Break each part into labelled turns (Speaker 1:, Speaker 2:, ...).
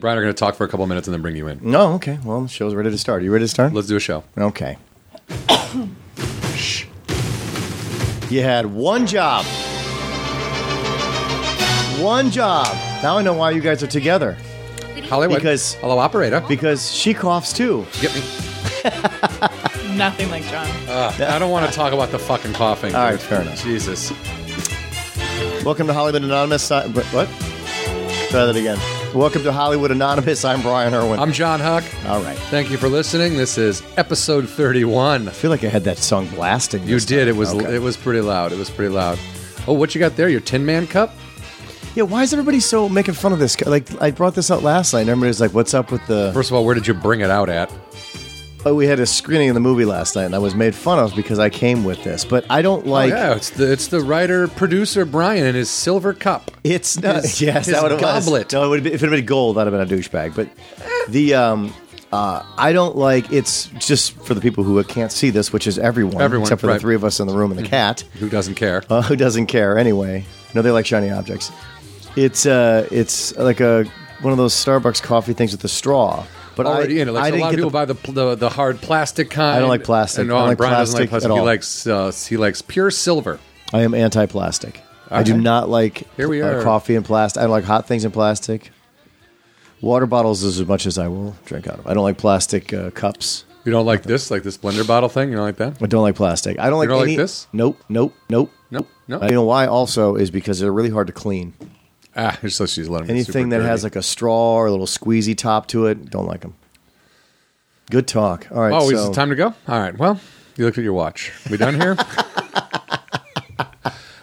Speaker 1: Brian are going to talk for a couple minutes and then bring you in.
Speaker 2: No, okay. Well, the show's ready to start. Are you ready to start?
Speaker 1: Let's do a show.
Speaker 2: Okay. Shh. You had one job. One job. Now I know why you guys are together.
Speaker 1: Hollywood.
Speaker 2: Because-
Speaker 1: hello, operator.
Speaker 2: Because she coughs too.
Speaker 1: Get me.
Speaker 3: Nothing like John.
Speaker 1: I don't want to talk about the fucking coughing.
Speaker 2: All right,
Speaker 1: dude.
Speaker 2: fair enough.
Speaker 1: Jesus.
Speaker 2: Welcome to Hollywood Anonymous. I, but what? Try that again. Welcome to Hollywood Anonymous. I'm Brian Irwin.
Speaker 1: I'm John Huck.
Speaker 2: All right. I
Speaker 1: Thank you for listening. This is episode 31.
Speaker 2: feel like I had that song blasting.
Speaker 1: You
Speaker 2: this
Speaker 1: did.
Speaker 2: time.
Speaker 1: It was
Speaker 2: Okay.
Speaker 1: it was pretty loud. It was pretty loud. Oh, what you got there? Your Tin Man cup?
Speaker 2: yeah. Why is everybody so making fun of this? guy? Like I brought this out last night. and Everybody's like, "What's up with the?"
Speaker 1: First of all, where did you bring it out at?
Speaker 2: Oh, we had a screening of the movie last night, and I was made fun of because I came with this. But I don't like.
Speaker 1: Oh, yeah, it's the it's the writer producer Brian in his silver cup.
Speaker 2: It's not.
Speaker 1: His-
Speaker 2: yes,
Speaker 1: his
Speaker 2: that would have
Speaker 1: goblet.
Speaker 2: No, it would have been, if it had been gold, that'd have been a douchebag. But the um, uh, I don't like. It's just for the people who can't see this, which is everyone,
Speaker 1: Everyone,
Speaker 2: except for
Speaker 1: right. Mm-hmm.
Speaker 2: the three of us in the room and the cat,
Speaker 1: Who doesn't care?
Speaker 2: uh, who doesn't care anyway. No, they like shiny objects. It's uh, it's like a one of those Starbucks coffee things with the straw. But
Speaker 1: Already
Speaker 2: I,
Speaker 1: in Oh, it. Like, so
Speaker 2: I
Speaker 1: a
Speaker 2: didn't
Speaker 1: lot of
Speaker 2: get
Speaker 1: people
Speaker 2: the
Speaker 1: buy the, pl- the the hard plastic kind.
Speaker 2: I don't like plastic.
Speaker 1: And, no,
Speaker 2: I don't
Speaker 1: and
Speaker 2: like
Speaker 1: Brian doesn't like plastic.
Speaker 2: plastic at
Speaker 1: He
Speaker 2: all.
Speaker 1: likes uh, he likes pure silver.
Speaker 2: I am anti-plastic. I do
Speaker 1: right.
Speaker 2: not like
Speaker 1: Here we
Speaker 2: uh,
Speaker 1: are.
Speaker 2: coffee in plastic. I don't like hot things in plastic. Water bottles is as much as I will drink out of. I don't like plastic uh, cups.
Speaker 1: You don't like this, like this blender bottle thing. You don't like that?
Speaker 2: I don't like plastic. I don't like
Speaker 1: don't like
Speaker 2: any-
Speaker 1: this?
Speaker 2: Nope, nope, nope.
Speaker 1: No, no.
Speaker 2: I know why. Also, is because they're really hard to clean.
Speaker 1: ah, so she's letting
Speaker 2: Anything that has like a straw or a little squeezy top to it, don't like them. Good talk. All right.
Speaker 1: Oh, is
Speaker 2: so-
Speaker 1: it time to go? All right. Well, you looked at your watch. We done here?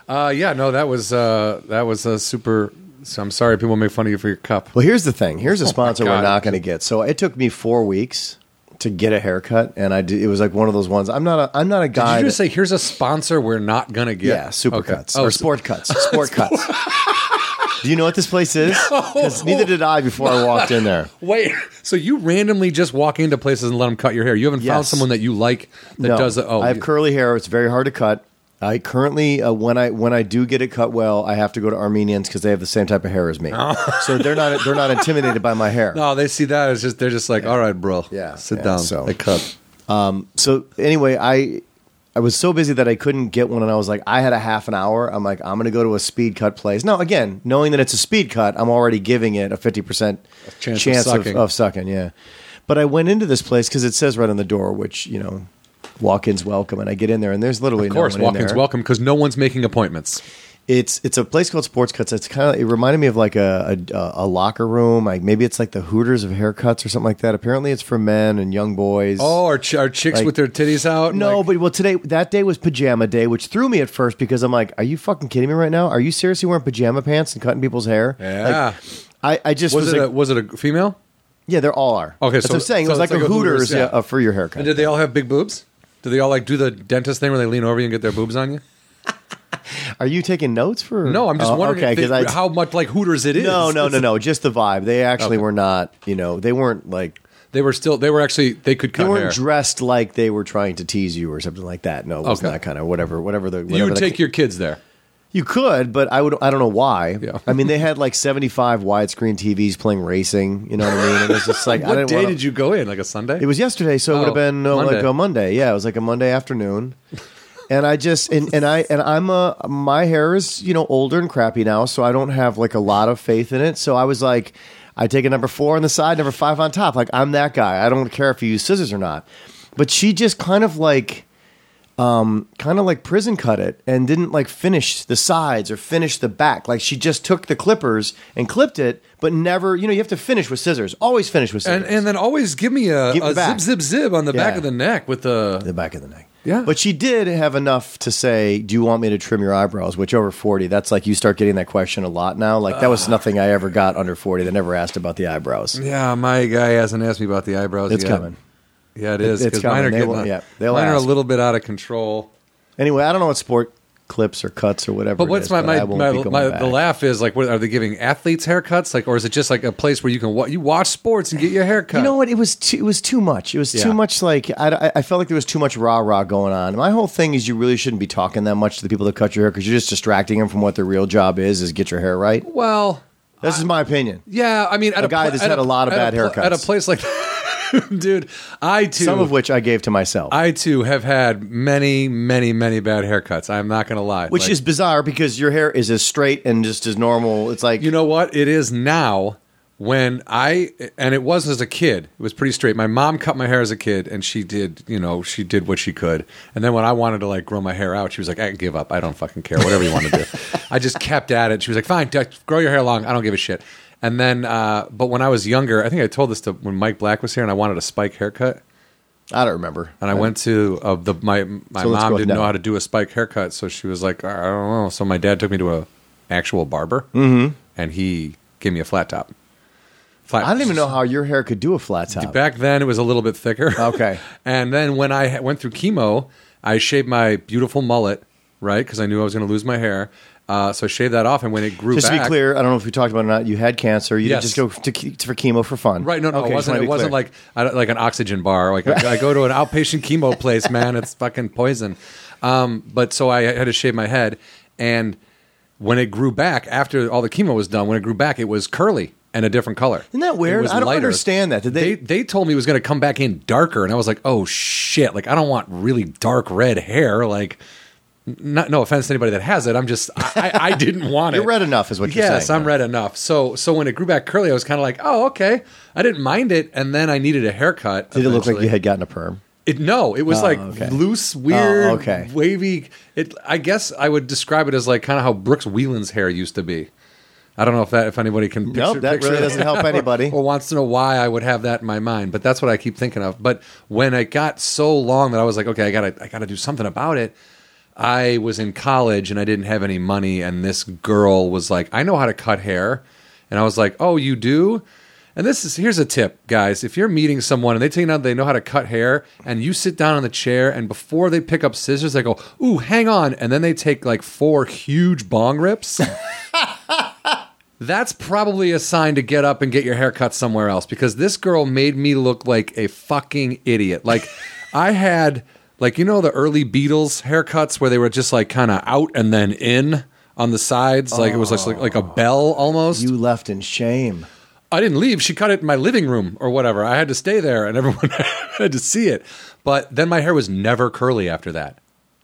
Speaker 1: uh, yeah. No, that was uh, that was a super. So I'm sorry, people make fun of you for your cup.
Speaker 2: Well, here's the thing. Here's a sponsor
Speaker 1: Oh God.
Speaker 2: we're not going to get. So it took me four weeks to get a haircut, and I did, it was like one of those ones. I'm not a I'm not a guy.
Speaker 1: Did you just
Speaker 2: that-
Speaker 1: say here's a sponsor we're not gonna get?
Speaker 2: yeah, super
Speaker 1: Okay. Oh,
Speaker 2: cuts or
Speaker 1: so-
Speaker 2: sport cuts, sport cuts. Do you know what this place is? 'Cause neither did I before I walked in there.
Speaker 1: Wait, so you randomly just walk into places and let them cut your hair? You haven't found
Speaker 2: Yes.
Speaker 1: someone that you like that
Speaker 2: no,
Speaker 1: does it? Oh,
Speaker 2: I have
Speaker 1: you-
Speaker 2: curly hair. It's very hard to cut. I currently uh, when I when I do get it cut well, I have to go to Armenians because they have the same type of hair as me.
Speaker 1: Oh.
Speaker 2: So they're not they're not intimidated by my hair.
Speaker 1: no, they see that as just they're just like, all right, bro,
Speaker 2: Yeah,
Speaker 1: sit
Speaker 2: yeah,
Speaker 1: down.
Speaker 2: so-
Speaker 1: They cut.
Speaker 2: so anyway, I I was so busy that I couldn't get one, and I was like, I had a half an hour. I'm like, I'm gonna go to a speed cut place. Now, again, knowing that it's a speed cut, I'm already giving it a fifty percent
Speaker 1: chance of
Speaker 2: chance,
Speaker 1: sucking.
Speaker 2: Of, of sucking. Yeah, but I went into this place because it says right on the door, which you know, walk-ins welcome, and I get in there, and there's literally
Speaker 1: Of course,
Speaker 2: no one in
Speaker 1: walk-ins
Speaker 2: there.
Speaker 1: welcome because no one's making appointments.
Speaker 2: It's it's a place called Sports Cuts. It's kind of it reminded me of like a a, a locker room. Like maybe it's like the Hooters of haircuts or something like that. Apparently, it's for men and young boys.
Speaker 1: Oh, are, ch- are chicks
Speaker 2: Like-
Speaker 1: with their titties out? and
Speaker 2: No,
Speaker 1: like-
Speaker 2: but well, today that day was pajama day, which threw me at first because I'm like, "Are you fucking kidding me right now? Are you seriously wearing pajama pants and cutting people's hair?"
Speaker 1: Yeah.
Speaker 2: Like, I, I just was,
Speaker 1: was it
Speaker 2: like,
Speaker 1: a, was it a female?
Speaker 2: yeah, they all are.
Speaker 1: Okay,
Speaker 2: that's
Speaker 1: so-
Speaker 2: what I'm saying.
Speaker 1: so
Speaker 2: it was
Speaker 1: it's
Speaker 2: like, a Hooters, yeah. uh, for your haircut.
Speaker 1: And did they all have big boobs? Did they all like do the dentist thing where they lean over you and get their boobs on you?
Speaker 2: are you taking notes for?
Speaker 1: No, I'm just
Speaker 2: Oh,
Speaker 1: wondering
Speaker 2: Okay,
Speaker 1: if they-
Speaker 2: because I
Speaker 1: how much like Hooters it is.
Speaker 2: no, no, no, no, just the vibe. They actually
Speaker 1: Okay.
Speaker 2: were not. You know, they weren't like
Speaker 1: They were still. They were actually. They could
Speaker 2: they
Speaker 1: cut
Speaker 2: weren't
Speaker 1: hair.
Speaker 2: dressed like they were trying to tease you or something like that. No, it was
Speaker 1: Okay.
Speaker 2: not kind of whatever, whatever the
Speaker 1: you
Speaker 2: whatever
Speaker 1: would
Speaker 2: the-
Speaker 1: take your kids there.
Speaker 2: You could, but I would. I don't know why.
Speaker 1: Yeah.
Speaker 2: I mean, they had like seventy-five widescreen TVs playing racing. You know what I mean? It was just like I
Speaker 1: What
Speaker 2: didn't
Speaker 1: day
Speaker 2: wanna-
Speaker 1: did you go in? Like a Sunday?
Speaker 2: It was yesterday, so it would
Speaker 1: Oh,
Speaker 2: have been uh, like
Speaker 1: Monday.
Speaker 2: a Monday. Yeah, it was like a Monday afternoon. And I just and, and I and I'm a my hair is you know older and crappy now, so I don't have like a lot of faith in it. So I was like, I take a number four on the side, number five on top. Like I'm that guy. I don't care if you use scissors or not. But she just kind of like um, kind of like prison cut it and didn't like finish the sides or finish the back. Like she just took the clippers and clipped it, but never, you know, you have to finish with scissors. Always finish with scissors.
Speaker 1: and and then always give me a,
Speaker 2: Give me
Speaker 1: a zip
Speaker 2: back.
Speaker 1: zip zip on the back
Speaker 2: Yeah.
Speaker 1: of the neck with the.
Speaker 2: the back of the neck.
Speaker 1: Yeah.
Speaker 2: But she did have enough to say, Do you want me to trim your eyebrows? Which over 40, that's like you start getting that question a lot now. Like that
Speaker 1: Ah.
Speaker 2: was nothing I ever got under 40. They never asked about the eyebrows.
Speaker 1: yeah, my guy hasn't asked me about the eyebrows.
Speaker 2: It's
Speaker 1: yet.
Speaker 2: coming.
Speaker 1: Yeah, it is.
Speaker 2: it's
Speaker 1: 'cause Mine
Speaker 2: coming.
Speaker 1: are
Speaker 2: They
Speaker 1: getting.
Speaker 2: will-
Speaker 1: a-
Speaker 2: yeah, they'll
Speaker 1: mine are a
Speaker 2: ask.
Speaker 1: little bit out of control.
Speaker 2: Anyway, I don't know what sport clips or cuts or whatever.
Speaker 1: But
Speaker 2: it
Speaker 1: what's
Speaker 2: is,
Speaker 1: my
Speaker 2: I
Speaker 1: my,
Speaker 2: won't
Speaker 1: my,
Speaker 2: be going
Speaker 1: my
Speaker 2: back.
Speaker 1: the laugh is like? What are they giving athletes haircuts? Like, or is it just like a place where you can wa- you watch sports and get your haircut?
Speaker 2: You know what? It was too, it was too much. It was
Speaker 1: Yeah.
Speaker 2: too much. Like I, I- I felt like there was too much rah rah going on. My whole thing is you really shouldn't be talking that much to the people that cut your hair because you're just distracting them from what their real job is: is get your hair right.
Speaker 1: Well,
Speaker 2: This is my opinion.
Speaker 1: Yeah, I mean, at a,
Speaker 2: guy
Speaker 1: pla-
Speaker 2: that's
Speaker 1: at
Speaker 2: had a lot of
Speaker 1: at
Speaker 2: bad
Speaker 1: pla- At a
Speaker 2: haircuts.
Speaker 1: place like that, dude, I too,
Speaker 2: Some of which I gave to myself,
Speaker 1: I too have had many, many, many bad haircuts. I'm not going to lie.
Speaker 2: which
Speaker 1: Like,
Speaker 2: is bizarre because your hair is as straight and just as normal. It's like
Speaker 1: you know what? It is now when I, and it was as a kid, it was pretty straight. My mom cut my hair as a kid and she did, you know, she did what she could. And then when I wanted to like grow my hair out, she was like, I give up. I don't fucking care. Whatever you want to do. I just kept at it. She was like, fine, d- grow your hair long. I don't give a shit. And then, uh, but when I was younger, I think I told this to when Mike Black was here and I wanted a spike haircut.
Speaker 2: I don't remember.
Speaker 1: And I went to uh, the my my
Speaker 2: So let's
Speaker 1: mom
Speaker 2: go
Speaker 1: didn't
Speaker 2: down.
Speaker 1: know how to do a spike haircut, so she was like, I don't know. So my dad took me to a actual barber, mm-hmm. and he gave me a flat top. Flat.
Speaker 2: I don't even know how your hair could do a flat top.
Speaker 1: Back then, it was a little bit thicker.
Speaker 2: Okay.
Speaker 1: and then when I ha- went through chemo, I shaved my beautiful mullet, right? Because I knew I was going to lose my hair. Uh, so I shaved that off, and when it grew
Speaker 2: Just to
Speaker 1: back,
Speaker 2: be clear, I don't know if we talked about it or not. You had cancer. You
Speaker 1: Yes.
Speaker 2: didn't just go to, ke- for chemo for fun.
Speaker 1: Right, no, no,
Speaker 2: Okay,
Speaker 1: it
Speaker 2: just wanna
Speaker 1: wasn't. It wasn't
Speaker 2: be clear.
Speaker 1: like I, don't- like an oxygen bar. Like I, I go to an outpatient chemo place, man. It's fucking poison. Um, but so I had to shave my head, and when it grew back after all the chemo was done, when it grew back, it was curly and a different color.
Speaker 2: Isn't that
Speaker 1: It
Speaker 2: weird?
Speaker 1: was
Speaker 2: I don't understand that. Did
Speaker 1: They
Speaker 2: they-
Speaker 1: they told me it was going to come back in darker, and I was like, oh shit! Like I don't want really dark red hair. Like. n- Not, no offense to anybody that has it. I'm just I, I I didn't want it.
Speaker 2: You're red enough is what you're
Speaker 1: Yes,
Speaker 2: saying.
Speaker 1: I'm red enough. So so when it grew back curly, I was kind of like, oh okay, I didn't mind it. And then I needed a haircut.
Speaker 2: Did it look like
Speaker 1: eventually.
Speaker 2: you had gotten a perm?
Speaker 1: It, no, it was like
Speaker 2: okay.
Speaker 1: loose, weird,
Speaker 2: Oh, okay.
Speaker 1: wavy. It. I guess I would describe it as like kind of how Brooks Wheelan's hair used to be. I don't know if that if anybody can picture,
Speaker 2: Nope, that
Speaker 1: picture Oh.
Speaker 2: really
Speaker 1: it
Speaker 2: doesn't help
Speaker 1: or-
Speaker 2: anybody.
Speaker 1: or wants to know why I would have that in my mind, but that's what I keep thinking of. But when it got so long that I was like, okay, I gotta I gotta do something about it. I was in college and I didn't have any money, and this girl was like, I know how to cut hair. And I was like, Oh, you do? And this is here's a tip, guys. If you're meeting someone and they tell you now they know how to cut hair, and you sit down on the chair, and before they pick up scissors, they go, Ooh, hang on. And then they take like four huge bong rips. That's probably a sign to get up and get your hair cut somewhere else because this girl made me look like a fucking idiot. Like I had like you know the early Beatles haircuts where they were just like kind of out and then in on the sides like it was like like- like a bell almost.
Speaker 2: You left in shame.
Speaker 1: I didn't leave. She cut it in my living room or whatever. I had to stay there and everyone had to see it. But then my hair was never curly after that.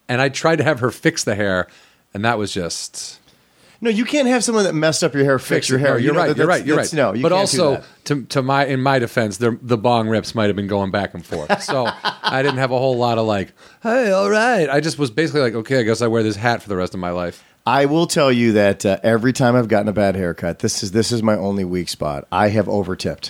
Speaker 1: And I tried to have her fix the hair and that was just
Speaker 2: No, you can't have someone that messed up your hair fix your hair.
Speaker 1: No,
Speaker 2: You
Speaker 1: you're
Speaker 2: know,
Speaker 1: right.
Speaker 2: that-
Speaker 1: you're
Speaker 2: that's-
Speaker 1: right. You're
Speaker 2: that's-
Speaker 1: right.
Speaker 2: No, you
Speaker 1: but
Speaker 2: can't
Speaker 1: also
Speaker 2: do that.
Speaker 1: to to my in my defense, the the bong rips might have been going back and forth. So I didn't have a whole lot of like, hey, all right. I just was basically like, okay, I guess I wear this hat for the rest of my life.
Speaker 2: I will tell you that uh, every time I've gotten a bad haircut, this is this is my only weak spot. I have overtipped.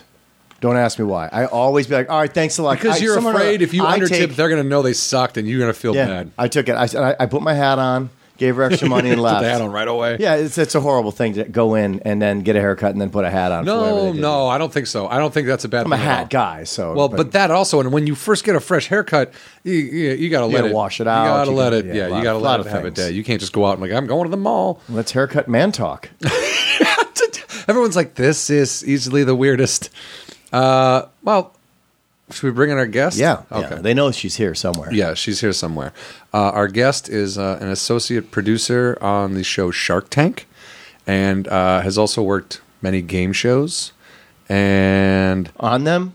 Speaker 2: Don't ask me why. I always be like, all right, thanks a lot.
Speaker 1: Because
Speaker 2: I-
Speaker 1: you're
Speaker 2: somehow or
Speaker 1: afraid
Speaker 2: other,
Speaker 1: if you
Speaker 2: I
Speaker 1: undertip,
Speaker 2: take-
Speaker 1: they're gonna know they sucked, and you're gonna feel
Speaker 2: yeah,
Speaker 1: bad.
Speaker 2: I took it. I, I, I put my hat on, gave her extra money, and
Speaker 1: Put
Speaker 2: left.
Speaker 1: the hat on right away.
Speaker 2: Yeah, it's, it's a horrible thing to go in and then get a haircut and then put a hat on. for whatever
Speaker 1: No,
Speaker 2: they did.
Speaker 1: no, I don't think so. I don't think that's a bad.
Speaker 2: I'm a
Speaker 1: thing at all.
Speaker 2: hat guy, so
Speaker 1: Well, but, that also, and when you first get a fresh haircut, you, you, you gotta let
Speaker 2: gotta
Speaker 1: it
Speaker 2: wash it
Speaker 1: You
Speaker 2: out.
Speaker 1: gotta
Speaker 2: You
Speaker 1: let
Speaker 2: gotta-
Speaker 1: it.
Speaker 2: yeah,
Speaker 1: Yeah,
Speaker 2: a
Speaker 1: you
Speaker 2: lot-
Speaker 1: gotta
Speaker 2: lot
Speaker 1: let it
Speaker 2: of
Speaker 1: have a
Speaker 2: things.
Speaker 1: day. You can't just go out and like I'm going to the mall.
Speaker 2: let's haircut man talk.
Speaker 1: Everyone's like, this is easily the weirdest. Uh, well, should we bring in our guest?
Speaker 2: Yeah,
Speaker 1: Okay.
Speaker 2: yeah,
Speaker 1: Yeah,
Speaker 2: they know she's here somewhere.
Speaker 1: she's here somewhere. Uh, our guest is uh, an associate producer on the show Shark Tank and uh, has also worked many game shows. And
Speaker 2: on them.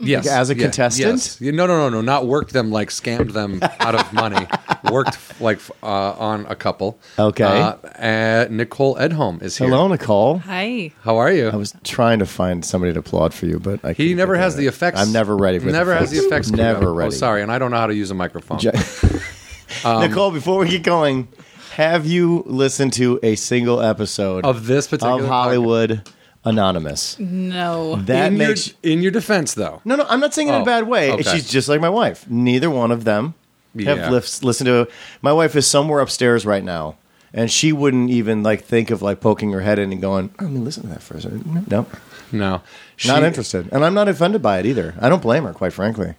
Speaker 1: yes,
Speaker 2: As a
Speaker 1: yeah,
Speaker 2: contestant?
Speaker 1: yes. You- no, no, no, no, not worked them like scammed them out of money. worked like f- uh, on a couple.
Speaker 2: Okay.
Speaker 1: uh, and Nicole Edholm is here.
Speaker 2: Hello, Nicole.
Speaker 3: Hi.
Speaker 1: how are you?
Speaker 2: I was trying to find somebody to applaud for you, but I
Speaker 1: He
Speaker 2: couldn't
Speaker 1: never
Speaker 2: get
Speaker 1: has
Speaker 2: there.
Speaker 1: the effects.
Speaker 2: I'm never ready. For
Speaker 1: never has the effects. coming
Speaker 2: Never
Speaker 1: up.
Speaker 2: ready.
Speaker 1: Oh, sorry, and I don't know how to use a microphone.
Speaker 2: Ju- Nicole, before we get going, have you listened to a single episode
Speaker 1: Of this particular
Speaker 2: of Hollywood Anonymous?
Speaker 3: No.
Speaker 2: That
Speaker 1: in,
Speaker 2: makes
Speaker 1: your, in your defense, though,
Speaker 2: no, no. I'm not saying it in
Speaker 1: Oh,
Speaker 2: a bad way.
Speaker 1: okay.
Speaker 2: She's just like my wife. Neither one of them
Speaker 1: Yeah.
Speaker 2: have lifts, listened to. My wife is somewhere upstairs right now, and she wouldn't even like think of like poking her head in and going, "I mean, listen to that for a second. No, no.
Speaker 1: no, She-
Speaker 2: not interested. And I'm not offended by it either. I don't blame her, quite frankly.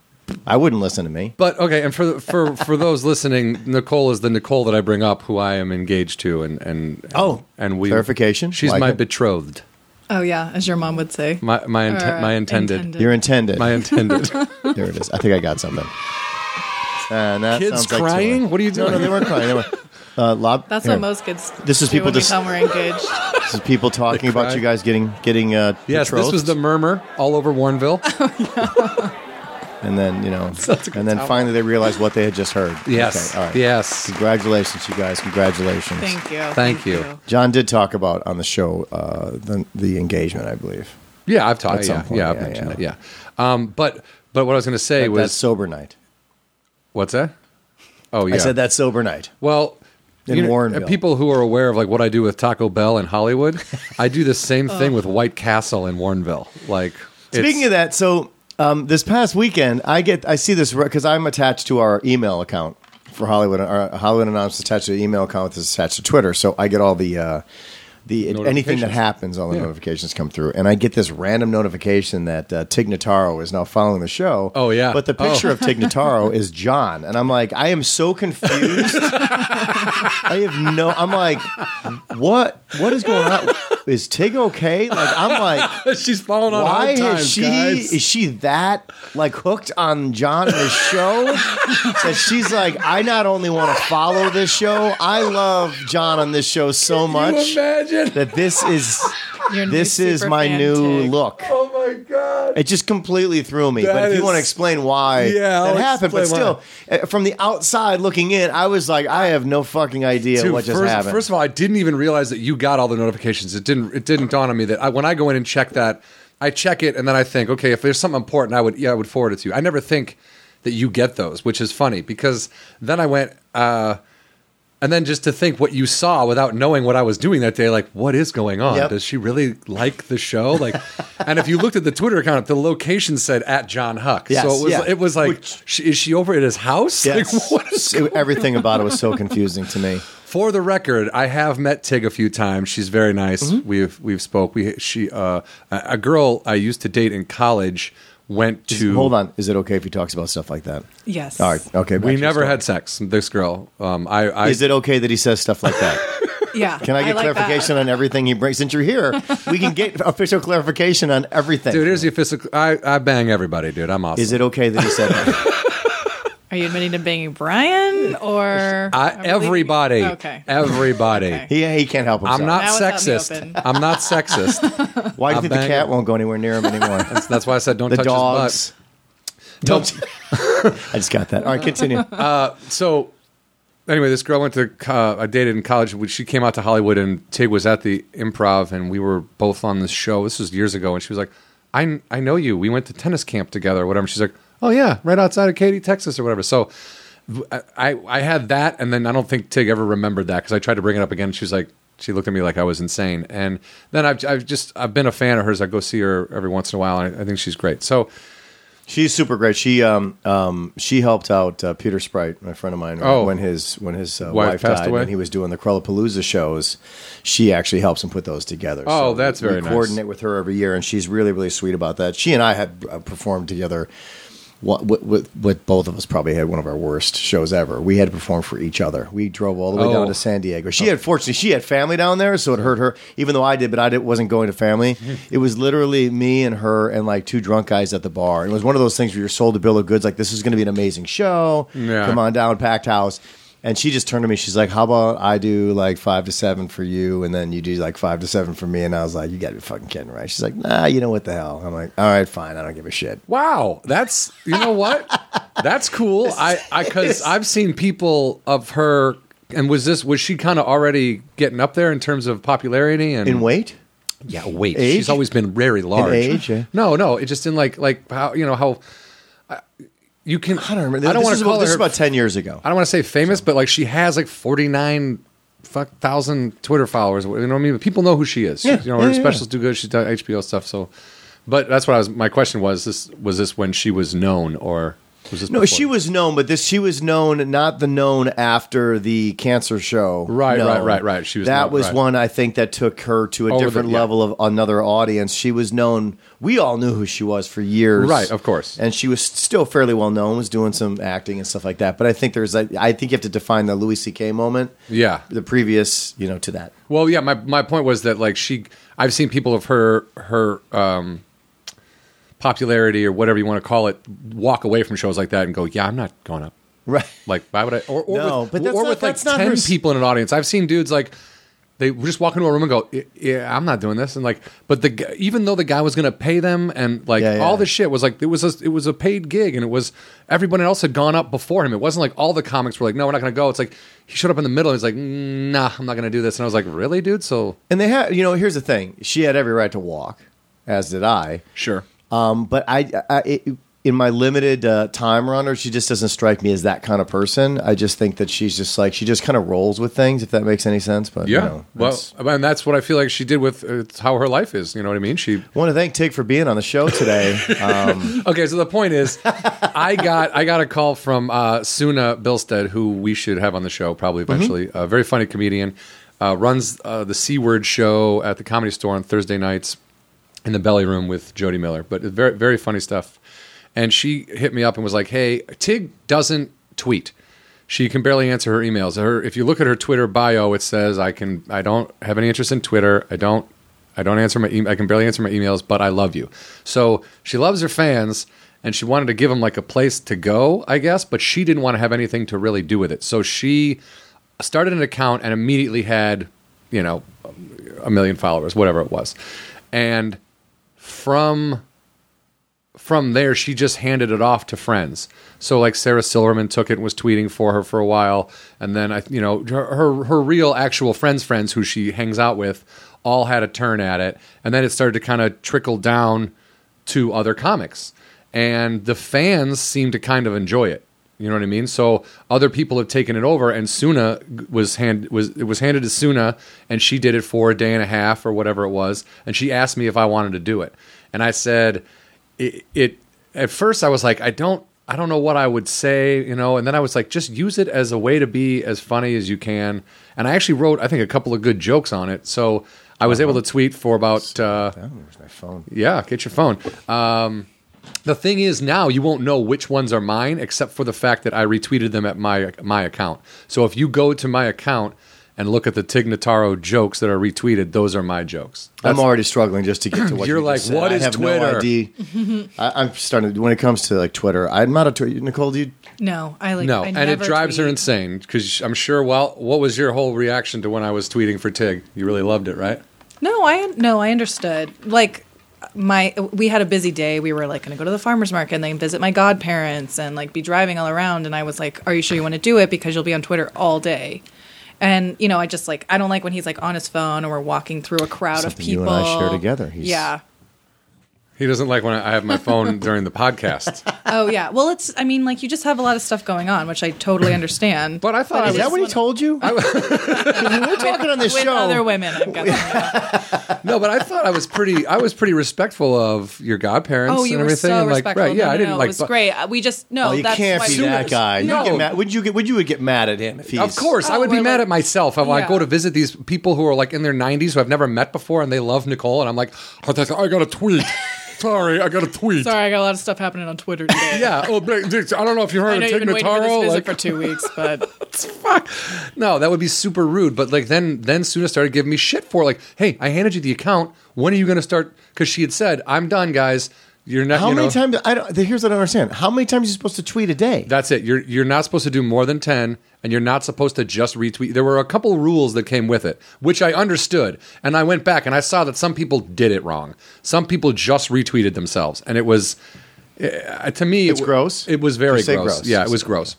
Speaker 2: I wouldn't listen to me.
Speaker 1: But okay, and for for for those listening, Nicole is the Nicole that I bring up, who I am engaged to, and and
Speaker 2: Oh,
Speaker 1: and we
Speaker 2: clarification.
Speaker 1: She's
Speaker 2: Like
Speaker 1: my
Speaker 2: it.
Speaker 1: betrothed,
Speaker 3: Oh yeah, as your mom would say.
Speaker 1: my my int-
Speaker 3: Or,
Speaker 1: my intended,
Speaker 3: intended.
Speaker 2: You're intended.
Speaker 1: my intended.
Speaker 2: there it is. I think I got something. Uh, that
Speaker 1: Kids
Speaker 2: sounds like
Speaker 1: crying?
Speaker 2: Tua.
Speaker 1: What are you
Speaker 2: No, no,
Speaker 1: doing?
Speaker 2: they weren't crying. They were Uh, lob-
Speaker 3: That's
Speaker 2: here.
Speaker 3: what most kids.
Speaker 2: This is
Speaker 3: do
Speaker 2: people
Speaker 3: when they
Speaker 2: just-
Speaker 3: come, we're engaged.
Speaker 2: This is people talking about
Speaker 1: cry.
Speaker 2: you guys getting getting uh,
Speaker 1: Yes, this
Speaker 2: betrothed.
Speaker 1: was the murmur all over Warrenville.
Speaker 2: and then you know,
Speaker 1: Sounds like a
Speaker 2: and then
Speaker 1: towel.
Speaker 2: finally they realized what they had just heard.
Speaker 1: Yes.
Speaker 2: Okay, all right.
Speaker 1: Yes.
Speaker 2: Congratulations, you guys. Congratulations.
Speaker 3: Thank you.
Speaker 1: you.
Speaker 2: John did talk about on the show uh, the the engagement, I believe.
Speaker 1: Yeah, I've talked.
Speaker 2: At some
Speaker 1: Yeah,
Speaker 2: point,
Speaker 1: yeah, I've
Speaker 2: yeah,
Speaker 1: mentioned
Speaker 2: yeah.
Speaker 1: it. Yeah, um, but but what I was going to say
Speaker 2: That,
Speaker 1: was
Speaker 2: that sober night.
Speaker 1: what's that? Oh yeah,
Speaker 2: I said that sober night.
Speaker 1: Well,
Speaker 2: In Warrenville.
Speaker 1: people who are aware of like what I do with Taco Bell in Hollywood, I do the same thing with White Castle in Warrenville. Like it's-
Speaker 2: Speaking of that, so um, this past weekend, I get I see this because I'm attached to our email account for Hollywood. Our Hollywood Anonymous is attached to the email account that's attached to Twitter, so I get all the uh, the anything that
Speaker 1: Notifications.
Speaker 2: happens, all the
Speaker 1: Yeah.
Speaker 2: notifications come through, and I get this random notification that uh, Tig Notaro is now following the show.
Speaker 1: Oh, yeah.
Speaker 2: but the
Speaker 1: Oh.
Speaker 2: picture of Tig Notaro is John, and I'm like, I am so confused. I have no. I'm like, what? What is going on? Is Tig okay? Like, I'm like.
Speaker 1: she's falling on
Speaker 2: Why
Speaker 1: hard times,
Speaker 2: is she
Speaker 1: guys.
Speaker 2: is she that like hooked on John and his show that she's like, I not only want to follow this show, I love John on this show so
Speaker 1: Can
Speaker 2: much
Speaker 1: you imagine?
Speaker 2: that this is
Speaker 3: Your new
Speaker 2: this is my
Speaker 3: superfan
Speaker 2: new
Speaker 3: tig.
Speaker 2: look.
Speaker 1: Oh my god!
Speaker 2: It just completely threw me. but
Speaker 1: That
Speaker 2: if you
Speaker 1: is-
Speaker 2: want to explain why
Speaker 1: Yeah, I'll
Speaker 2: that happened, but
Speaker 1: explain why.
Speaker 2: still, uh, from the outside looking in, I was like, I have no fucking idea
Speaker 1: Dude,
Speaker 2: what just
Speaker 1: first,
Speaker 2: happened.
Speaker 1: first of all, I didn't even realize that you got all the notifications. It didn't. It didn't dawn on me that I, when I go in and check that, I check it and then I think, okay, if there's something important, I would yeah, I would forward it to you. I never think that you get those, which is funny because then I went. uh and then just to think what you saw without knowing what I was doing that day, like what is going on?
Speaker 2: Yep.
Speaker 1: Does she really like the show? Like, and if you looked at the Twitter account, the location said at John Huck.
Speaker 2: Yes,
Speaker 1: so it was
Speaker 2: yeah.
Speaker 1: it was like, sh- is she over at his house?
Speaker 2: Yes.
Speaker 1: Like, what is
Speaker 2: It- everything about it was so confusing to me.
Speaker 1: for the record, I have met Tig a few times. She's very nice.
Speaker 2: Mm-hmm.
Speaker 1: We've we've spoke. We she uh, a a girl I used to date in college went to.
Speaker 2: Hold on, is it okay if he talks about stuff like that?
Speaker 3: Yes.
Speaker 2: All right, okay. back to
Speaker 1: We
Speaker 2: your
Speaker 1: never
Speaker 2: story.
Speaker 1: had sex. This girl. Um, I, I
Speaker 2: Is it okay that he says stuff like that?
Speaker 3: Yeah.
Speaker 2: Can I get
Speaker 3: like that.
Speaker 2: clarification on everything he brings? Since you're here, we can get official clarification on everything.
Speaker 1: dude. Here's the official. I, I bang everybody, dude. I'm awesome.
Speaker 2: is it okay that he said that?
Speaker 3: Are you admitting to banging Brian or
Speaker 1: I,
Speaker 3: Are we-
Speaker 1: everybody.
Speaker 3: Okay.
Speaker 1: Everybody.
Speaker 2: He, he can't help himself.
Speaker 1: I'm not
Speaker 3: Now it's out in the
Speaker 1: sexist.
Speaker 3: open.
Speaker 1: I'm not sexist.
Speaker 2: Why do you
Speaker 1: I'm
Speaker 2: think the
Speaker 1: banging.
Speaker 2: cat won't go anywhere near him anymore?
Speaker 1: That's why I said don't
Speaker 2: the
Speaker 1: touch his
Speaker 2: dogs.
Speaker 1: butt.
Speaker 2: Don't. I just got that. All right, continue.
Speaker 1: so anyway, this girl went to uh, I dated in college. when She came out to Hollywood, and Tig was at the Improv, and we were both on this show. This was years ago, and she was like, "I I know you. We went to tennis camp together, or whatever." And she's like, "Oh yeah, right outside of Katy, Texas, or whatever." So. I, I I had that, and then I don't think Tig ever remembered that because I tried to bring it up again. and She was like, she looked at me like I was insane, and then I've I've just I've been a fan of hers. I go see her every once in a while, and I, I think she's great. So
Speaker 2: She's super great. She um um she helped out uh, Peter Sprite, my friend of mine, when-
Speaker 1: Oh.
Speaker 2: when his when his uh,
Speaker 1: Wife
Speaker 2: wife,
Speaker 1: passed
Speaker 2: died
Speaker 1: away?
Speaker 2: and he was doing the Crullapalooza shows. She actually helps him put those together.
Speaker 1: Oh, that's
Speaker 2: we-
Speaker 1: very
Speaker 2: we
Speaker 1: nice.
Speaker 2: coordinate with her every year, and she's really really sweet about that. She and I had uh, performed together. What, what, what, what both of us probably had one of our worst shows ever. We had to perform for each other. We drove all the way down
Speaker 1: Oh.
Speaker 2: to San Diego. She had fortunately she had family down there, so it hurt her. Even though I did, but I did, wasn't going to family. It was literally me and her and like two drunk guys at the bar. It was one of those things where you're sold a bill of goods, like this is going to be an amazing show.
Speaker 1: Yeah.
Speaker 2: Come on down, packed house. And she just turned to me. She's like, "How about I do like five to seven for you, and then you do like five to seven for me?" And I was like, "You got to be fucking kidding, right?" She's like, "Nah, you know what the hell?" I'm like, "All right, fine. I don't give a shit."
Speaker 1: Wow, that's you know what? that's cool. I I cuz I've seen people of her and was this was she kind of already getting up there in terms of popularity and
Speaker 2: In weight,
Speaker 1: yeah, weight.
Speaker 2: Age?
Speaker 1: She's always been very large.
Speaker 2: age, yeah.
Speaker 1: No, no, it just in like like how you know how I- you can
Speaker 2: I don't remember.
Speaker 1: I don't
Speaker 2: This
Speaker 1: want
Speaker 2: is
Speaker 1: to
Speaker 2: about-
Speaker 1: call
Speaker 2: This
Speaker 1: her
Speaker 2: is about ten years ago.
Speaker 1: I don't want to say famous, but like she has like 49 fuck thousand Twitter followers. You know what I mean? But people know who she is.
Speaker 2: Yeah.
Speaker 1: You know,
Speaker 2: Yeah,
Speaker 1: her
Speaker 2: yeah,
Speaker 1: specials do good. She's done HBO stuff. So, but that's what I was, my question was this, was this when she was known or was this?
Speaker 2: No,
Speaker 1: before?
Speaker 2: she was known, but this she was known, not the known after the cancer show.
Speaker 1: Right,
Speaker 2: known.
Speaker 1: right, right, right. She was
Speaker 2: that
Speaker 1: known-
Speaker 2: was
Speaker 1: right.
Speaker 2: one I think that took her to a
Speaker 1: Over the-
Speaker 2: different
Speaker 1: yeah.
Speaker 2: level of another audience. She was known. We all knew who she was for years,
Speaker 1: Right, of course.
Speaker 2: and she was still fairly well known. Was doing some acting and stuff like that. But I think there's, a, I think you have to define the Louis C.K. moment.
Speaker 1: Yeah.
Speaker 2: the previous, you know, to that.
Speaker 1: Well, yeah, my my point was that like she I've seen people of her her um popularity or whatever you want to call it walk away from shows like that and go, "Yeah, I'm not going up
Speaker 2: Right.
Speaker 1: Like, why would I? Or, or
Speaker 2: No,
Speaker 1: with,
Speaker 2: but that's
Speaker 1: or
Speaker 2: not-
Speaker 1: with like
Speaker 2: that's not
Speaker 1: ten
Speaker 2: her s-
Speaker 1: people in an audience. I've seen dudes like they just walk into a room and go, "Yeah, "Yeah, I'm not doing this." And like, but the g- even though the guy was going to pay them and like
Speaker 2: Yeah, yeah.
Speaker 1: all the shit was like it was a, it was a paid gig and it was everybody else had gone up before him. It wasn't like all the comics were like, "No, we're not going to go." It's like he showed up in the middle. and He's like, "Mm, "Nah, I'm not going to do this." And I was like, "Really, dude?" So
Speaker 2: And they had, you know, here's the thing. She had every right to walk, as did I.
Speaker 1: sure.
Speaker 2: Um, but I, I it, in my limited uh, time runner, she just doesn't strike me as that kind of person. I just think that she's just like she just kind of rolls with things, if that makes any sense. But you
Speaker 1: Yeah.
Speaker 2: know,
Speaker 1: well,
Speaker 2: that's-
Speaker 1: and that's what I feel like she did with uh, it's how her life is. You know what I mean? She
Speaker 2: I want to thank Tig for being on the show today. um,
Speaker 1: Okay, so the point is, I got I got a call from uh, Suna Bilstead, who we should have on the show probably eventually. A very funny comedian, uh, runs uh, the C Word show at the Comedy Store on Thursday nights in the Belly Room with Jody Miller. But very very funny stuff. And she hit me up and was like, "Hey, Tig doesn't tweet. She can barely answer her emails. Her if you look at her Twitter bio, it says I can I don't have any interest in Twitter. I don't I don't answer my e- I can barely answer my emails, but I love you. So she loves her fans and she wanted to give them like a place to go, I guess, but she didn't want to have anything to really do with it. So she started an account and immediately had, you know, a million followers, whatever it was. And from from there, she just handed it off to friends. So like Sarah Silverman took it and was tweeting for her for a while, and then I, you know, her her, her real actual friends friends who she hangs out with all had a turn at it, and then it started to kind of trickle down to other comics, and the fans seem to kind of enjoy it. You know what I mean? So other people have taken it over, and Suna was hand was it was handed to Suna, and she did it for a day and a half or whatever it was, and she asked me if I wanted to do it, and I said it, it at first I was like, I don't I don't know what I would say, you know, and then I was like, just use it as a way to be as funny as you can. And I actually wrote, I think, a couple of good jokes on it. So I was able to tweet for about uh,
Speaker 2: oh, where's my phone?
Speaker 1: yeah, get your phone. Um, the thing is, now you won't know which ones are mine, except for the fact that I retweeted them at my my account. So if you go to my account and look at the Tig Notaro jokes that are retweeted, those are my jokes.
Speaker 2: I'm already struggling just to get to what
Speaker 1: You're
Speaker 2: you
Speaker 1: like,
Speaker 2: just said.
Speaker 1: what
Speaker 2: I
Speaker 1: is
Speaker 2: have
Speaker 1: Twitter?
Speaker 2: No idea. I, I'm starting to, when it comes to like Twitter. I'm not a Twitter. Nicole, do you?
Speaker 3: No, I like
Speaker 1: No,
Speaker 3: I
Speaker 1: and it
Speaker 3: never
Speaker 1: drives her
Speaker 3: tweet.
Speaker 1: insane because I'm sure. Well, what was your whole reaction to when I was tweeting for Tig? You really loved it, right?
Speaker 3: No, I no, I understood. Like my we had a busy day. We were like going to go to the farmers market and then visit my godparents and like be driving all around and I was like, "Are you sure you want to do it because you'll be on Twitter all day?" And you know, I just like I don't like when he's like on his phone or we're walking through a crowd
Speaker 2: Something
Speaker 3: of
Speaker 2: you
Speaker 3: people.
Speaker 2: and I share together. He's-
Speaker 3: yeah.
Speaker 1: He doesn't like when I I have my phone during the podcast.
Speaker 3: Oh yeah. Well, it's I mean, like you just have a lot of stuff going on, which I totally understand.
Speaker 1: But I thought I
Speaker 3: it
Speaker 1: was-
Speaker 2: Is that
Speaker 3: just
Speaker 2: what he
Speaker 3: one-
Speaker 2: told you? we're talking on this
Speaker 3: with
Speaker 2: show.
Speaker 3: other women, I've got
Speaker 1: No, but I thought I was pretty. I was pretty respectful of your godparents
Speaker 3: Oh, you
Speaker 1: and
Speaker 3: were
Speaker 1: everything.
Speaker 3: so
Speaker 1: and like,
Speaker 3: respectful.
Speaker 1: right? Yeah,
Speaker 3: No,
Speaker 1: I
Speaker 3: no,
Speaker 1: didn't
Speaker 3: no,
Speaker 1: like.
Speaker 3: It was
Speaker 1: bu-
Speaker 3: great. We just no.
Speaker 2: Oh, you
Speaker 3: that's
Speaker 2: can't
Speaker 3: why
Speaker 2: be
Speaker 3: we-
Speaker 2: that guy.
Speaker 1: No.
Speaker 2: You get mad. Would you get? Would you would get mad at him if he's?
Speaker 1: Of course, I
Speaker 3: Oh,
Speaker 1: would be
Speaker 3: we're
Speaker 1: mad
Speaker 3: like-
Speaker 1: at myself. I'm like,
Speaker 3: Yeah.
Speaker 1: go to visit these people who are like in their 90s who I've never met before, and they love Nicole, and I'm like, I got a tweet. Sorry, I got a tweet.
Speaker 3: Sorry, I got a lot of stuff happening on Twitter today.
Speaker 1: Yeah. Oh, but- I don't know if you
Speaker 3: I
Speaker 1: heard
Speaker 3: know
Speaker 1: of
Speaker 3: you've
Speaker 1: Tig
Speaker 3: been waiting for this
Speaker 1: Notaro.
Speaker 3: visit
Speaker 1: Like,
Speaker 3: for two weeks, but
Speaker 1: fuck. No, that would be super rude. But like then, then Suna started giving me shit for like, hey, I handed you the account. When are you going to start? Because she had said, I'm done, guys. You're not.
Speaker 2: How
Speaker 1: you
Speaker 2: many
Speaker 1: know,
Speaker 2: times? I don't. Here's what I don't understand. How many times are you supposed to tweet a day?
Speaker 1: That's it. You're you're not supposed to do more than ten, and you're not supposed to just retweet. There were a couple rules that came with it, which I understood, and I went back and I saw that some people did it wrong. Some people just retweeted themselves, and it was uh, to me
Speaker 2: It's
Speaker 1: it, w-
Speaker 2: gross?
Speaker 1: It was very
Speaker 2: Just say
Speaker 1: gross.
Speaker 2: gross.
Speaker 1: Yeah, it was gross.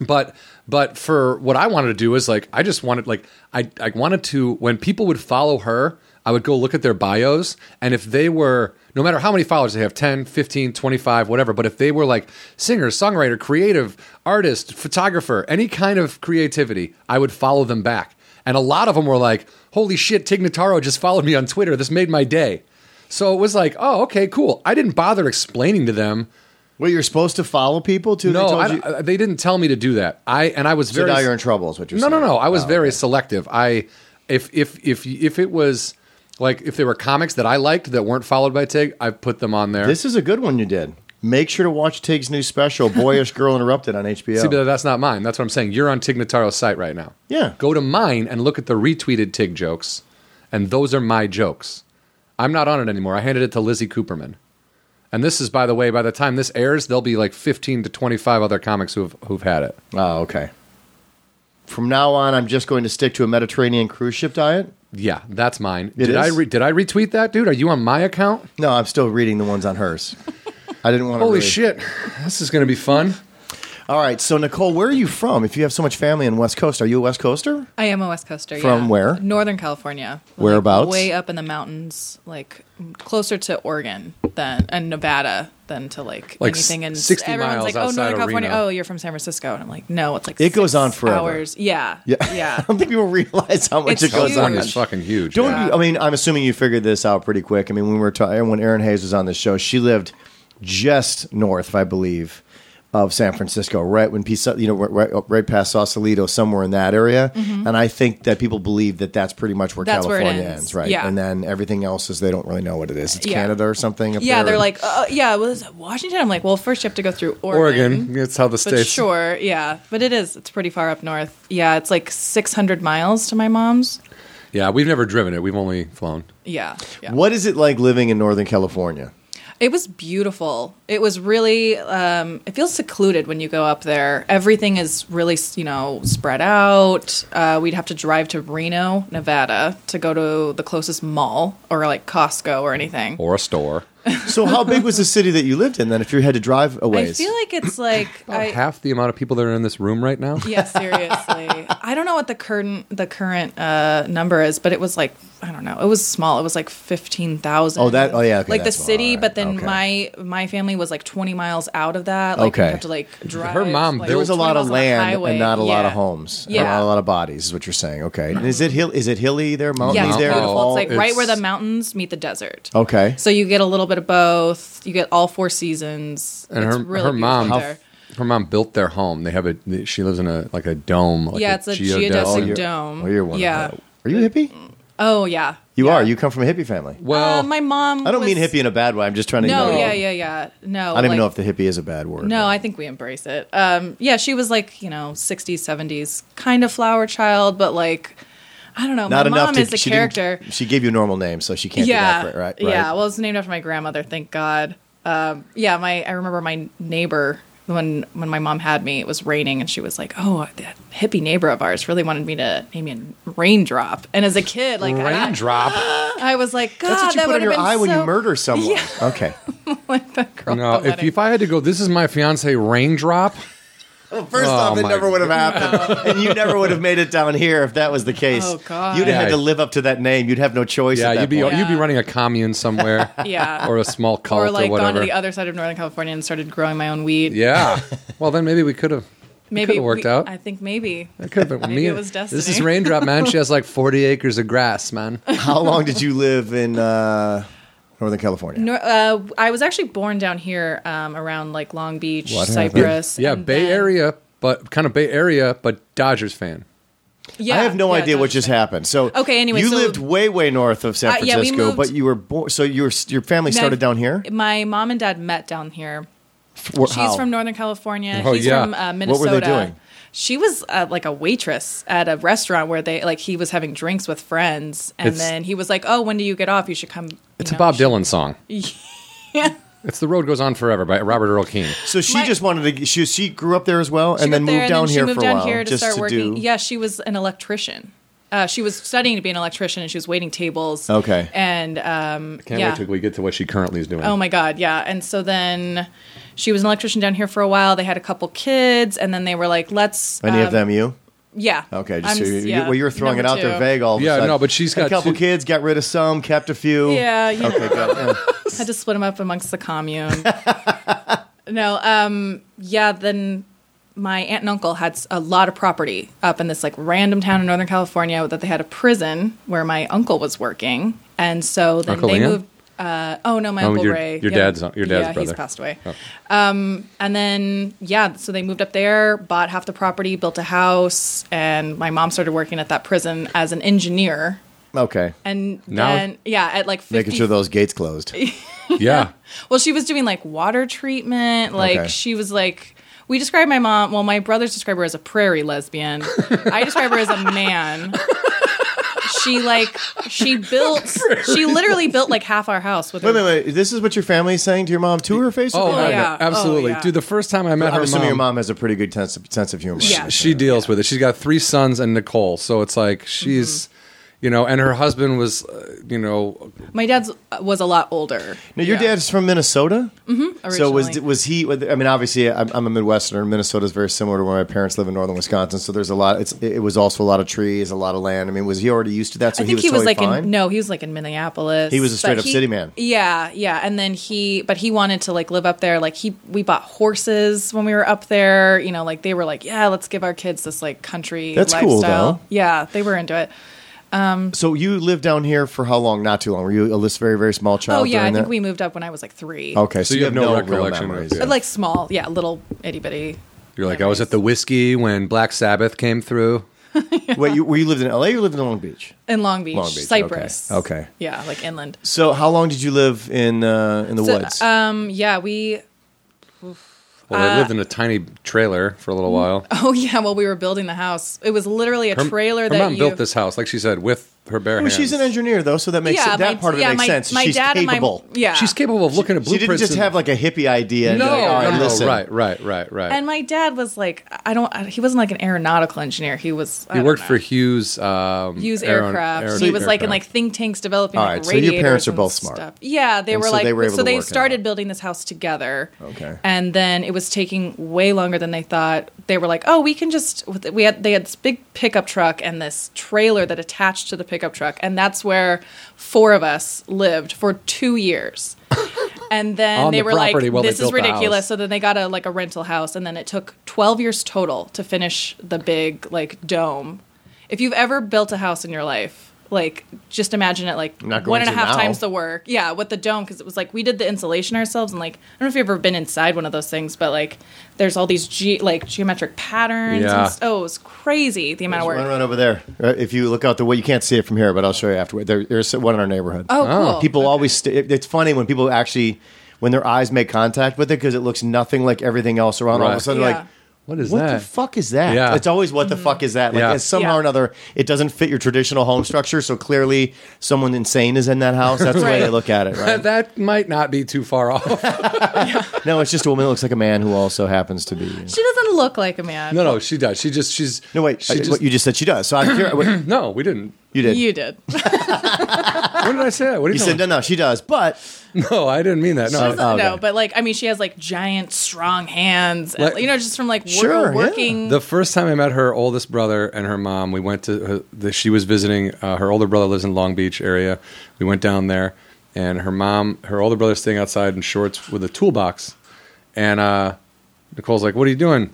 Speaker 1: But but for what I wanted to do is like I just wanted like I I wanted to when people would follow her, I would go look at their bios and if they were no matter how many followers they have 10, 15, 25, whatever, but if they were like singer, songwriter, creative, artist, photographer, any kind of creativity, I would follow them back. And a lot of them were like, "Holy shit, Tig Notaro just followed me on Twitter. This made my day." So it was like, "Oh, okay, cool." I didn't bother explaining to them
Speaker 2: Well, you're supposed to follow people too.
Speaker 1: no,
Speaker 2: they told
Speaker 1: I,
Speaker 2: you.
Speaker 1: I- they didn't tell me to do that. I and I was
Speaker 2: so
Speaker 1: very
Speaker 2: now you're in trouble. Is what you're
Speaker 1: no,
Speaker 2: saying?
Speaker 1: no, no. I was
Speaker 2: Oh,
Speaker 1: very
Speaker 2: okay.
Speaker 1: selective. I if if if if it was like if there were comics that I liked that weren't followed by Tig, I put them on there.
Speaker 2: This is a good one you did. Make sure to watch Tig's new special, Boyish Girl Interrupted, on HBO.
Speaker 1: See, but that's not mine. That's what I'm saying. You're on Tig Notaro's site right now.
Speaker 2: Yeah.
Speaker 1: Go to mine and look at the retweeted Tig jokes, and those are my jokes. I'm not on it anymore. I handed it to Lizzie Cooperman. And this is, by the way, by the time this airs, there'll be like 15 to 25 other comics who've, who've had it.
Speaker 2: Oh, okay. From now on, I'm just going to stick to a Mediterranean cruise ship diet.
Speaker 1: Yeah, that's mine.
Speaker 2: It
Speaker 1: did I
Speaker 2: is?
Speaker 1: re- did I retweet that, dude? Are you on my account?
Speaker 2: No, I'm still reading the ones on hers. I didn't want to.
Speaker 1: Holy shit, this is gonna be fun.
Speaker 2: All right, so Nicole, where are you from? If you have so much family in West Coast, are you a West Coaster?
Speaker 3: I am a West Coaster.
Speaker 2: From
Speaker 3: yeah.
Speaker 2: where?
Speaker 3: Northern California. Like,
Speaker 2: Whereabouts?
Speaker 3: way up in the mountains, like closer to Oregon than and Nevada than to like,
Speaker 1: Like
Speaker 3: anything. And
Speaker 1: 60
Speaker 3: everyone's
Speaker 1: miles
Speaker 3: like,
Speaker 1: outside
Speaker 3: "Oh, Northern
Speaker 1: of
Speaker 3: California.
Speaker 1: Reno."
Speaker 3: Oh, you're from San Francisco." And I'm like, "No, it's like
Speaker 2: It goes
Speaker 3: six
Speaker 2: on forever.
Speaker 3: Hours. Yeah,
Speaker 2: Yeah. I
Speaker 3: yeah.
Speaker 2: don't think people realize how much
Speaker 3: It's
Speaker 2: it goes
Speaker 3: huge.
Speaker 2: on.
Speaker 1: It's fucking huge.
Speaker 2: Don't
Speaker 1: yeah.
Speaker 2: you, I mean? I'm assuming you figured this out pretty quick. I mean, when we were talking, when Erin Hayes was on the show, she lived just north, I believe, of San Francisco, right when Pisa, you know, right, right- right past Sausalito, somewhere in that area. And I think that people believe that that's pretty much where
Speaker 3: Mm-hmm. That's where it
Speaker 2: California
Speaker 3: ends.
Speaker 2: right?
Speaker 3: Yeah.
Speaker 2: And then everything else is they don't really know what it is. It's
Speaker 3: Yeah.
Speaker 2: Canada or something. up
Speaker 3: Yeah,
Speaker 2: there.
Speaker 3: they're like, uh, yeah, well, is it Washington. I'm like, well, first you have to go through Oregon.
Speaker 1: Oregon. That's how the
Speaker 3: But
Speaker 1: states.
Speaker 3: sure, yeah. But it is. It's pretty far up north. Yeah, it's like 600 miles to my mom's.
Speaker 1: Yeah, we've never driven it. We've only flown.
Speaker 3: Yeah. yeah.
Speaker 2: what is it like living in Northern California?
Speaker 3: It was beautiful. It was really. Um, it feels secluded when you go up there. Everything is really, you know, spread out. Uh, we'd have to drive to Reno, Nevada, to go to the closest mall or like Costco or anything.
Speaker 1: Or a store.
Speaker 2: So, how big was the city that you lived in then? If you had to drive a
Speaker 3: I
Speaker 2: ways,
Speaker 3: feel like it's like
Speaker 1: About
Speaker 3: I,
Speaker 1: half the amount of people that are in this room right now.
Speaker 3: Yeah, seriously. I don't know what the current the current uh, number is, but it was like I don't know. It was small. It was like fifteen thousand.
Speaker 2: Oh, that- oh, yeah, okay,
Speaker 3: like the
Speaker 2: that's small.
Speaker 3: city,
Speaker 2: Alright,
Speaker 3: but then
Speaker 2: okay.
Speaker 3: my my family was like twenty miles out of that. Like
Speaker 2: Okay.
Speaker 3: you have to like drive.
Speaker 1: mom-
Speaker 3: like,
Speaker 1: there
Speaker 2: there was a
Speaker 3: 20
Speaker 2: lot of
Speaker 3: miles on the
Speaker 2: land
Speaker 3: highway.
Speaker 2: and not a lot of
Speaker 3: Yeah.
Speaker 2: homes.
Speaker 3: Yeah,
Speaker 2: And not a lot of bodies is what you're saying. Okay. And is it hill is it hilly there? Mountains
Speaker 3: yeah. It's
Speaker 2: there?
Speaker 3: beautiful.
Speaker 2: All-
Speaker 3: it's like right
Speaker 1: it's-
Speaker 3: where the mountains meet the desert.
Speaker 2: Okay.
Speaker 3: So you get a little bit of both. You get all four seasons.
Speaker 1: And
Speaker 3: It's
Speaker 1: her
Speaker 3: really
Speaker 1: her
Speaker 3: beautiful
Speaker 1: mom
Speaker 3: there.
Speaker 1: her mom built their home. They have a she lives in a like a dome. Like
Speaker 3: Yeah, it's a
Speaker 1: geodesic
Speaker 3: geodesic
Speaker 2: you're-
Speaker 3: dome.
Speaker 2: Oh, you're one.
Speaker 3: Yeah.
Speaker 2: Of them. Are you a hippie?
Speaker 3: Oh yeah.
Speaker 2: You
Speaker 3: Yeah.
Speaker 2: are. You come from a hippie family.
Speaker 1: Well,
Speaker 3: Uh, my mom.
Speaker 2: I don't mean
Speaker 3: was-
Speaker 2: hippie in a bad way. I'm just trying to.
Speaker 3: No,
Speaker 2: you know,
Speaker 3: yeah, yeah, yeah. No,
Speaker 2: I don't even
Speaker 3: like-
Speaker 2: know if the hippie is a bad word.
Speaker 3: No,
Speaker 2: but-
Speaker 3: I think we embrace it. Um, yeah, she was like you know 60s, 70s kind of flower child, but like I don't know.
Speaker 2: not
Speaker 3: my
Speaker 2: enough
Speaker 3: mom
Speaker 2: to.
Speaker 3: is a
Speaker 2: she didn't-
Speaker 3: character.
Speaker 2: She gave you a normal name, so she can't be
Speaker 3: Yeah,
Speaker 2: accurate, right? Right.
Speaker 3: yeah. Well, it's named after my grandmother. Thank God. Um, yeah, my I remember my neighbor when when my mom had me. It was raining, and she was like, "Oh, that hippie neighbor of ours really wanted me to name you Raindrop." And as a kid, like ah. I-
Speaker 1: raindrop.
Speaker 3: I, was like, "God,
Speaker 2: That's what you
Speaker 3: that
Speaker 2: put in
Speaker 3: would have
Speaker 2: your
Speaker 3: been
Speaker 2: eye
Speaker 3: so
Speaker 2: when you murder someone. Okay.
Speaker 3: like that girl." at
Speaker 1: no,
Speaker 3: the
Speaker 1: if,
Speaker 3: wedding.
Speaker 1: if I had to go, this is my fiance raindrop.
Speaker 2: Well, first
Speaker 1: Oh,
Speaker 2: off, it
Speaker 1: my
Speaker 2: never would have happened, and you never would have made it down here if that was the case.
Speaker 3: Oh, God.
Speaker 2: You'd have had
Speaker 1: Yeah.
Speaker 2: to live up to that name. You'd have no choice. at
Speaker 1: Yeah,
Speaker 2: that
Speaker 1: you'd be
Speaker 2: point.
Speaker 3: point.
Speaker 1: you'd be
Speaker 3: Yeah.
Speaker 1: running a commune somewhere.
Speaker 3: Yeah.
Speaker 1: or a small cult or,
Speaker 3: or like gone
Speaker 1: whatever.
Speaker 3: to the other side of Northern California and started growing my own weed.
Speaker 1: yeah. Well, then maybe we could have.
Speaker 3: maybe
Speaker 1: could've worked out.
Speaker 3: I think maybe.
Speaker 1: It could have been
Speaker 3: Maybe
Speaker 1: me.
Speaker 3: it was
Speaker 1: This is
Speaker 3: destiny.
Speaker 1: raindrop, man. She has like forty acres of grass, man.
Speaker 2: How long did you live in uh, Northern California?
Speaker 3: Nor- uh, I was actually born down here um, around like Long Beach,
Speaker 2: What happened?
Speaker 3: Cypress.
Speaker 1: Yeah,
Speaker 3: and
Speaker 1: Bay
Speaker 3: then-
Speaker 1: Area, but kind of Bay Area, but Dodgers fan.
Speaker 3: Yeah,
Speaker 2: I have no
Speaker 3: yeah,
Speaker 2: idea what
Speaker 3: Dodgers
Speaker 2: just
Speaker 3: Bay.
Speaker 2: happened. So
Speaker 3: Okay, anyway,
Speaker 2: you
Speaker 3: so-
Speaker 2: lived way way north of San
Speaker 3: Uh, yeah,
Speaker 2: Francisco,
Speaker 3: we moved-
Speaker 2: but you were born. So your your family started
Speaker 3: My-
Speaker 2: down here.
Speaker 3: My mom and dad met down here.
Speaker 2: Wh-
Speaker 3: She's
Speaker 2: how?
Speaker 3: from Northern California.
Speaker 1: Oh,
Speaker 3: He's
Speaker 1: yeah.
Speaker 3: from uh,
Speaker 2: What
Speaker 3: Minnesota.
Speaker 2: were they doing?
Speaker 3: She was uh, like a waitress at a restaurant where they like he was having drinks with friends, and
Speaker 1: It's-
Speaker 3: then he was like, "Oh, when do you get off? You should come." you
Speaker 1: It's
Speaker 3: know,
Speaker 1: a Bob
Speaker 3: you should-
Speaker 1: Dylan song. It's "The Road Goes On Forever" by Robert Earl Keane.
Speaker 2: So she
Speaker 3: my-
Speaker 2: just wanted to. She she grew up there as well,
Speaker 3: She
Speaker 2: and then
Speaker 3: got there
Speaker 2: moved down
Speaker 3: she
Speaker 2: here for
Speaker 3: moved
Speaker 2: a
Speaker 3: down
Speaker 2: while
Speaker 3: here to
Speaker 2: just
Speaker 3: start
Speaker 2: to
Speaker 3: working.
Speaker 2: do.
Speaker 3: Yeah, she was an electrician. Uh, she was studying to be an electrician, and she was waiting tables.
Speaker 2: Okay.
Speaker 3: And um,
Speaker 1: Can't
Speaker 3: yeah.
Speaker 1: wait till we get to what she currently is doing.
Speaker 3: Oh my God, yeah. And so then she was an electrician down here for a while. They had a couple kids, and then they were like, "Let's."
Speaker 2: Any
Speaker 3: um,
Speaker 2: of them you?
Speaker 3: Yeah.
Speaker 2: Okay,
Speaker 3: I'm
Speaker 2: just so
Speaker 3: s-
Speaker 2: you,
Speaker 3: yeah,
Speaker 2: well, you were throwing it
Speaker 3: number
Speaker 2: out there
Speaker 3: two.
Speaker 2: vague all of
Speaker 1: Yeah,
Speaker 2: a sudden.
Speaker 1: no, but she's
Speaker 2: Had a
Speaker 1: got
Speaker 2: couple
Speaker 1: two-
Speaker 2: kids, got rid of some, kept a few.
Speaker 3: Yeah, you know,
Speaker 2: Okay, got, yeah.
Speaker 3: had to split them up amongst the commune. no, um, yeah. Then my aunt and uncle had s- a lot of property up in this like random town in Northern California that they had a prison where my uncle was working, and so then
Speaker 1: Uncle
Speaker 3: they
Speaker 1: Ian?
Speaker 3: moved. Uh, oh no, my
Speaker 1: Oh,
Speaker 3: uncle
Speaker 1: your-
Speaker 3: Ray.
Speaker 1: your
Speaker 3: Yeah.
Speaker 1: dad's- your dad's
Speaker 3: yeah,
Speaker 1: brother. Oh.
Speaker 3: he's passed away. Um, and then yeah, so they moved up there, bought half the property, built a house, and my mom started working at that prison as an engineer.
Speaker 2: Okay.
Speaker 3: And
Speaker 1: Now-
Speaker 3: then yeah, at like 50,
Speaker 2: Making sure those gates closed.
Speaker 1: Yeah,
Speaker 3: well, she was doing like water treatment. Like
Speaker 2: Okay.
Speaker 3: she was like we describe my mom. Well, my brothers describe her as a prairie lesbian. I describe her as a man. she like she built she literally built like half our house with
Speaker 2: Wait,
Speaker 3: her.
Speaker 2: wait, wait. This is what your family's saying to your mom to her face?
Speaker 1: Oh,
Speaker 2: Or-
Speaker 1: no, no,
Speaker 3: yeah.
Speaker 1: absolutely,
Speaker 3: Oh, yeah.
Speaker 1: dude. The first time I met
Speaker 2: I'm
Speaker 1: her,
Speaker 2: assuming
Speaker 1: mom,
Speaker 2: your mom has a pretty good sense of, sense of humor.
Speaker 3: Yeah.
Speaker 1: she deals with it. She's got three sons and Nicole, so it's like she's,
Speaker 3: Mm-hmm.
Speaker 1: you know, and her husband was, uh, you know,
Speaker 3: My dad's uh, was a lot older.
Speaker 2: Now, your
Speaker 3: Yeah,
Speaker 2: dad's from Minnesota. Mm-hmm, so was
Speaker 3: originally.
Speaker 2: was he? I mean, obviously, I'm, I'm a Midwesterner. Minnesota is very similar to where my parents live in northern Wisconsin. So there's a lot. It's it was also a lot of trees, a lot of land. I mean, was he already used to that? So
Speaker 3: I think
Speaker 2: he was, totally
Speaker 3: like
Speaker 2: fine.
Speaker 3: in no, he was like in Minneapolis.
Speaker 2: He was a
Speaker 3: but
Speaker 2: straight-up
Speaker 3: he-
Speaker 2: city man.
Speaker 3: Yeah, yeah. And then he, but he wanted to like live up there. Like he, we bought horses when we were up there. You know, like they were like, yeah, let's give our kids this like country
Speaker 2: That's cool,
Speaker 3: lifestyle.
Speaker 2: though.
Speaker 3: Yeah, they were into it.
Speaker 2: So you lived down here for how long? Not too long. Were you a list very very small child?
Speaker 3: oh yeah, I
Speaker 2: during
Speaker 3: think
Speaker 2: that?
Speaker 3: we moved up when I was like three.
Speaker 2: Okay, so, you have, no, real
Speaker 1: recollection of
Speaker 2: memories.
Speaker 1: it, yeah.
Speaker 3: Like small, yeah, little itty bitty.
Speaker 1: you're like I was at the whiskey when Black Sabbath came through.
Speaker 2: Wait, you, were you lived in L.A. or you lived in Long Beach?
Speaker 3: in Long Beach,
Speaker 2: Long Beach, okay.
Speaker 3: Cyprus.
Speaker 2: Okay.
Speaker 3: Yeah, like inland.
Speaker 2: So how long did you live in uh, in the
Speaker 3: So,
Speaker 2: woods?
Speaker 3: um, yeah, we.
Speaker 1: Well,
Speaker 3: Uh,
Speaker 1: I lived in a tiny trailer for a little while.
Speaker 3: Oh yeah, well, we were building the house. It was literally a
Speaker 1: Her-
Speaker 3: trailer
Speaker 1: her
Speaker 3: that
Speaker 1: mom
Speaker 3: you.
Speaker 1: built this house, like she said, with her bare
Speaker 2: I mean,
Speaker 1: hands.
Speaker 2: she's an engineer though, so that makes
Speaker 3: yeah,
Speaker 2: it, that
Speaker 3: my-
Speaker 2: part of it
Speaker 3: yeah,
Speaker 2: makes
Speaker 3: my,
Speaker 2: sense.
Speaker 3: My
Speaker 2: She's
Speaker 3: dad
Speaker 2: capable.
Speaker 3: and my yeah,
Speaker 1: She's capable of looking at
Speaker 2: She
Speaker 1: blueprints.
Speaker 2: didn't just
Speaker 1: and-
Speaker 2: have like a hippie idea. and
Speaker 1: no,
Speaker 2: be like, all right,
Speaker 1: no, no,
Speaker 2: listen.
Speaker 1: right, right, right, right.
Speaker 3: And my dad was like, I don't. He wasn't like an aeronautical engineer. He was. I
Speaker 1: he
Speaker 3: don't
Speaker 1: worked
Speaker 3: know,
Speaker 1: for Hughes. Um,
Speaker 3: Hughes
Speaker 1: aero-
Speaker 3: aircraft.
Speaker 1: aero-
Speaker 3: he was like in
Speaker 1: aircraft.
Speaker 3: like think tanks developing
Speaker 2: All
Speaker 3: like
Speaker 2: right, so your
Speaker 3: radiators.
Speaker 2: parents are
Speaker 3: and
Speaker 2: both smart.
Speaker 3: Stuff. Yeah, they
Speaker 2: And
Speaker 3: were
Speaker 2: so
Speaker 3: like
Speaker 2: they were able
Speaker 3: so
Speaker 2: to
Speaker 3: they
Speaker 2: work it
Speaker 3: started
Speaker 2: out.
Speaker 3: building this house together.
Speaker 2: Okay.
Speaker 3: And then it was taking way longer than they thought. They were like, "Oh, we can just we had they had this big pickup truck and this trailer that attached to the pickup truck, and that's where four of us lived for 2 years." And then
Speaker 1: On
Speaker 3: they
Speaker 1: the
Speaker 3: were like,
Speaker 1: property while they
Speaker 3: "This is
Speaker 1: built the
Speaker 3: ridiculous."
Speaker 1: house.
Speaker 3: So then they got a like a rental house, and then it took twelve years total to finish the big like dome. If you've ever built a house in your life, like just imagine it like
Speaker 2: I'm not
Speaker 3: one
Speaker 2: going
Speaker 3: and a
Speaker 2: to
Speaker 3: half
Speaker 2: now.
Speaker 3: times the work. Yeah, with the dome because it was like we did the insulation ourselves, and like I don't know if you've ever been inside one of those things, but like there's all these ge- like geometric patterns.
Speaker 1: Yeah.
Speaker 3: And s- oh, it was crazy the amount of
Speaker 2: There's one
Speaker 3: work.
Speaker 2: right over there. Uh, If you look out the way, you can't see it from here, but I'll show you afterward. There, there's one in our neighborhood.
Speaker 3: Oh, cool.
Speaker 2: people always. St- it- it's funny when people actually, when their eyes make contact with it, because it looks nothing like everything else around. All of
Speaker 1: Right.
Speaker 2: a sudden,
Speaker 3: Yeah. Mm-hmm.
Speaker 2: they're like.
Speaker 1: What is
Speaker 2: what
Speaker 1: that?
Speaker 2: the fuck is that?
Speaker 1: Yeah.
Speaker 2: It's always what the fuck is that? Like
Speaker 1: Yeah.
Speaker 2: it's somehow or
Speaker 3: Yeah.
Speaker 2: another, it doesn't fit your traditional home structure. So clearly, someone insane is in that house. That's the way
Speaker 3: Right.
Speaker 2: they look at it, right?
Speaker 1: that might not be too far off.
Speaker 2: no, it's just a woman that looks like a man who also happens to be.
Speaker 3: She doesn't look like a man.
Speaker 1: no, no, she does. She just she's
Speaker 2: No, wait.
Speaker 1: She
Speaker 2: I-
Speaker 1: just,
Speaker 2: what you just said she does. So I'm curious. wait,
Speaker 1: no, we didn't.
Speaker 2: you did.
Speaker 3: You did.
Speaker 1: What did I say? What did
Speaker 2: You said no, no. She does, but
Speaker 1: No, I didn't mean that. No,
Speaker 2: She Oh, okay.
Speaker 3: No, but like I mean, she has like giant, strong hands. and,
Speaker 1: Like-
Speaker 3: you know, just from like wor-
Speaker 2: Sure, yeah.
Speaker 3: working.
Speaker 1: The first time I met her oldest brother and her mom, we went to her, the, she was visiting. Uh, her older brother lives in Long Beach area. We went down there, and her mom, her older brother's staying outside in shorts with a toolbox, and uh, Nicole's like, "What are you doing?"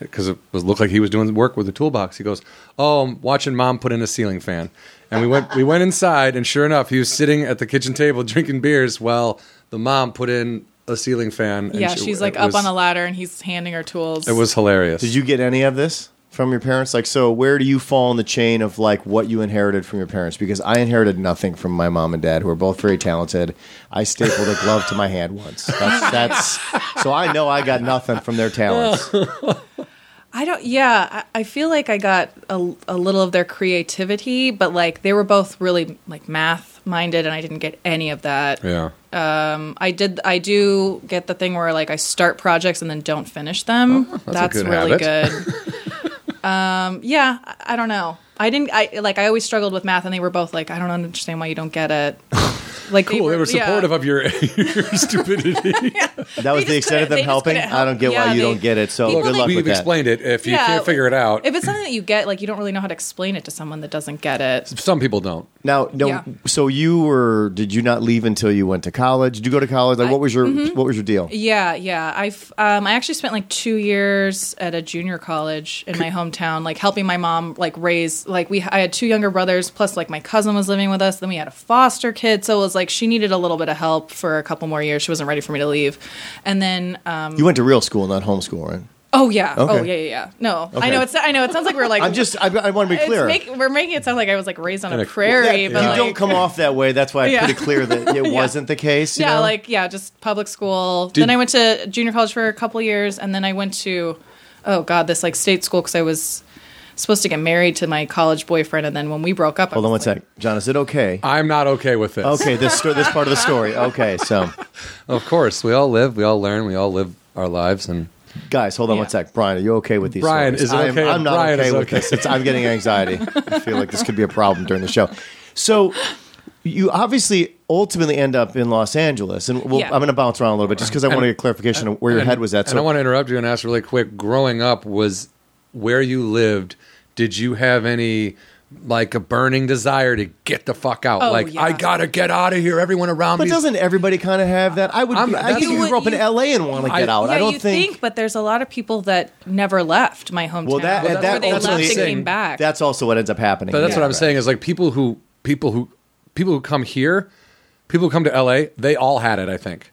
Speaker 1: Because it was looked like he was doing work with a toolbox. He goes, "Oh, I'm watching mom put in a ceiling fan," and we went we went inside, and sure enough, he was sitting at the kitchen table drinking beers while the mom put in a ceiling fan. and
Speaker 3: yeah,
Speaker 1: she-
Speaker 3: she's like
Speaker 1: it
Speaker 3: up
Speaker 1: was-
Speaker 3: on a ladder and he's handing her tools.
Speaker 1: It was hilarious.
Speaker 2: Did you get any of this from your parents? Like, so where do you fall in the chain of like what you inherited from your parents? Because I inherited nothing from my mom and dad, who are both very talented. I stapled a glove to my hand once. That's, that's so I know I got nothing from their talents.
Speaker 3: I don't. Yeah, I, I feel like I got a, a little of their creativity, but like they were both really like math minded, and I didn't get any of that.
Speaker 1: yeah.
Speaker 3: Um, I did. I do get the thing where like I start projects and then don't finish them. that's
Speaker 1: Oh, a good
Speaker 3: really
Speaker 1: habit.
Speaker 3: good. um, yeah, I, I don't know. I didn't. I like. I always struggled with math, and they were both like, "I don't understand why you don't get it." Like
Speaker 1: Cool. They were
Speaker 3: yeah.
Speaker 1: supportive of your, your stupidity.
Speaker 2: That was
Speaker 3: just
Speaker 2: the extent of them
Speaker 3: couldn't- they just
Speaker 2: helping.
Speaker 3: couldn't
Speaker 2: I don't get
Speaker 3: help-
Speaker 2: why
Speaker 3: yeah,
Speaker 2: you
Speaker 3: they-
Speaker 2: don't get it. So
Speaker 3: People
Speaker 2: good
Speaker 3: that-
Speaker 2: luck
Speaker 1: We've
Speaker 2: with that.
Speaker 1: explained it. If you can't figure it out,
Speaker 3: If it's something that you get, like you don't really know how to explain it to someone that doesn't get it.
Speaker 1: some people don't.
Speaker 2: Now, no,
Speaker 3: Yeah.
Speaker 2: so you were? Did you not leave until you went to college? Did you go to college? Like, what was your
Speaker 3: Mm-hmm.
Speaker 2: what was your deal?
Speaker 3: Yeah, yeah. I've um, I actually spent like two years at a junior college in my hometown, like helping my mom like raise like we I had two younger brothers plus like my cousin was living with us. Then we had a foster kid, so it was like she needed a little bit of help for a couple more years. She wasn't ready for me to leave, and then um,
Speaker 2: You went to real school, not homeschool, right?
Speaker 3: oh yeah, oh yeah,
Speaker 2: Okay.
Speaker 3: yeah, yeah. No, I
Speaker 2: Okay.
Speaker 3: know it's I know it sounds like we're like
Speaker 2: I'm just. I, I want to be
Speaker 3: it's
Speaker 2: clear.
Speaker 3: make- we're making it sound like I was like raised on
Speaker 1: And
Speaker 3: a
Speaker 1: a-
Speaker 3: prairie,
Speaker 2: That-
Speaker 3: but
Speaker 2: you
Speaker 3: like,
Speaker 2: don't come off that way. That's why I'm
Speaker 3: Yeah.
Speaker 2: pretty clear that it wasn't the case. you
Speaker 3: yeah,
Speaker 2: know?
Speaker 3: like yeah, just public school.
Speaker 1: Did-
Speaker 3: then I went to junior college for a couple years, and then I went to oh god, this like state school because I was supposed to get married to my college boyfriend, and then when we broke up, I
Speaker 2: Hold on
Speaker 3: was
Speaker 2: one
Speaker 3: like,
Speaker 2: sec, John. Is it okay?
Speaker 1: I'm not okay with this.
Speaker 2: Okay, this sto- this part of the story. Okay, so
Speaker 1: Of course, we all live, we all learn, we all live our lives, and
Speaker 2: guys, hold on one
Speaker 3: Yeah.
Speaker 2: sec. Brian, are you okay with these?
Speaker 1: Brian,
Speaker 2: stories?
Speaker 1: is it
Speaker 2: I am-
Speaker 1: okay?
Speaker 2: I'm not
Speaker 1: Brian
Speaker 2: okay
Speaker 1: is
Speaker 2: with
Speaker 1: okay.
Speaker 2: this. It's, I'm getting anxiety. I feel like this could be a problem during the show. So you obviously ultimately end up in Los Angeles, and we'll,
Speaker 3: Yeah.
Speaker 2: I'm going to bounce around a little bit just because I want to get clarification of where your head was at.
Speaker 1: and I
Speaker 2: So
Speaker 1: want to interrupt you and ask really quick. Growing up was where you lived. Did you have any like a burning desire to get the fuck out?
Speaker 3: Oh,
Speaker 1: like
Speaker 3: yeah.
Speaker 1: I gotta get out of here. Everyone around
Speaker 2: but
Speaker 1: me.
Speaker 2: doesn't everybody kind of have that? I would.
Speaker 1: I'm-
Speaker 2: Be, I
Speaker 1: that's-
Speaker 2: think you
Speaker 3: You
Speaker 2: grew up in
Speaker 3: would-
Speaker 2: LA and want to get out.
Speaker 3: Yeah,
Speaker 2: I don't
Speaker 3: you think, but there's a lot of people that never left my hometown.
Speaker 2: Well, that,
Speaker 1: Well,
Speaker 3: Or
Speaker 2: that,
Speaker 1: that's
Speaker 3: they
Speaker 1: what
Speaker 2: that's
Speaker 1: I'm
Speaker 3: left and
Speaker 1: saying.
Speaker 3: came back.
Speaker 2: That's also what ends up happening.
Speaker 1: But that's
Speaker 2: Yeah.
Speaker 1: what I'm saying is like people who people who people who come here, people who come to LA, they all had it. I think.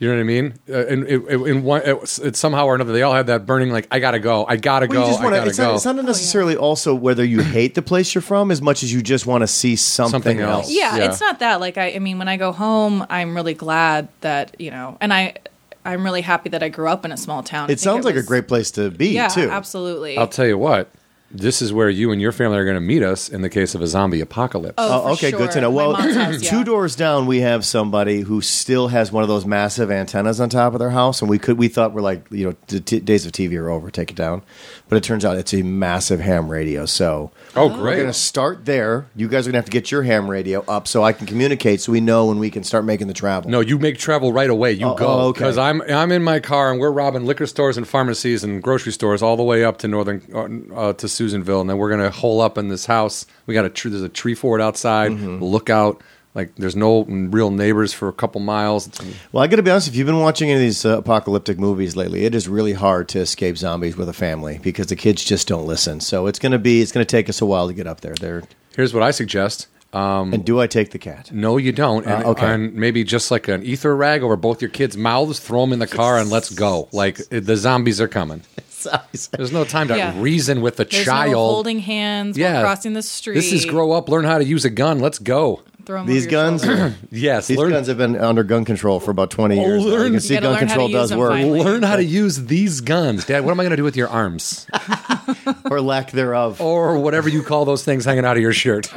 Speaker 1: You know what I mean? Uh, and it, it, in one, it, it, somehow or another, they all had that burning. Like I gotta go. I gotta go.
Speaker 2: Well, you just
Speaker 1: I
Speaker 2: want to.
Speaker 1: gotta
Speaker 2: It's,
Speaker 1: go.
Speaker 2: not, it's
Speaker 3: Oh,
Speaker 2: not necessarily also whether you hate the place you're from as much as you just want to see something,
Speaker 1: Something else.
Speaker 2: else.
Speaker 3: yeah,
Speaker 1: Yeah.
Speaker 3: it's not that. Like I, I mean, when I go home, I'm really glad that you know, and I, I'm really happy that I grew up in a small town. I
Speaker 2: It
Speaker 3: think
Speaker 2: sounds like
Speaker 3: was-
Speaker 2: a great place to be
Speaker 3: yeah,
Speaker 2: too.
Speaker 3: absolutely.
Speaker 1: I'll tell you what. This is where you and your family are going to meet us in the case of a zombie apocalypse.
Speaker 3: Oh,
Speaker 2: Oh,
Speaker 3: for
Speaker 2: okay, good to
Speaker 3: sure.
Speaker 2: know.
Speaker 3: My
Speaker 2: Well,
Speaker 3: mom's house, yeah.
Speaker 2: two doors down, we have somebody who still has one of those massive antennas on top of their house, and we could we thought we're like you know the t- days of TV are over, take it down, but it turns out it's a massive ham radio. So
Speaker 1: Oh,
Speaker 2: we're
Speaker 1: great.
Speaker 2: gonna start there. You guys are gonna have to get your ham radio up so I can communicate, so we know when we can start making the travel.
Speaker 1: No, you make travel right away. You
Speaker 2: Oh, oh,
Speaker 1: go
Speaker 2: okay.
Speaker 1: because I'm I'm in my car and we're robbing liquor stores and pharmacies and grocery stores all the way up to northern uh, to Susanville, and then we're gonna hole up in this house. We got a tree. There's a tree fort outside.
Speaker 2: Mm-hmm.
Speaker 1: Look out. Like there's no real neighbors for a couple miles.
Speaker 2: Well, I got to be honest. If you've been watching any of these uh, apocalyptic movies lately, it is really hard to escape zombies with a family because the kids just don't listen. So it's gonna be it's gonna take us a while to get up there. There,
Speaker 1: Here's what I suggest. Um,
Speaker 2: and do I take the cat?
Speaker 1: No, you don't. And,
Speaker 2: Uh, okay.
Speaker 1: and maybe just like an ether rag over both your kids' mouths. Throw them in the car and let's go. Like it- the zombies are coming. There's no time to
Speaker 3: Yeah.
Speaker 1: reason with a
Speaker 3: There's
Speaker 1: child.
Speaker 3: no holding hands while crossing the street.
Speaker 1: This is grow up, learn how to use a gun. Let's go.
Speaker 3: Throw 'em over
Speaker 2: These
Speaker 3: your
Speaker 2: guns,
Speaker 3: shoulder.
Speaker 1: Yes,
Speaker 2: these
Speaker 1: learn, Oh,
Speaker 2: guns have been under gun control for about twenty years. now.
Speaker 1: learn-
Speaker 2: You can see
Speaker 3: You gotta
Speaker 2: gun
Speaker 3: learn how to
Speaker 2: control
Speaker 3: use
Speaker 2: does
Speaker 3: them
Speaker 2: work,
Speaker 3: finally.
Speaker 1: learn how to use these guns. Dad, what am I going to do with your arms
Speaker 2: or lack thereof.
Speaker 3: Oh.
Speaker 1: or whatever you call those things hanging out of your shirt?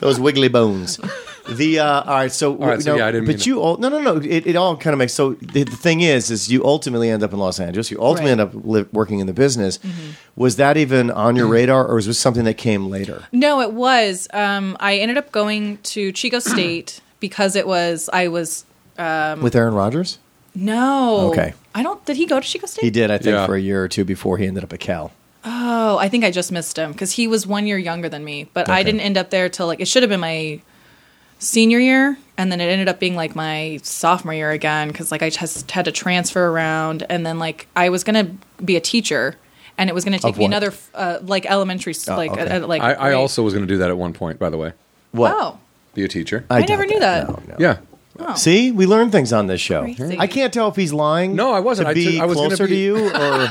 Speaker 2: Those wiggly bones. The uh, all right, so,
Speaker 1: All right, so
Speaker 2: no,
Speaker 1: yeah, I didn't
Speaker 2: but
Speaker 1: mean it.
Speaker 2: you all no no no it, it all kind of makes so the, the thing is is you ultimately end up in Los Angeles you ultimately
Speaker 3: Right. Mm-hmm.
Speaker 2: end up li- working in the business was that even on your radar or was this something that came later
Speaker 3: No, it was. Um, I ended up going to Chico State because it was. I was Um,
Speaker 2: with Aaron Rodgers
Speaker 3: no.
Speaker 2: Okay.
Speaker 3: I don't. Did he go to Chico State?
Speaker 2: he did I think
Speaker 1: Yeah.
Speaker 2: for a year or two before he ended up at Cal
Speaker 3: Oh, I think I just missed him because he was one year younger than me. But I
Speaker 2: Okay.
Speaker 3: didn't end up there till like it should have been my senior year, and then it ended up being like my sophomore year again because like I just had to transfer around, and then like I was gonna be a teacher, and it was gonna take
Speaker 2: Of
Speaker 3: me
Speaker 2: what?
Speaker 3: another f- uh, like elementary s
Speaker 2: Oh,
Speaker 3: like
Speaker 2: okay.
Speaker 3: uh, uh, like
Speaker 1: I, I
Speaker 3: grade.
Speaker 1: also was going to do that at one point, by the way.
Speaker 2: what
Speaker 3: oh
Speaker 1: Be a teacher.
Speaker 3: I never
Speaker 2: doubt No,
Speaker 3: knew that.
Speaker 2: no.
Speaker 1: yeah.
Speaker 3: oh
Speaker 2: See, we learn things on this show.
Speaker 3: Crazy.
Speaker 2: I can't tell if he's lying.
Speaker 1: No, I wasn't. I
Speaker 2: To be
Speaker 1: took- I was gonna
Speaker 2: closer
Speaker 1: be-
Speaker 2: to you, or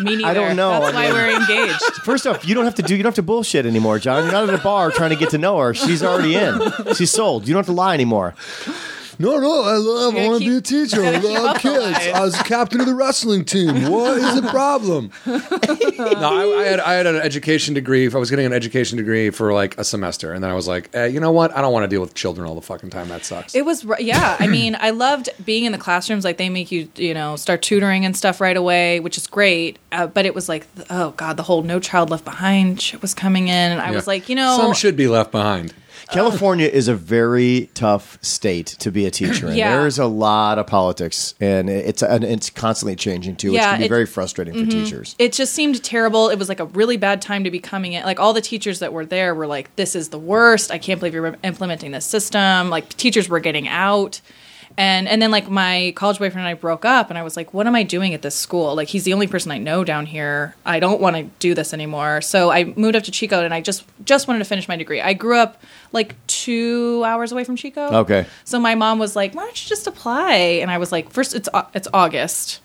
Speaker 3: me neither.
Speaker 2: I don't know.
Speaker 3: That's
Speaker 2: I mean-
Speaker 3: why we're engaged.
Speaker 2: First off, you don't have to do you don't have to bullshit anymore, John. You're not at a bar trying to get to know her. She's already in. She's sold. You don't have to lie anymore.
Speaker 1: No, no, I love.
Speaker 3: I Gotta wanna keep- be a
Speaker 1: teacher.
Speaker 3: gotta keep love up the kids. lies. I
Speaker 1: was captain of the wrestling team. What is the problem? no, I, I had I had an education degree. I was getting an education degree for like a semester, and then I was like, eh, you know what? I don't want to deal with children all the fucking time. That sucks.
Speaker 3: It was r- yeah. I mean, I loved being in the classrooms. Like they make you you know start tutoring and stuff right away, which is great. Uh, but it was like th- oh god, the whole no child left behind shit was coming in, and I
Speaker 1: Yeah.
Speaker 3: was like you know
Speaker 1: some should be left behind.
Speaker 2: California is a very tough state to be a teacher in.
Speaker 3: Yeah.
Speaker 2: There's a lot of politics, and it's and it's constantly changing too, which
Speaker 3: Yeah,
Speaker 2: can be
Speaker 3: it- mm-hmm.
Speaker 2: very frustrating for teachers.
Speaker 3: it just seemed terrible. It was like a really bad time to be coming in. Like all the teachers that were there were like, "This is the worst. I can't believe you're im- implementing this system." Like teachers were getting out, and and then like my college boyfriend and I broke up, and I was like, "What am I doing at this school? Like he's the only person I know down here. I don't want to do this anymore." So I moved up to Chico, and I just just wanted to finish my degree. I grew up like two hours away from Chico.
Speaker 2: Okay.
Speaker 3: So my mom was like, "Why don't you just apply?" And I was like, first it's au- it's August."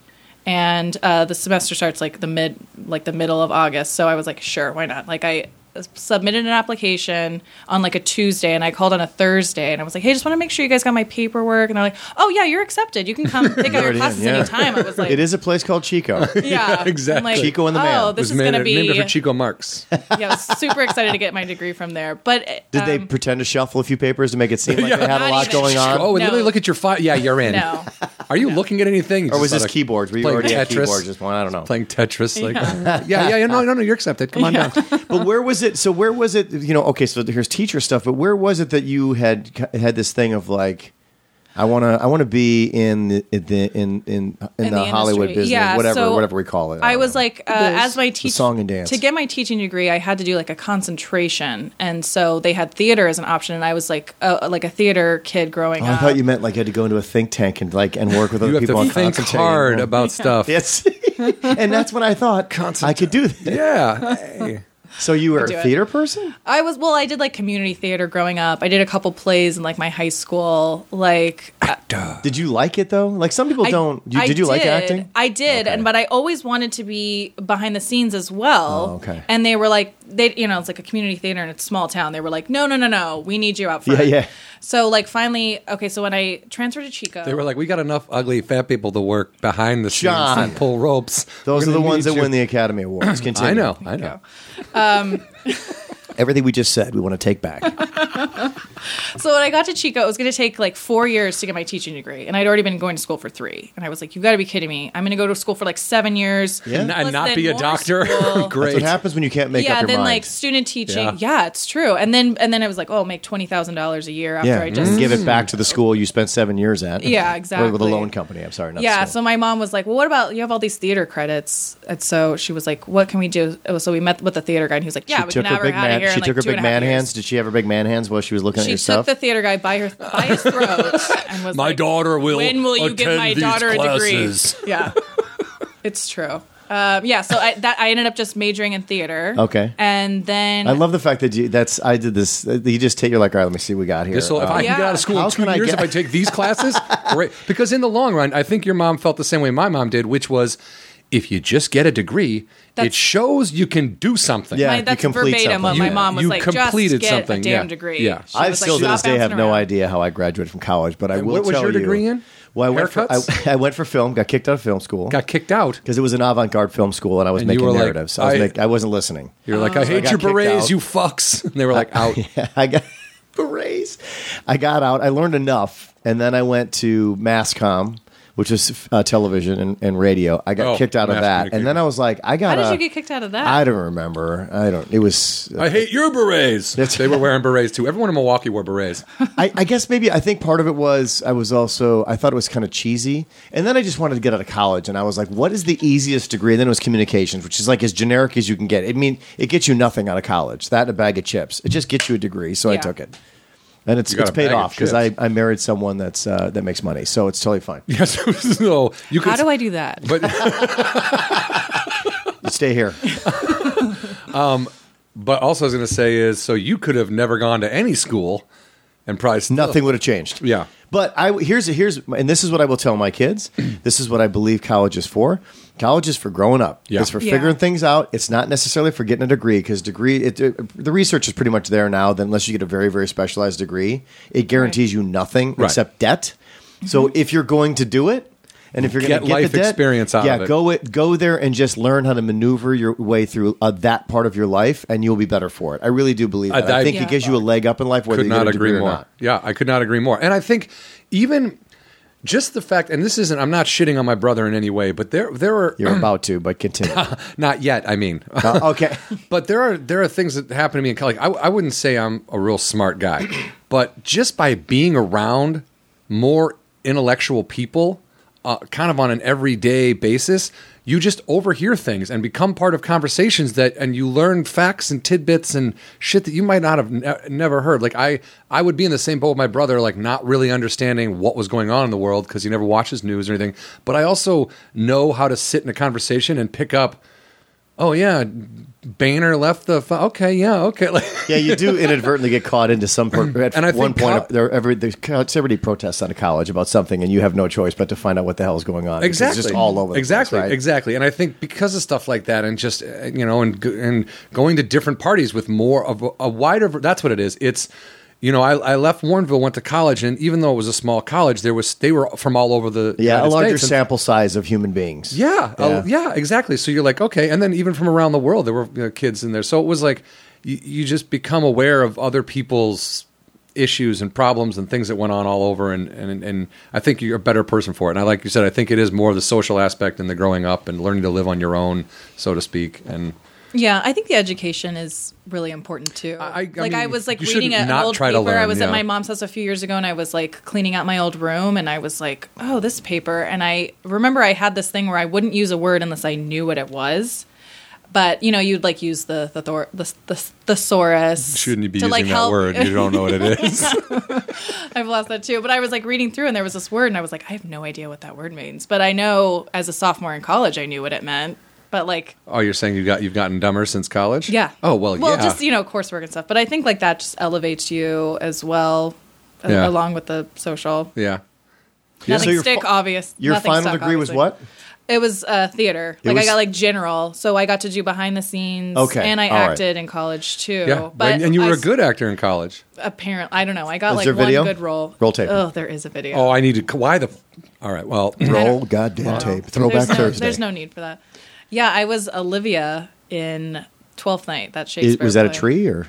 Speaker 3: and uh, the semester starts like the mid like the middle of august so i was like sure why not like i submitted an application on like a Tuesday and I called on a Thursday and I was like, hey, just want to make sure you guys got my paperwork. And they're like, oh, yeah, you're accepted. You can come pick up your
Speaker 2: already in,
Speaker 3: classes
Speaker 2: yeah.
Speaker 3: anytime. I was like,
Speaker 2: It is a place called Chico.
Speaker 3: Yeah, I'm
Speaker 1: exactly.
Speaker 2: Chico and the
Speaker 3: oh,
Speaker 2: Man
Speaker 1: It
Speaker 3: this
Speaker 1: was
Speaker 3: is
Speaker 1: made-
Speaker 3: going to be.
Speaker 1: named after Chico Marx.
Speaker 3: yeah, I was super excited to get my degree from there. But
Speaker 2: Did they
Speaker 3: um,
Speaker 2: pretend to shuffle a few papers to make it seem like they had a
Speaker 3: Not
Speaker 2: lot
Speaker 3: even.
Speaker 2: going on?
Speaker 1: Oh, and
Speaker 3: No.
Speaker 1: let me look at your file. Yeah, you're in.
Speaker 3: No.
Speaker 1: Are you looking at anything? You
Speaker 2: or
Speaker 1: just
Speaker 2: was this
Speaker 1: thought of
Speaker 2: keyboards? Were you
Speaker 1: playing
Speaker 2: already at
Speaker 1: Tetris?
Speaker 2: keyboards? Just one, I don't know.
Speaker 1: Playing Tetris, like yeah, yeah, yeah no, no, no, you're accepted. Come on down.
Speaker 3: Uh-huh.
Speaker 2: but where was it? So where was it? You know, okay. So here's teacher stuff. But where was it that you had had this thing of like, I want to, I want to be in the in the, in in, in the, Hollywood
Speaker 3: industry.
Speaker 2: business,
Speaker 3: Yeah,
Speaker 2: whatever
Speaker 3: so
Speaker 2: whatever we call it.
Speaker 3: I
Speaker 2: don't
Speaker 3: was
Speaker 2: know.
Speaker 3: like, uh, as my
Speaker 2: The
Speaker 3: teacher,
Speaker 2: song and dance.
Speaker 3: to get my teaching degree, I had to do like a concentration, and so they had theater as an option, and I was like, a, like a theater kid growing
Speaker 2: Oh, I
Speaker 3: up.
Speaker 2: thought you meant like you had to go into a think tank and like and work with
Speaker 1: You
Speaker 2: other
Speaker 1: have
Speaker 2: people
Speaker 1: to
Speaker 2: on
Speaker 1: think
Speaker 2: concentrating.
Speaker 1: hard about stuff.
Speaker 2: Yes, and that's when I thought I could do that.
Speaker 1: Yeah. Hey.
Speaker 2: So you were
Speaker 3: do
Speaker 2: a
Speaker 3: it.
Speaker 2: theater person?
Speaker 3: I was well. I did like community theater growing up. I did a couple plays in like my high school. Like
Speaker 2: Did you like it though? Like some people
Speaker 3: I-
Speaker 2: don't. You,
Speaker 3: I
Speaker 2: did you like acting?
Speaker 3: I did, and but I always wanted to be behind the scenes as well.
Speaker 2: Oh, okay.
Speaker 3: And they were like, they you know, it's like a community theater and it's a small town. They were like, no, no, no, no, we need you out front.
Speaker 2: Yeah, yeah.
Speaker 3: So like finally, okay. So when I transferred to Chico,
Speaker 1: They were like, we got enough ugly fat people to work behind the scenes
Speaker 2: John.
Speaker 1: and pull ropes.
Speaker 2: Those are
Speaker 1: We're
Speaker 2: the
Speaker 1: gonna
Speaker 2: ones
Speaker 1: need
Speaker 2: that
Speaker 1: you.
Speaker 2: win the Academy Awards. Continue.
Speaker 1: I know. I know.
Speaker 2: Everything we just said, we want to take back.
Speaker 3: so when I got to Chico, it was going to take like four years to get my teaching degree, and I'd already been going to school for three. And I was like, you got to be kidding me! I'm going to go to school for like seven years.
Speaker 2: Yeah.
Speaker 1: And, and
Speaker 3: Plus
Speaker 1: not
Speaker 3: then
Speaker 1: be a
Speaker 3: more
Speaker 1: doctor.
Speaker 3: school.
Speaker 1: Great.
Speaker 2: That's what happens when you can't make
Speaker 3: yeah,
Speaker 2: up your
Speaker 3: then
Speaker 2: mind.
Speaker 3: like student teaching.
Speaker 1: Yeah.
Speaker 3: Yeah. it's true. And then and then I was like, oh, I'll make twenty thousand dollars a year after
Speaker 2: yeah, Mm.
Speaker 3: I just
Speaker 2: and give it back to the school you spent seven years at.
Speaker 3: Yeah,
Speaker 2: Or with a
Speaker 3: exactly.
Speaker 2: loan company. I'm sorry. Not
Speaker 3: yeah
Speaker 2: yeah.
Speaker 3: so my mom was like well what about you have all these theater credits and so she was like what can we do Oh, so we met with the theater guy and he was like yeah
Speaker 2: she
Speaker 3: we
Speaker 2: took
Speaker 3: can
Speaker 2: her
Speaker 3: have her
Speaker 2: big
Speaker 3: out of
Speaker 2: man.
Speaker 3: here
Speaker 2: She
Speaker 3: in, like,
Speaker 2: took her
Speaker 3: two and
Speaker 2: big
Speaker 3: a
Speaker 2: man
Speaker 3: half years."
Speaker 2: hands. Did she have her big man hands while she was looking at
Speaker 3: she
Speaker 2: your
Speaker 3: took
Speaker 2: stuff?
Speaker 3: the theater guy by her by his throat and was
Speaker 1: My
Speaker 3: like,
Speaker 1: daughter will
Speaker 3: when will you give
Speaker 1: attend
Speaker 3: my
Speaker 1: these
Speaker 3: daughter
Speaker 1: classes."
Speaker 3: a degree yeah it's true um, yeah so I, that I ended up just majoring in theater
Speaker 2: Okay.
Speaker 3: and then
Speaker 2: I love the fact that you. That's I did this. You just take. You're like, all right, let me see what we got here.
Speaker 1: This will, if
Speaker 2: Uh,
Speaker 1: I can get out
Speaker 3: Yeah.
Speaker 1: of school
Speaker 2: How
Speaker 1: in two
Speaker 2: can I
Speaker 1: years,
Speaker 2: get-
Speaker 1: if I take these classes, great. Because in the long run, I think your mom felt the same way my mom did, which was if you just get a degree, it
Speaker 3: That's-
Speaker 1: shows you can do something.
Speaker 2: Yeah.
Speaker 3: my,
Speaker 2: you
Speaker 3: that's
Speaker 2: complete
Speaker 3: verbatim what
Speaker 2: something.
Speaker 3: my
Speaker 2: You-
Speaker 3: mom was
Speaker 1: you
Speaker 3: like
Speaker 1: completed
Speaker 3: just get
Speaker 1: something,
Speaker 3: a damn
Speaker 1: yeah.
Speaker 3: degree
Speaker 1: Yeah.
Speaker 3: She
Speaker 2: I
Speaker 3: was like,
Speaker 2: still to
Speaker 3: "Stop
Speaker 2: this day have
Speaker 3: bouncing
Speaker 2: no
Speaker 3: around."
Speaker 2: idea how I graduated from college, but I will
Speaker 1: what was
Speaker 2: tell
Speaker 1: your
Speaker 2: you-
Speaker 1: degree in?
Speaker 2: Well, I went for, I,
Speaker 1: Haircuts?
Speaker 2: I went for film. Got kicked out of film school
Speaker 1: Got kicked out.
Speaker 2: because it was an avant-garde film school, and I was
Speaker 1: And you
Speaker 2: making
Speaker 1: were like,
Speaker 2: narratives. I, was
Speaker 1: I-
Speaker 2: make, I wasn't listening.
Speaker 1: You're
Speaker 3: Oh.
Speaker 1: like, I hate
Speaker 2: Oh. got
Speaker 1: your
Speaker 2: kicked
Speaker 1: berets,
Speaker 2: out.
Speaker 1: you fucks. And they were like, out.
Speaker 2: I got berets. I got out. I learned enough, and then I went to mass comm, which is uh, television and, and radio. I got
Speaker 1: Oh,
Speaker 2: kicked out of
Speaker 1: mass
Speaker 2: that, and then I was like, I got.
Speaker 3: how did you get kicked out of that
Speaker 2: I don't remember. I don't. It was.
Speaker 1: I hate your berets. they were wearing berets too. Everyone in Milwaukee wore berets.
Speaker 2: I, I guess maybe I think part of it was I was also I thought it was kind of cheesy, and then I just wanted to get out of college, and I was like, what is the easiest degree? And then it was communications, which is like as generic as you can get. I mean, it gets you nothing out of college. That and a bag of chips. It just gets you a degree. So I
Speaker 3: Yeah.
Speaker 2: took it, and it's
Speaker 1: You got
Speaker 2: it's
Speaker 1: a
Speaker 2: paid
Speaker 1: bag of
Speaker 2: off because I,
Speaker 1: chips.
Speaker 2: I married someone that's uh, that makes money, so it's totally fine.
Speaker 1: Yes, so you could.
Speaker 3: how do I do that
Speaker 1: But
Speaker 2: Stay here.
Speaker 1: but also, I was going to say is so you could have never gone to any school, and probably still-
Speaker 2: Nothing would have changed.
Speaker 1: Yeah.
Speaker 2: But I here's here's and this is what I will tell my kids. this is what I believe college is for. College is for growing up.
Speaker 1: Yeah.
Speaker 2: It's for
Speaker 3: Yeah.
Speaker 2: figuring things out. It's not necessarily for getting a degree because degree it, it- the research is pretty much there now. That unless you get a very very specialized degree, it guarantees you nothing
Speaker 1: Right.
Speaker 2: except debt.
Speaker 3: Mm-hmm.
Speaker 2: So if you're going to do it. And if you're going
Speaker 1: Get
Speaker 2: to get
Speaker 1: life
Speaker 2: the debt,
Speaker 1: experience out
Speaker 2: yeah,
Speaker 1: of it.
Speaker 2: go it, go there and just learn how to maneuver your way through uh, that part of your life, and you'll be better for it. I really do believe that. I,
Speaker 1: I-
Speaker 2: think
Speaker 3: Yeah.
Speaker 2: it gives you a leg up in life, whether
Speaker 1: could
Speaker 2: you get
Speaker 1: not
Speaker 2: a degree
Speaker 1: agree
Speaker 2: or
Speaker 1: more.
Speaker 2: not.
Speaker 1: Yeah, I could not agree more. And I think even just the fact, and this isn't, I'm not shitting on my brother in any way, but there, there are
Speaker 2: You're about to, but continue.
Speaker 1: Uh, not yet. I mean,
Speaker 2: Uh, okay.
Speaker 1: but there are there are things that happen to me in college. I, I wouldn't say I'm a real smart guy, but just by being around more intellectual people, uh, kind of on an everyday basis, you just overhear things and become part of conversations that, and you learn facts and tidbits and shit that you might not have ne- never heard. Like I, I would be in the same boat with my brother, like not really understanding what was going on in the world because he never watches news or anything. But I also know how to sit in a conversation and pick up oh yeah, Boehner left the. Fu- okay, yeah, okay. Like,
Speaker 2: Yeah, you do inadvertently get caught into some. Pro- at
Speaker 1: And I think
Speaker 2: one point,
Speaker 1: co-
Speaker 2: there every there's celebrity protests out of college about something, and you have no choice but to find out what the hell is going on. because
Speaker 1: exactly,
Speaker 2: it's just all over. The
Speaker 1: exactly,
Speaker 2: place, right?
Speaker 1: exactly. And I think because of stuff like that, and just uh, you know, and go- and going to different parties with more of a, a wider. That's what it is. It's you know, I, I left Warrenville, went to college, and even though it was a small college, there was they were from all over the
Speaker 2: Yeah, a
Speaker 1: United
Speaker 2: larger
Speaker 1: States. And-
Speaker 2: sample size of human beings.
Speaker 1: Yeah, uh, yeah, exactly. So you're like, okay, and then even from around the world, there were you know, kids in there. So it was like you, you just become aware of other people's issues and problems and things that went on all over, and and and I think you're a better person for it. And I like you said, I think it is more the social aspect and the growing up and learning to live on your own, so to speak. And
Speaker 3: Yeah, I think the education is really important too.
Speaker 1: I- I
Speaker 3: like
Speaker 1: mean,
Speaker 3: I was like
Speaker 1: you
Speaker 3: reading
Speaker 1: shouldn't
Speaker 3: an
Speaker 1: not
Speaker 3: old
Speaker 1: try to
Speaker 3: paper. I
Speaker 1: learn,
Speaker 3: was
Speaker 1: yeah.
Speaker 3: at my mom's house a few years ago, and I was like cleaning out my old room, and I was like, "Oh, this paper." And I remember I had this thing where I wouldn't use a word unless I knew what it was. But you know, you'd like use the the, thor- the, the thesaurus.
Speaker 1: shouldn't you be
Speaker 3: to,
Speaker 1: using
Speaker 3: like,
Speaker 1: that
Speaker 3: help-
Speaker 1: word? You don't know what it is.
Speaker 3: I've lost that too. But I was like reading through, and there was this word, and I was like, I have no idea what that word means. But I know as a sophomore in college, I knew what it meant. But like,
Speaker 1: oh, you're saying you got you've gotten dumber since college?
Speaker 3: yeah.
Speaker 1: Oh well,
Speaker 3: well,
Speaker 1: yeah.
Speaker 3: just you know, coursework and stuff. But I think like that just elevates you as well, a-
Speaker 1: Yeah.
Speaker 3: along with the social.
Speaker 1: yeah.
Speaker 3: Nothing
Speaker 2: So your
Speaker 3: stick,
Speaker 2: fi-
Speaker 3: obvious.
Speaker 2: Your
Speaker 3: Nothing
Speaker 2: final
Speaker 3: stuck,
Speaker 2: degree was
Speaker 3: obviously.
Speaker 2: what?
Speaker 3: It was uh, theater.
Speaker 2: It
Speaker 3: like
Speaker 2: was-
Speaker 3: I got like general, so I got to do behind the scenes.
Speaker 2: Okay,
Speaker 3: and I
Speaker 2: all right.
Speaker 3: acted in college too.
Speaker 1: Yeah,
Speaker 3: but
Speaker 1: and, and you
Speaker 3: I
Speaker 1: were a
Speaker 3: s-
Speaker 1: good actor in college.
Speaker 3: Apparently, I don't know. I got
Speaker 2: Is
Speaker 3: like
Speaker 2: there
Speaker 3: one
Speaker 2: video?
Speaker 3: good role.
Speaker 2: Roll tape.
Speaker 3: Oh, there is a video.
Speaker 1: Oh, I need to. Why the? All right. Well,
Speaker 2: Roll goddamn tape. Throwback
Speaker 3: there's no,
Speaker 2: Thursday.
Speaker 3: There's no need for that. Yeah, I was Olivia in Twelfth Night. That
Speaker 2: Is-
Speaker 3: Shakespeare.
Speaker 2: was that a
Speaker 3: play.
Speaker 2: tree or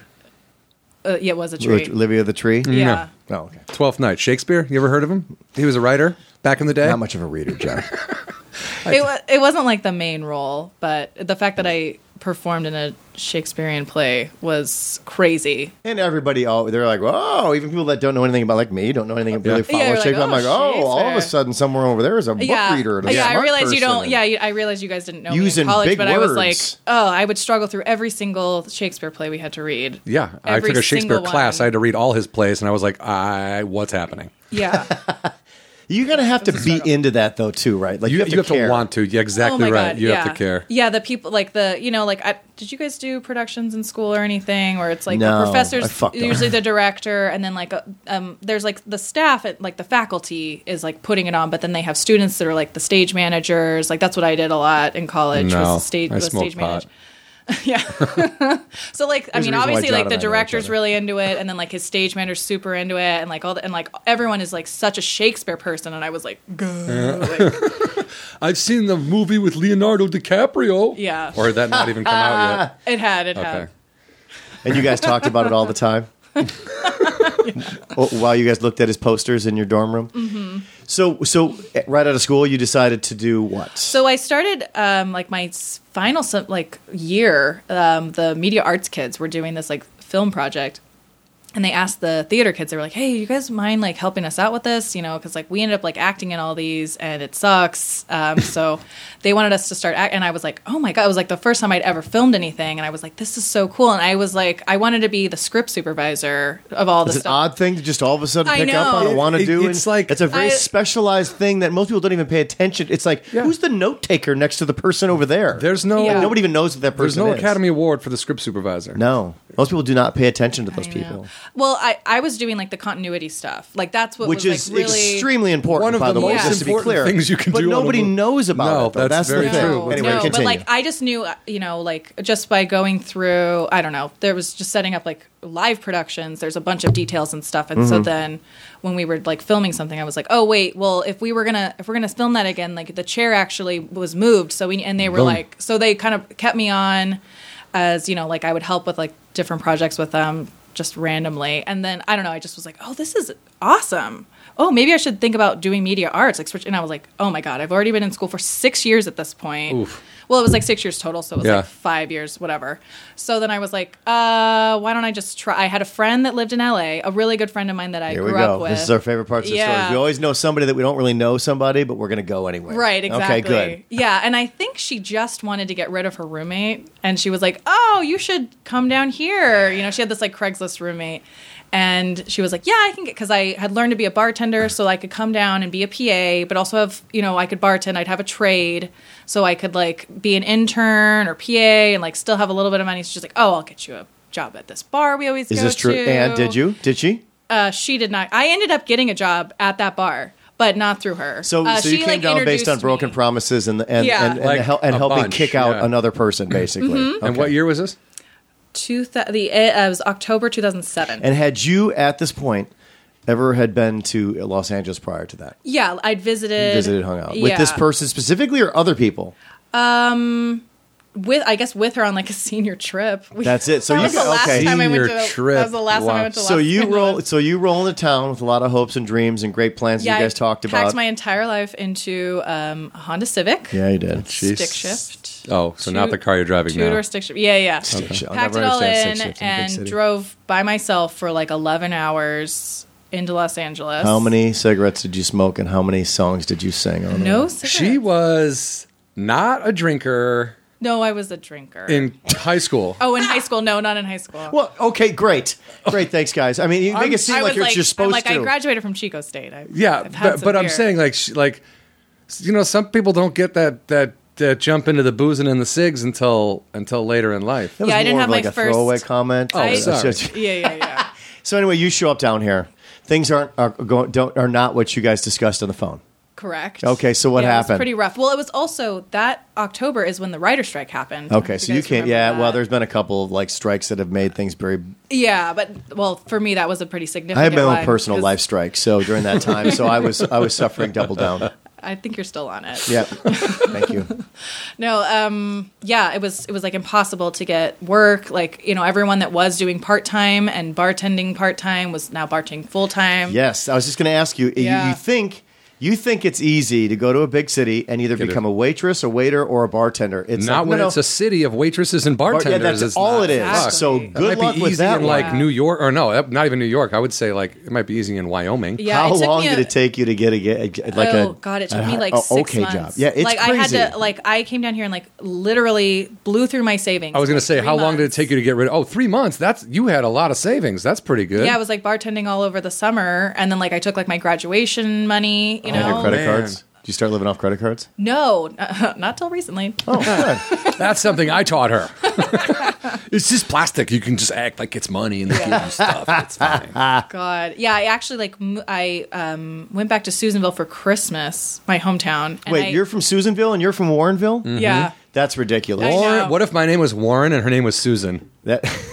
Speaker 3: Uh, yeah, it was a tree.
Speaker 2: Olivia the tree?
Speaker 1: Mm.
Speaker 3: yeah.
Speaker 2: Oh, okay.
Speaker 1: Twelfth Night. Shakespeare. You ever heard of him? He was a writer back in the day.
Speaker 2: Not much of a reader, John.
Speaker 3: It, wa- it wasn't like the main role, but the fact that I performed in a Shakespearean play was crazy.
Speaker 2: and everybody, all they're like, oh, even people that don't know anything about like me, don't know anything about really
Speaker 1: Yeah,
Speaker 2: follow
Speaker 3: you're like,
Speaker 2: Shakespeare. I'm
Speaker 3: "Oh,
Speaker 2: like, oh, all of a
Speaker 3: Shakespeare."
Speaker 2: sudden, somewhere over there is a book
Speaker 3: yeah,
Speaker 2: reader. And a
Speaker 3: yeah. I
Speaker 2: smart
Speaker 3: realize you
Speaker 2: person
Speaker 3: don't.
Speaker 2: and-
Speaker 3: Yeah, you- I realize you guys didn't know me
Speaker 2: Using
Speaker 3: in college,
Speaker 2: big
Speaker 3: but I was like,
Speaker 2: words.
Speaker 3: oh, I would struggle through every single Shakespeare play we had to read.
Speaker 1: Yeah, I
Speaker 3: Every
Speaker 1: took a Shakespeare
Speaker 3: single
Speaker 1: class. I
Speaker 3: one.
Speaker 1: had to read all his plays, and I was like, "I what's happening?"
Speaker 3: yeah.
Speaker 2: You're gonna have to
Speaker 3: It's a
Speaker 2: be
Speaker 3: struggle.
Speaker 2: into that though, too, right? Like
Speaker 1: You, you have, to,
Speaker 2: care.
Speaker 1: want to. Yeah, exactly right. you
Speaker 3: Oh yeah.
Speaker 1: have to care.
Speaker 3: Yeah, the people like the you know like I, did you guys do productions in school or anything where it's like
Speaker 2: No,
Speaker 3: the professors
Speaker 2: I fucked up.
Speaker 3: usually the director and then like uh, um there's like the staff at like the faculty is like putting it on but then they have students that are like the stage managers like that's what I did a lot in college
Speaker 1: No,
Speaker 3: was stage
Speaker 1: I
Speaker 3: was
Speaker 1: smoked
Speaker 3: stage
Speaker 1: pot.
Speaker 3: manager. yeah. so like I
Speaker 2: There's a reason
Speaker 3: mean
Speaker 2: why
Speaker 3: obviously
Speaker 2: John and
Speaker 3: like
Speaker 2: I know
Speaker 3: the
Speaker 2: each
Speaker 3: director's
Speaker 2: other.
Speaker 3: really into it and then like his stage manager's super into it and like all the and like everyone is like such a Shakespeare person and I was like, "Gah," like
Speaker 1: I've seen the movie with Leonardo DiCaprio.
Speaker 3: Yeah.
Speaker 1: or had that not even come out yet?
Speaker 3: it had it
Speaker 1: Okay.
Speaker 3: had
Speaker 2: And you guys talked about it all the time. Oh, While you guys looked at his posters in your dorm room. Mm-hmm. So, so eh, right out of school, you decided to do what?
Speaker 3: So I started um, like my s- final sem- like year. Um, the media arts kids were doing this like film project, and they asked the theater kids. They were like, "Hey, you guys mind like helping us out with this? You know, because like we ended up like acting in all these, and it sucks." Um, so they wanted us to start, act- and I was like, "Oh my god!" It was like the first time I'd ever filmed anything, and I was like, "This is so cool!" And I was like, I wanted to be the script supervisor of all
Speaker 2: it's
Speaker 3: this
Speaker 2: an
Speaker 3: stuff.
Speaker 2: odd thing to just all of a sudden
Speaker 3: I
Speaker 2: pick up on
Speaker 3: know.
Speaker 2: and want to
Speaker 1: It-
Speaker 2: do.
Speaker 1: it's
Speaker 2: and
Speaker 1: like-
Speaker 2: it's a very
Speaker 3: I-
Speaker 2: specialized thing that most people don't even pay attention. It's like
Speaker 1: Yeah.
Speaker 2: who's the note taker next to the person over there?
Speaker 1: There's no
Speaker 3: Yeah.
Speaker 2: nobody even knows what that
Speaker 1: there's
Speaker 2: person.
Speaker 1: no
Speaker 2: is.
Speaker 1: Academy Award for the script supervisor.
Speaker 2: No, most people do not pay attention to those
Speaker 3: I know.
Speaker 2: people,
Speaker 3: Well, I, I was doing like the continuity stuff. Like that's what
Speaker 2: which
Speaker 3: was
Speaker 2: is
Speaker 3: like, really
Speaker 2: extremely important.
Speaker 1: One of
Speaker 2: by
Speaker 1: the
Speaker 2: the, way,
Speaker 3: most
Speaker 2: just to be
Speaker 1: important
Speaker 2: clear,
Speaker 1: things you can
Speaker 2: but
Speaker 1: do on a
Speaker 2: nobody
Speaker 1: book.
Speaker 2: knows about
Speaker 1: No,
Speaker 2: it. Though.
Speaker 1: that's
Speaker 2: That's,
Speaker 1: very
Speaker 2: the thing.
Speaker 1: true.
Speaker 3: No,
Speaker 2: Anyway,
Speaker 3: no, but
Speaker 2: continue.
Speaker 3: like I just knew, uh, you know, like just by going through, I don't know, there was just setting up like live productions. There's a bunch of details and stuff, and so
Speaker 1: Mm-hmm.
Speaker 3: then when we were like filming something, I was like, oh wait, well if we were gonna if we're gonna film that again, like the chair actually was moved, so we and they were
Speaker 1: Boom.
Speaker 3: like, so they kind of kept me on as you know, like I would help with like different projects with them just randomly, and then I don't know, I just was like, oh this is awesome. Oh, maybe I should think about doing media arts. Like, switch- and I was like, oh my god, I've already been in school for six years at this point. Well, it was like six years total, so it was
Speaker 1: Yeah.
Speaker 3: like five years, whatever. So then I was like, uh, why don't I just try? I had a friend that lived in LA, a really good friend of mine that I
Speaker 2: Here we
Speaker 3: grew
Speaker 2: go.
Speaker 3: up with.
Speaker 2: This is our favorite parts of the
Speaker 3: Yeah.
Speaker 2: stories. We always know somebody that we don't really know somebody, but we're going to go anyway.
Speaker 3: Right, exactly.
Speaker 2: Okay, good.
Speaker 3: Yeah, and I think she just wanted to get rid of her roommate, and she was like, "Oh, you should come down here." You know, she had this like Craigslist roommate, And she was like, "Yeah, I can get because I had learned to be a bartender, so I could come down and be a PA, but also have you know I could bartend. I'd have a trade, so I could like be an intern or PA and like still have a little bit of money." So she's like, "Oh, I'll get you a job at this bar we always
Speaker 2: Is
Speaker 3: go
Speaker 2: this true?
Speaker 3: to."
Speaker 2: And did you? Did she?
Speaker 3: Uh, she did not. I ended up getting a job at that bar, but not through her.
Speaker 2: So,
Speaker 3: uh,
Speaker 2: so you
Speaker 3: she,
Speaker 2: came
Speaker 3: like,
Speaker 2: down based on
Speaker 3: introduced
Speaker 2: broken
Speaker 3: me.
Speaker 2: promises and and
Speaker 3: Yeah. Mm-hmm.
Speaker 2: and, and,
Speaker 1: Like
Speaker 2: hel- and
Speaker 1: a
Speaker 2: helping
Speaker 1: bunch,
Speaker 2: kick out
Speaker 1: yeah.
Speaker 2: another person, basically.
Speaker 1: And
Speaker 2: Okay.
Speaker 1: what year was this?
Speaker 3: Two thou- the uh, it was October two thousand seven.
Speaker 2: And had you at this point ever had been to Los Angeles prior to that?
Speaker 3: Yeah, I'd visited
Speaker 2: Visited, hung out with this
Speaker 3: yeah.
Speaker 2: person specifically, or other people?
Speaker 3: With I guess with her on like a senior trip. We-
Speaker 2: That's it. So
Speaker 3: that
Speaker 2: you
Speaker 3: was
Speaker 2: got-
Speaker 3: the last
Speaker 2: okay.
Speaker 3: time I went to.
Speaker 1: Senior trip.
Speaker 3: That was the last time I
Speaker 1: Wow.
Speaker 3: went to.
Speaker 2: So
Speaker 3: Los
Speaker 2: you
Speaker 3: Angeles.
Speaker 2: roll, so you roll into town with a lot of hopes and dreams and great plans
Speaker 3: Yeah,
Speaker 2: that you guys
Speaker 3: I
Speaker 2: talked
Speaker 3: packed
Speaker 2: about.
Speaker 3: my entire life into um, a Honda Civic.
Speaker 2: yeah, you did.
Speaker 1: Jeez.
Speaker 3: Stick shift.
Speaker 1: Oh, so not the car you're driving
Speaker 3: two
Speaker 1: now.
Speaker 3: door stick shift. Yeah, yeah.
Speaker 2: Okay. shift. I'll
Speaker 3: Packed
Speaker 2: never
Speaker 3: it all
Speaker 2: understand
Speaker 3: in
Speaker 2: stick shift in a big
Speaker 3: and
Speaker 2: city.
Speaker 3: drove by myself for like eleven hours into Los Angeles.
Speaker 2: How many cigarettes did you smoke, and how many songs did you sing on?
Speaker 3: No,
Speaker 1: She
Speaker 3: cigarettes.
Speaker 1: was not a drinker
Speaker 3: No, I was a drinker.
Speaker 1: in high school.
Speaker 3: oh, in high school? No, not in high school.
Speaker 2: Well, okay, great, great. Thanks, guys. I mean, you make it seem
Speaker 3: I
Speaker 2: like
Speaker 3: was
Speaker 2: you're,
Speaker 3: like,
Speaker 2: you're
Speaker 3: I'm
Speaker 2: supposed
Speaker 3: like,
Speaker 2: to.
Speaker 3: I graduated from Chico State. I've,
Speaker 1: Yeah,
Speaker 3: I've had
Speaker 1: but,
Speaker 3: some
Speaker 1: but I'm
Speaker 3: beer.
Speaker 1: saying like sh like you know some people don't get that that that jump into the boozing and the cigs until until later in life.
Speaker 2: That was
Speaker 3: Yeah, I didn't
Speaker 2: more
Speaker 3: have
Speaker 2: of like
Speaker 3: my
Speaker 2: a
Speaker 3: first- Oh,
Speaker 2: throwaway comment.
Speaker 3: I-
Speaker 2: That's
Speaker 1: sorry.
Speaker 2: just-
Speaker 3: Yeah, yeah, yeah.
Speaker 2: so anyway, you show up down here. Things aren't are going don't are not what you guys discussed on the phone.
Speaker 3: Correct.
Speaker 2: Okay, so what
Speaker 3: Yeah, it was
Speaker 2: happened?
Speaker 3: pretty rough. Well, it was also that October is when the writer strike happened.
Speaker 2: Okay,
Speaker 3: If
Speaker 2: so you
Speaker 3: guys
Speaker 2: can't.
Speaker 3: remember
Speaker 2: Yeah,
Speaker 3: that.
Speaker 2: well, there's been a couple of like strikes that have made things very.
Speaker 3: Yeah, but well, for me that was a pretty significant.
Speaker 2: I had my own
Speaker 3: one,
Speaker 2: personal
Speaker 3: 'cause
Speaker 2: life strike, so during that time, so I was I was suffering double down.
Speaker 3: I think you're still on it.
Speaker 2: Yeah, thank you.
Speaker 3: No, um, yeah, it was it was like impossible to get work. Like you know, everyone that was doing part time and bartending part time was now bartending full time.
Speaker 2: Yes, I was just going to ask you, you.
Speaker 3: Yeah.
Speaker 2: You think you think it's easy to go to a big city and either
Speaker 1: Get a-
Speaker 2: become a waitress, a waiter, or a bartender? It's
Speaker 1: Not
Speaker 2: like,
Speaker 1: when
Speaker 2: no, no.
Speaker 1: it's a city of waitresses and
Speaker 2: Bar-
Speaker 1: bartenders.
Speaker 2: yeah, that's
Speaker 1: It's
Speaker 2: all
Speaker 1: not-
Speaker 2: it is.
Speaker 1: Fuck.
Speaker 2: So
Speaker 3: That
Speaker 1: It
Speaker 2: good
Speaker 1: might
Speaker 2: luck
Speaker 1: be
Speaker 2: with
Speaker 1: easy
Speaker 2: that.
Speaker 1: in
Speaker 2: one.
Speaker 1: like
Speaker 3: one.
Speaker 1: New York or no, that- not even New York. I would say like it might be easy in Wyoming.
Speaker 3: Yeah,
Speaker 2: How
Speaker 3: it took
Speaker 2: long
Speaker 3: me
Speaker 2: did
Speaker 3: a-
Speaker 2: it take you to get a get like
Speaker 3: oh
Speaker 2: a
Speaker 3: god, it
Speaker 2: a-
Speaker 3: took me like
Speaker 2: a
Speaker 3: six
Speaker 2: okay
Speaker 3: months.
Speaker 2: job? Yeah, it's
Speaker 3: like
Speaker 2: crazy.
Speaker 3: I had to like I came down here and like literally blew through my savings.
Speaker 1: I was
Speaker 3: in,
Speaker 1: going
Speaker 3: like,
Speaker 1: to say,
Speaker 3: three
Speaker 1: how long did it
Speaker 3: months.
Speaker 1: take you to get rid of? Oh, three months. That's you had a lot of savings. That's pretty good.
Speaker 3: Yeah, I was like bartending all over the summer, and then like I took like my graduation money. You
Speaker 2: And
Speaker 3: know,
Speaker 2: Oh, your credit
Speaker 1: man.
Speaker 2: cards? Did you start living off credit cards?
Speaker 3: no, not till recently.
Speaker 2: Oh.
Speaker 1: That's something I taught her. it's just plastic. You can just act like it's money and they give you stuff. It's fine.
Speaker 3: God, yeah, I actually like m- I um, went back to Susanville for Christmas, my hometown. And
Speaker 2: Wait,
Speaker 3: I-
Speaker 2: you're from Susanville and you're from Warrenville?
Speaker 1: Mm-hmm.
Speaker 3: yeah.
Speaker 2: That's ridiculous.
Speaker 3: I know.
Speaker 1: Or what if my name was Warren and her name was Susan?
Speaker 2: That-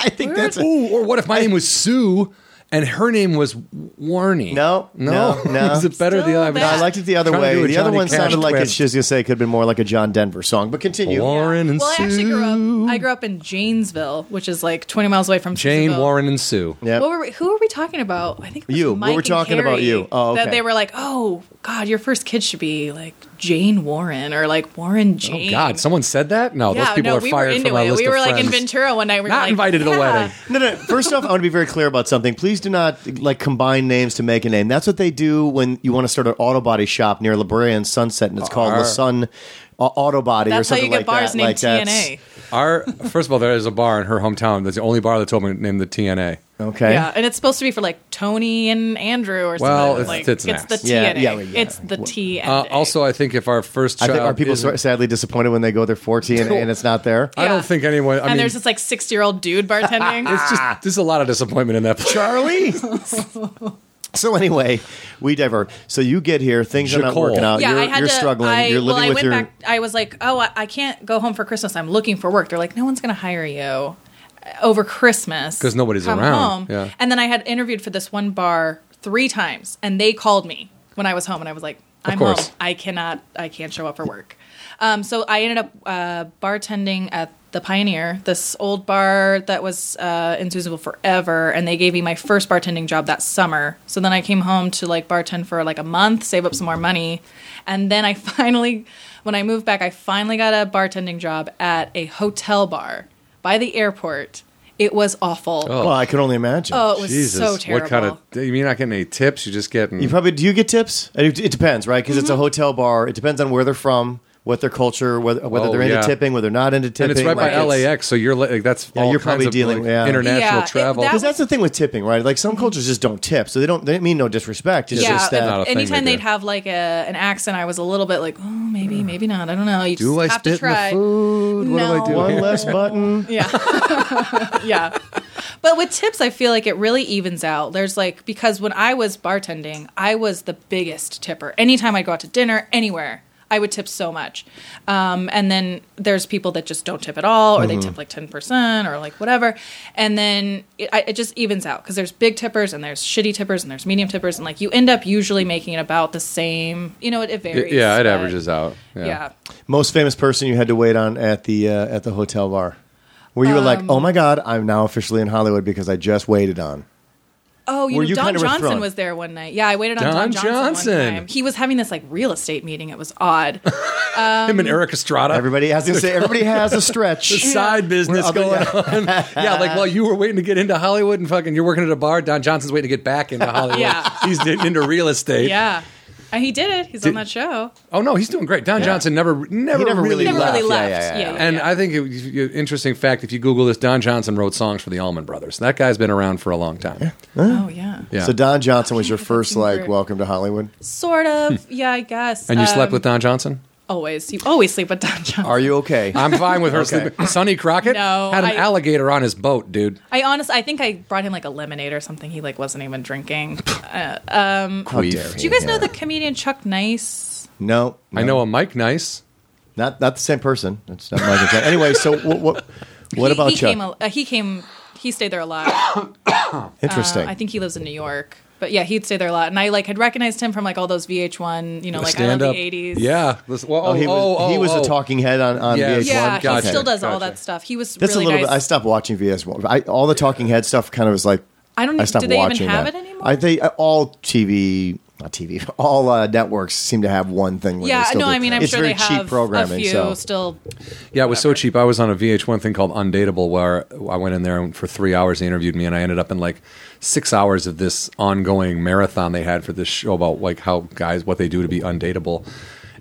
Speaker 2: I think that's a,
Speaker 1: Ooh, or what if my name was Sue and her name was Warney?
Speaker 2: No,
Speaker 1: no,
Speaker 2: no, no.
Speaker 1: Is it better the
Speaker 3: Still
Speaker 1: other?
Speaker 3: bad.
Speaker 2: I liked it the other
Speaker 1: Trying to
Speaker 2: way.
Speaker 1: do a
Speaker 2: The other
Speaker 1: Johnny
Speaker 2: one
Speaker 1: Cash
Speaker 2: sounded like it's
Speaker 1: twist.
Speaker 2: just gonna say it could have been more like a John Denver song. But continue.
Speaker 1: Warren and
Speaker 3: well, I actually grew
Speaker 1: Sue.
Speaker 3: up. I grew up in Janesville, which is like 20 miles away from
Speaker 1: Jane,
Speaker 3: Susanville.
Speaker 1: Warren, and Sue.
Speaker 2: Yep.
Speaker 3: What were we, who were we talking about? I think it was
Speaker 2: You. We
Speaker 3: Mike
Speaker 2: were
Speaker 3: and
Speaker 2: talking about
Speaker 3: Carrie,
Speaker 2: you. Oh, okay.
Speaker 3: That they were like, oh God, your first kid should be like Jane Warren or like Warren Jane.
Speaker 1: Oh God, someone said that? No,
Speaker 3: yeah,
Speaker 1: those people
Speaker 3: no,
Speaker 1: are
Speaker 3: we were
Speaker 1: fired
Speaker 3: into
Speaker 1: from our
Speaker 3: it.
Speaker 1: list
Speaker 3: we were
Speaker 1: of
Speaker 3: like in
Speaker 1: friends.
Speaker 3: Ventura one night. We were
Speaker 1: Not
Speaker 3: like,
Speaker 1: invited to the
Speaker 3: yeah.
Speaker 1: wedding.
Speaker 2: No, no. First off, I want to be very clear about something. Please do not like combine names to make a name. That's what they do when you want to start an auto body shop near La Brea and Sunset, and it's called La
Speaker 1: Arr.
Speaker 2: Sun uh, Auto Body or
Speaker 3: That's how
Speaker 2: something
Speaker 3: you
Speaker 2: like
Speaker 3: get bars
Speaker 2: that.
Speaker 3: named
Speaker 2: like that's-
Speaker 3: TNA.
Speaker 1: Our first of all, there is a bar in her hometown. That's the only bar that told me named the TNA.
Speaker 2: Okay.
Speaker 3: Yeah, and it's supposed to be for like Tony and Andrew or
Speaker 1: Well,
Speaker 3: something.
Speaker 1: it's
Speaker 3: like,
Speaker 1: tits and
Speaker 3: it's the
Speaker 1: ass.
Speaker 3: T
Speaker 2: Yeah,
Speaker 3: and A.
Speaker 2: yeah, well, yeah.
Speaker 3: It's the T and
Speaker 1: Uh,
Speaker 3: A.
Speaker 1: also, I think if our first
Speaker 2: I
Speaker 1: child,
Speaker 2: think are people
Speaker 1: isn't-
Speaker 2: sadly disappointed when they go there for TNA and it's not there?
Speaker 1: I
Speaker 3: Yeah.
Speaker 1: don't think anyone. I
Speaker 3: and
Speaker 1: mean,
Speaker 3: there's this like sixty year old dude bartending.
Speaker 1: it's
Speaker 2: Ah.
Speaker 1: just there's a lot of disappointment in that.
Speaker 2: Charlie. so anyway, we divert. So you get here, things are not
Speaker 1: Jacole.
Speaker 2: working out.
Speaker 3: yeah,
Speaker 2: you're
Speaker 3: I had
Speaker 2: you're
Speaker 3: to.
Speaker 2: struggling.
Speaker 3: I,
Speaker 2: you're living
Speaker 3: well, I
Speaker 2: with
Speaker 3: went
Speaker 2: your.
Speaker 3: back. I was like, oh, I, I can't go home for Christmas. I'm looking for work. They're like, no one's going to hire you uh, over Christmas
Speaker 1: 'Cause nobody's
Speaker 3: Come
Speaker 1: around.
Speaker 3: Home.
Speaker 1: Yeah.
Speaker 3: And then I had interviewed for this one bar three times, and they called me when I was home, and I was like,
Speaker 1: Of
Speaker 3: I'm
Speaker 1: course.
Speaker 3: home. I cannot. I can't show up for work. Um, so I ended up uh, bartending at the Pioneer, this old bar that was uh, in Susanville forever, and they gave me my first bartending job that summer. So then I came home to like bartend for like a month, save up some more money, and then I finally, when I moved back, I finally got a bartending job at a hotel bar by the airport. It was awful. Oh,
Speaker 2: well, I can only imagine.
Speaker 3: it was
Speaker 1: Jesus,
Speaker 3: so terrible.
Speaker 1: what kind of? You mean not getting any tips? You just getting?
Speaker 3: Mm-hmm.
Speaker 2: You probably do you get tips? It, it depends, right? Because it's a hotel bar. It depends on where they're from, what their culture, whether, whether
Speaker 1: Oh,
Speaker 2: they're into
Speaker 1: yeah.
Speaker 2: tipping, whether they're not into
Speaker 1: and
Speaker 2: tipping.
Speaker 1: it's right
Speaker 2: like,
Speaker 1: by
Speaker 2: it's-
Speaker 1: LAX, so you're li- like that's
Speaker 2: Yeah,
Speaker 1: all
Speaker 2: you're
Speaker 1: kinds
Speaker 2: probably
Speaker 1: of,
Speaker 2: dealing-
Speaker 1: like,
Speaker 2: yeah.
Speaker 1: international
Speaker 3: Yeah, it-
Speaker 1: travel.
Speaker 3: that
Speaker 2: Because that's the thing with tipping, right? Like some cultures just don't tip, so they don't. They don't mean no disrespect. It's
Speaker 3: Mm-hmm. yeah,
Speaker 2: just that
Speaker 1: not a
Speaker 3: if-
Speaker 1: thing they
Speaker 3: anytime
Speaker 1: do.
Speaker 3: they'd have like a, an accent, I was a little bit like, oh, maybe, maybe not. I don't know. You just
Speaker 2: do I
Speaker 3: have to
Speaker 2: spit in
Speaker 3: try.
Speaker 2: the food? What do I do?
Speaker 3: No.
Speaker 2: One less button.
Speaker 3: Yeah. yeah. But with tips, I feel like it really evens out. There's like, because when I was bartending, I was the biggest tipper. Anytime I'd go out to dinner, anywhere, I would tip so much. Um, and then there's people that just don't tip at all, or
Speaker 1: Mm-hmm.
Speaker 3: they tip like 10% or like whatever. And then it, I- it just evens out because there's big tippers and there's shitty tippers and there's medium tippers. And like you end up usually making it about the same, you know, it, it varies.
Speaker 1: yeah, it
Speaker 3: but-
Speaker 1: averages out. Yeah.
Speaker 3: Yeah.
Speaker 2: Most famous person you had to wait on at the uh, at the hotel bar, where you were like,
Speaker 3: Um,
Speaker 2: "Oh my god, I'm now officially in Hollywood because I just waited on."
Speaker 3: Oh, you
Speaker 2: Were
Speaker 3: know,
Speaker 2: you
Speaker 3: Don
Speaker 2: kinda
Speaker 3: Johnson
Speaker 2: withdrawn?
Speaker 3: was there one night. Yeah, I waited on Don,
Speaker 1: Don
Speaker 3: Johnson,
Speaker 1: Johnson.
Speaker 3: one time. He was having this like real estate meeting. It was odd.
Speaker 1: Him
Speaker 3: Um,
Speaker 1: and Eric Estrada.
Speaker 2: Everybody has to say everybody has a stretch.
Speaker 1: side business going on. yeah, like while you were waiting to get into Hollywood and fucking you're working at a bar, Don Johnson's waiting to get back into Hollywood.
Speaker 3: Yeah.
Speaker 1: He's getting into real estate.
Speaker 3: yeah. And he did it. He's on that show.
Speaker 1: Oh no, he's doing great. Don Johnson never never,
Speaker 2: He never
Speaker 1: really,
Speaker 2: really
Speaker 3: Never
Speaker 1: left.
Speaker 3: really
Speaker 2: Yeah,
Speaker 3: left.
Speaker 2: yeah,
Speaker 3: Yeah.
Speaker 2: yeah, yeah.
Speaker 1: And
Speaker 3: yeah.
Speaker 1: I think it, you- you- interesting fact if you Google this, Don Johnson wrote songs for the Allman Brothers. That guy's been around for a long time. Yeah.
Speaker 3: oh yeah.
Speaker 2: So Don Johnson was your first like
Speaker 3: remember.
Speaker 2: welcome to Hollywood.
Speaker 3: Sort of. yeah, I guess.
Speaker 1: and you
Speaker 3: Um,
Speaker 1: slept with Don Johnson?
Speaker 3: always. You always sleep with Don Johnson.
Speaker 2: Are you okay?
Speaker 1: I'm fine with her
Speaker 2: Okay.
Speaker 1: sleeping. Sonny Crockett
Speaker 3: No,
Speaker 1: had an
Speaker 3: I-
Speaker 1: alligator on his boat, dude.
Speaker 3: I honestly, I think I brought him like a lemonade or something. He like wasn't even drinking.
Speaker 2: How
Speaker 1: Queef.
Speaker 2: dare
Speaker 3: Do you guys know
Speaker 2: Yeah.
Speaker 3: the comedian Chuck Nice?
Speaker 2: No,
Speaker 1: I know a Mike Nice.
Speaker 2: Not not the same person. It's not Michael Jackson. Anyway, so what what, what
Speaker 3: He-
Speaker 2: about
Speaker 3: he
Speaker 2: Chuck?
Speaker 3: Came, al- uh, he came. He stayed there a lot.
Speaker 2: Interesting.
Speaker 3: Uh, I think he lives in New York. But yeah, he'd stay there a lot. And I like had recognized him from like all those VH1, you know, like I love
Speaker 1: Stand-up.
Speaker 3: the 80s.
Speaker 1: Yeah. This- well,
Speaker 2: oh, he was,
Speaker 1: oh,
Speaker 2: he was
Speaker 1: oh.
Speaker 2: the talking head on, on
Speaker 1: Yes.
Speaker 2: VH1.
Speaker 3: Yeah, he
Speaker 1: Gotcha.
Speaker 3: still does all
Speaker 1: Gotcha.
Speaker 3: that stuff. He was
Speaker 2: That's
Speaker 3: really
Speaker 2: a little bit. I
Speaker 3: nice.
Speaker 2: stopped watching VH1. I, all the talking head stuff kind of was like
Speaker 3: I don't even-
Speaker 2: stopped
Speaker 3: do they even
Speaker 2: watching
Speaker 3: have
Speaker 2: that.
Speaker 3: it anymore?
Speaker 2: I think uh, all TV. Not TV. All uh, networks seem to have one thing. Where they
Speaker 3: yeah,
Speaker 2: still
Speaker 3: no,
Speaker 2: do-
Speaker 3: I mean, I'm
Speaker 2: it's
Speaker 3: sure
Speaker 2: very
Speaker 3: they
Speaker 2: cheap
Speaker 3: have
Speaker 2: programming.
Speaker 3: a few
Speaker 2: so
Speaker 3: still.
Speaker 1: Yeah, it was so cheap. I was on a VH1 thing called Undateable, where I went in there and for three hours. They interviewed me, and I ended up in like six hours of this ongoing marathon they had for this show about like how guys what they do to be undateable,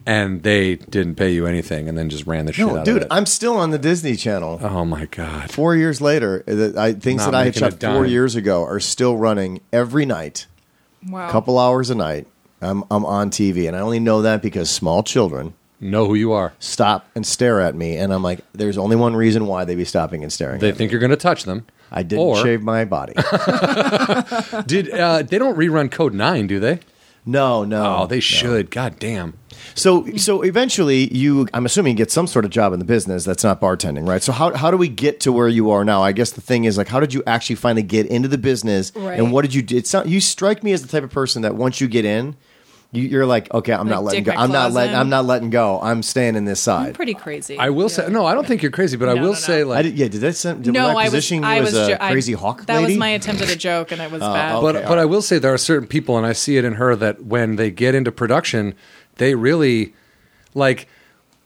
Speaker 1: and they didn't pay you anything, and then just ran the shit
Speaker 2: no,
Speaker 1: out
Speaker 2: dude,
Speaker 1: of it.
Speaker 2: I'm still on the Disney Channel.
Speaker 1: oh my god!
Speaker 2: four years later, uh, I, things
Speaker 1: Not
Speaker 2: that I had
Speaker 1: making a
Speaker 2: shot four
Speaker 1: dime.
Speaker 2: years ago are still running every night.
Speaker 3: Wow.
Speaker 1: Oh.
Speaker 2: a couple hours a night. I'm I'm on TV, and I only know that because small children
Speaker 1: Know who you are.
Speaker 2: stop and stare at me, and I'm like, there's only one reason why they'd be stopping and staring.
Speaker 1: They
Speaker 2: at me.
Speaker 1: think you're going to touch them.
Speaker 2: I didn't
Speaker 1: or-
Speaker 2: shave my body.
Speaker 1: Did uh, they don't rerun Code Nine? Do they?
Speaker 2: no, no.
Speaker 1: Oh, they should. God damn.
Speaker 2: So so eventually, you I'm assuming you get some sort of job in the business that's not bartending, right? So how how do we get to where you are now? I guess the thing is like, how did you actually finally get into the business,
Speaker 3: Right.
Speaker 2: and what did you? do? It's not you strike me as the type of person that once you get in. you- You're like, okay, I'm not letting
Speaker 3: dick
Speaker 2: go.
Speaker 3: my
Speaker 2: I'm not
Speaker 3: claws
Speaker 2: letting.
Speaker 3: in.
Speaker 2: I'm not letting go. I'm staying in this side.
Speaker 3: Pretty crazy.
Speaker 1: I will
Speaker 3: Yeah.
Speaker 1: say no. I don't think you're crazy, but I
Speaker 3: No,
Speaker 1: will
Speaker 3: no, no.
Speaker 1: say
Speaker 2: I
Speaker 1: like
Speaker 2: did, yeah, did that send, did
Speaker 3: No,
Speaker 2: I
Speaker 3: I was.
Speaker 2: position
Speaker 3: I
Speaker 2: you
Speaker 3: was.
Speaker 2: as
Speaker 3: jo-
Speaker 2: a
Speaker 3: I-
Speaker 2: crazy hawk
Speaker 3: That
Speaker 2: lady?
Speaker 3: was my attempt at a joke, and it was bad.
Speaker 2: oh.
Speaker 1: but
Speaker 2: Okay,
Speaker 1: but
Speaker 2: all
Speaker 1: I will say there are certain people, and I see it in her that when they get into production, they really like.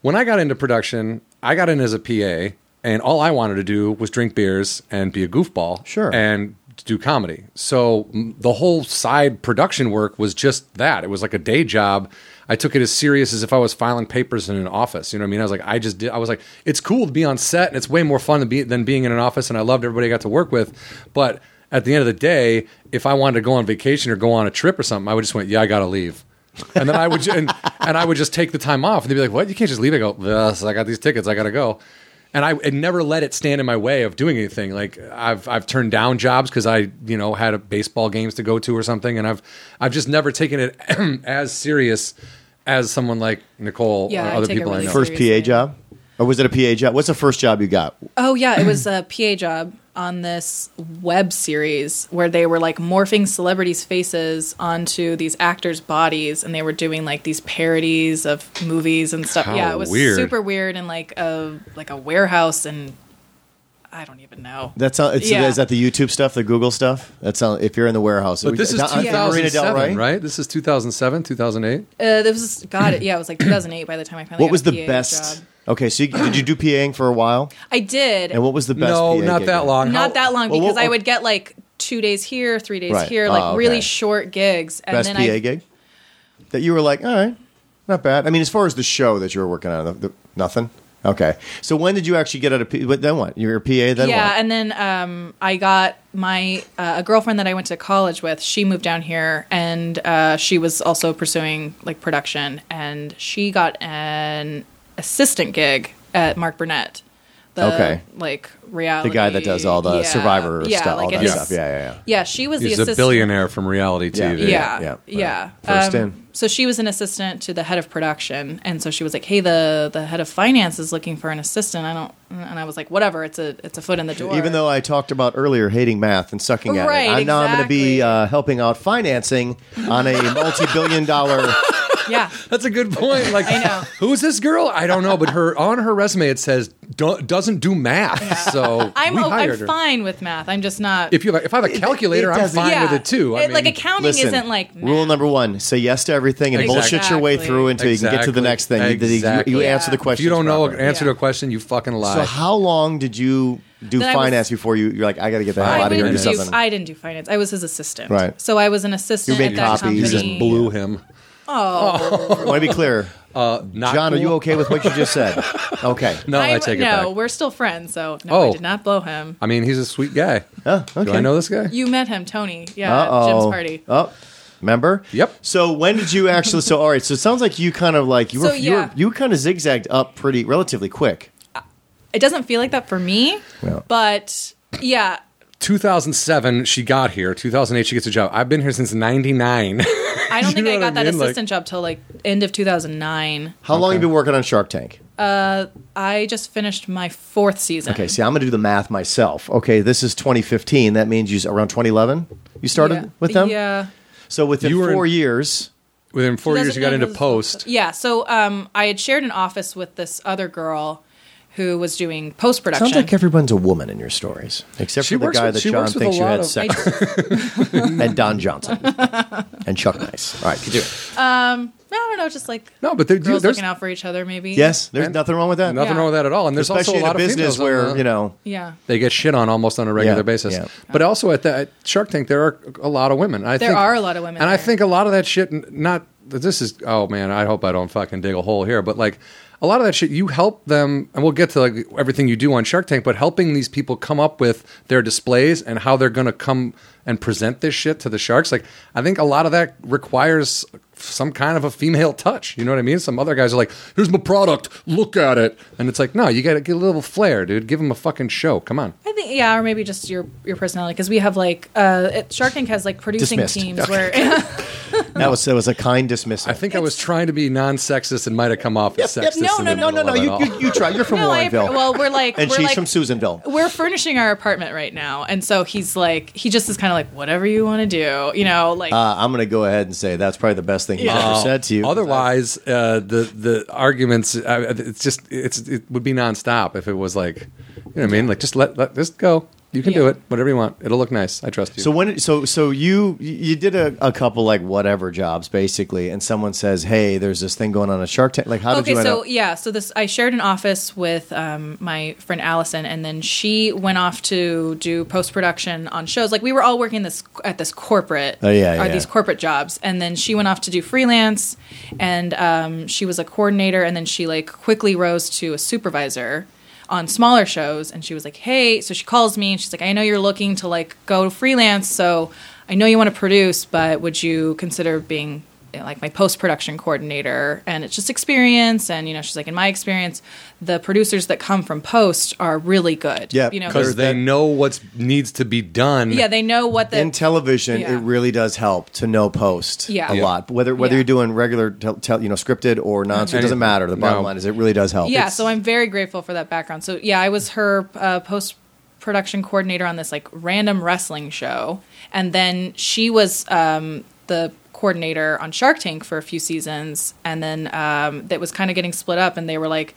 Speaker 1: When I got into production, I got in as a PA, and all I wanted to do was drink beers and be a goofball,
Speaker 2: Sure.
Speaker 1: and do comedy. So m- the whole side production work was just that. It was like a day job. I took it as serious as if I was filing papers in an office. You know what I mean? I was like, I just did. I was like, it's cool to be on set, and it's way more fun to be than being in an office. And I loved everybody I got to work with, but at the end of the day, if I wanted to go on vacation or go on a trip or something, I would just went, yeah, I gotta leave. And then I would, ju- and, and I would just take the time off. And they'd be like, what? You can't just leave. I go, yes, I got these tickets. I gotta go. And I it never let it stand in my way of doing anything. Like I've I've turned down jobs because I you know had a baseball games to go to or something, and I've I've just never taken it as serious as someone like Nicole
Speaker 3: Yeah, I
Speaker 1: or other
Speaker 3: take it
Speaker 1: people I
Speaker 3: really
Speaker 1: know.
Speaker 3: serious.
Speaker 2: first PA job, or was it a PA job? What's the first job you got?
Speaker 3: Oh yeah, it was a PA job on this web series where they were like morphing celebrities' faces onto these actors' bodies, and they were doing like these parodies of movies and stuff.
Speaker 1: How
Speaker 3: yeah, it was
Speaker 1: weird.
Speaker 3: super weird in like a like a warehouse, and I don't even know.
Speaker 2: That's how. It's,
Speaker 3: Yeah.
Speaker 2: Is that the YouTube stuff, the Google stuff? That's how. If you're in the warehouse,
Speaker 1: But this is
Speaker 2: not- uh,
Speaker 3: Yeah.
Speaker 2: Marina Del
Speaker 1: 2007,
Speaker 2: Rey?
Speaker 1: right? This is 2007, 2008.
Speaker 3: Uh, this was God. it- Yeah, it was like 2008 by the time I finally.
Speaker 2: What
Speaker 3: got
Speaker 2: was
Speaker 3: a
Speaker 2: the
Speaker 3: PA
Speaker 2: best?
Speaker 3: job.
Speaker 2: Okay, so you, did you do PAing for a while?
Speaker 3: I did.
Speaker 2: And what was the best?
Speaker 1: No,
Speaker 2: PA
Speaker 1: not
Speaker 2: gig?
Speaker 1: that long.
Speaker 3: Not
Speaker 1: How-
Speaker 3: that long
Speaker 2: Well,
Speaker 3: because
Speaker 2: well,
Speaker 3: I would get like two days here, three days
Speaker 2: Right.
Speaker 3: here, like
Speaker 2: Oh, okay.
Speaker 3: really short gigs, and
Speaker 2: Best
Speaker 3: then
Speaker 2: PA
Speaker 3: I
Speaker 2: gig that you were like, all right, Not bad. I mean, as far as the show that you were working on, the, the, nothing. Okay. So when did you actually get out of P? But then what? You're a PA. Then
Speaker 3: yeah,
Speaker 2: what?
Speaker 3: and then um, I got my uh, a girlfriend that I went to college with. She moved down here, and uh, she was also pursuing like production, and she got an assistant gig at Mark Burnett. The,
Speaker 2: Okay.
Speaker 3: Like reality,
Speaker 2: the guy that does all the
Speaker 3: yeah,
Speaker 2: Survivor
Speaker 3: yeah,
Speaker 2: stuff,
Speaker 3: like
Speaker 2: all that
Speaker 3: an
Speaker 2: stuff.
Speaker 3: ass-
Speaker 2: Yeah, yeah, yeah.
Speaker 3: Yeah, she was
Speaker 1: He's a
Speaker 3: the assistant.
Speaker 1: billionaire from reality
Speaker 2: Yeah.
Speaker 1: TV.
Speaker 3: Yeah,
Speaker 2: Yeah,
Speaker 3: yeah. Um,
Speaker 2: right. First in.
Speaker 3: So she was an assistant to the head of production, and so she was like, "Hey, the the head of finance is looking for an assistant." I don't, and I was like, "Whatever, it's a it's a foot in the door."
Speaker 2: Even though I talked about earlier hating math and sucking at
Speaker 3: Right,
Speaker 2: it, I, now I'm going to be
Speaker 3: exactly.
Speaker 2: uh, helping out financing on a multi-billion-dollar.
Speaker 3: yeah,
Speaker 1: That's a good point. Like,
Speaker 3: I know.
Speaker 1: who's this girl? I don't know, but her on her resume it says do, doesn't do math. So
Speaker 3: I'm
Speaker 1: we
Speaker 3: oh, I'm
Speaker 1: hired her.
Speaker 3: fine with math. I'm just not.
Speaker 1: If you have a, if I have a calculator, I'm
Speaker 2: doesn't-
Speaker 1: fine
Speaker 3: yeah.
Speaker 1: with it too. I
Speaker 3: It- like
Speaker 1: mean,
Speaker 3: accounting
Speaker 2: Listen,
Speaker 3: isn't like math.
Speaker 2: rule number one: say yes to everything and
Speaker 1: Exactly.
Speaker 2: bullshit your way through until you can get to the
Speaker 1: Exactly.
Speaker 2: next thing. You- you-
Speaker 1: Exactly.
Speaker 2: You, answer the
Speaker 3: Yeah.
Speaker 1: if
Speaker 2: question.
Speaker 1: you don't know an
Speaker 2: properly.
Speaker 1: answer to
Speaker 3: Yeah.
Speaker 1: a question, you fucking lie.
Speaker 2: So how long did you do
Speaker 3: Then I was-
Speaker 2: finance before you? You're like, I got to get the hell
Speaker 3: I
Speaker 2: out of here and do
Speaker 3: didn't,
Speaker 1: minutes.
Speaker 3: do,
Speaker 2: something.
Speaker 3: I didn't do finance. I was his assistant.
Speaker 2: Right.
Speaker 3: So I was an assistant
Speaker 2: made
Speaker 3: at that
Speaker 2: copies
Speaker 1: you
Speaker 3: company.
Speaker 1: just blew him.
Speaker 2: I want to be clear.
Speaker 1: Uh, Not
Speaker 2: John, are you
Speaker 1: cool?
Speaker 2: okay with what you just said? Okay.
Speaker 1: No, i
Speaker 3: I'm-
Speaker 1: take it
Speaker 3: no,
Speaker 1: back.
Speaker 3: we're still friends. So no, I
Speaker 1: Oh.
Speaker 3: did not blow him.
Speaker 1: I mean, he's a sweet guy.
Speaker 2: Oh,
Speaker 1: Do I know this guy?
Speaker 3: You met him, Tony. Yeah,
Speaker 2: Uh-oh.
Speaker 3: at Jim's party.
Speaker 2: Oh, remember?
Speaker 1: Yep.
Speaker 2: So when did you actually? So all right. So it sounds like you kind of like you were
Speaker 3: So,
Speaker 2: you,
Speaker 3: yeah.
Speaker 2: were, you kind of zigzagged up pretty relatively quick.
Speaker 3: It doesn't feel like that for me,
Speaker 2: Yeah.
Speaker 3: but yeah.
Speaker 1: 2007, she got here. 2008, she gets a job. I've been here since 99.
Speaker 3: I don't
Speaker 1: You
Speaker 3: think
Speaker 1: know
Speaker 3: I
Speaker 1: what I
Speaker 3: got that
Speaker 1: mean? Like-
Speaker 3: assistant job till like end of 2009.
Speaker 2: How long have you been working on Shark Tank?
Speaker 3: I just finished my fourth season.
Speaker 2: Okay. See, I'm going to do the math myself. Okay, this is 2015. That means you s- around 2011. You started
Speaker 3: Yeah.
Speaker 2: with them.
Speaker 3: Yeah.
Speaker 2: So within
Speaker 1: You were in-
Speaker 2: four years.
Speaker 1: Within four years, you got into
Speaker 3: 2009 was-
Speaker 1: post.
Speaker 3: Yeah. So um, I had shared an office with this other girl who was doing post production.
Speaker 2: Sounds like everyone's a woman in your stories, except
Speaker 1: She
Speaker 2: for the
Speaker 1: works
Speaker 2: guy
Speaker 1: with-
Speaker 2: that
Speaker 1: she
Speaker 2: John
Speaker 1: works with
Speaker 2: thinks
Speaker 1: a
Speaker 2: you
Speaker 1: lot
Speaker 2: had
Speaker 1: of-
Speaker 2: sex with, and Don Johnson, and Chuck Nice. All right, continue.
Speaker 3: I don't know, just like
Speaker 1: No, but there, you,
Speaker 3: girls
Speaker 1: there's
Speaker 3: looking out for each other, maybe.
Speaker 2: Yes, there's
Speaker 1: And-
Speaker 2: nothing wrong with that.
Speaker 1: nothing
Speaker 3: Yeah.
Speaker 1: wrong with that at all. And there's
Speaker 2: especially
Speaker 1: also a lot
Speaker 2: in a
Speaker 1: of
Speaker 2: business
Speaker 1: females on
Speaker 2: where
Speaker 1: the-
Speaker 2: you know
Speaker 3: Yeah.
Speaker 1: they get shit on almost on a regular
Speaker 2: Yeah,
Speaker 1: basis.
Speaker 2: yeah.
Speaker 1: But also at that at Shark Tank, there are a lot of women. I
Speaker 3: There
Speaker 1: think,
Speaker 3: are a lot of women
Speaker 1: and I
Speaker 3: there.
Speaker 1: think a lot of that shit. n- Not that this is. Oh man, I hope I don't fucking dig a hole here. But like a lot of that shit, you help them, and we'll get to like everything you do on Shark Tank. But helping these people come up with their displays and how they're going to come and present this shit to the sharks. Like I think a lot of that requires some kind of a female touch. You know what I mean? Some other guys are like, "Here's my product, look at it," and it's like, no, you got to get a little flair, dude. Give them a fucking show. Come on.
Speaker 3: I think yeah, or maybe just your your personality because we have like uh, it, Shark Tank has like producing
Speaker 2: Dismissed.
Speaker 3: teams where
Speaker 2: that was that was a kind dismissal.
Speaker 1: I think I was trying to be non-sexist and might have come off as
Speaker 2: Yep,
Speaker 1: sexist.
Speaker 3: no,
Speaker 1: in
Speaker 3: no,
Speaker 1: the
Speaker 3: no,
Speaker 1: middle of it all.
Speaker 2: you try. You're from
Speaker 3: no, I, well we're like
Speaker 2: and
Speaker 3: we're
Speaker 2: she's
Speaker 3: like,
Speaker 2: from Susanville.
Speaker 3: We're furnishing our apartment right now, and so he's like he just is kind of like whatever you want to do, you know, like
Speaker 2: Uh, I'm going to go ahead and say that's probably the best thing he's
Speaker 3: Yeah.
Speaker 2: ever said to you.
Speaker 1: Otherwise, uh, the the arguments uh, it's just it's it would be nonstop if it was like you know what I mean. Like just let, let just go. You can
Speaker 3: Yeah.
Speaker 1: do it. Whatever you want. It'll look nice. I trust you.
Speaker 2: so when so so you you did a, a couple like whatever jobs basically, and someone says, "Hey, there's this thing going on a Shark Tank." Like, how did
Speaker 3: okay
Speaker 2: you end
Speaker 3: so
Speaker 2: up?
Speaker 3: yeah so this i shared an office with um, my friend allison and then she went off to do post-production on shows like we were all working this at this corporate
Speaker 2: Oh, yeah,
Speaker 3: or
Speaker 2: yeah.
Speaker 3: these corporate jobs and then she went off to do freelance and um, she was a coordinator and then she like quickly rose to a supervisor on smaller shows and she was like hey so she calls me and she's like i know you're looking to like go freelance so i know you want to produce but would you consider being you know, like my post production coordinator and it's just experience and you know she's like in my experience the producers that come from post are really good
Speaker 2: Yeah,
Speaker 3: you know
Speaker 1: because they
Speaker 2: that-
Speaker 1: know what needs to be done.
Speaker 3: yeah they know what the
Speaker 2: In television,
Speaker 3: Yeah.
Speaker 2: it really does help to know post
Speaker 3: Yeah.
Speaker 2: a
Speaker 3: Yeah.
Speaker 2: lot. Whether whether
Speaker 3: Yeah.
Speaker 2: you're doing regular, tel- tel- you know, scripted or non, it doesn't
Speaker 1: Anything.
Speaker 2: matter. The bottom
Speaker 1: No.
Speaker 2: line is, it really does help.
Speaker 3: yeah
Speaker 2: It's-
Speaker 3: so i'm very grateful for that background so yeah i was her uh, post production coordinator on this like random wrestling show and then she was um, the coordinator on shark tank for a few seasons and then um, that was kind of getting split up and they were like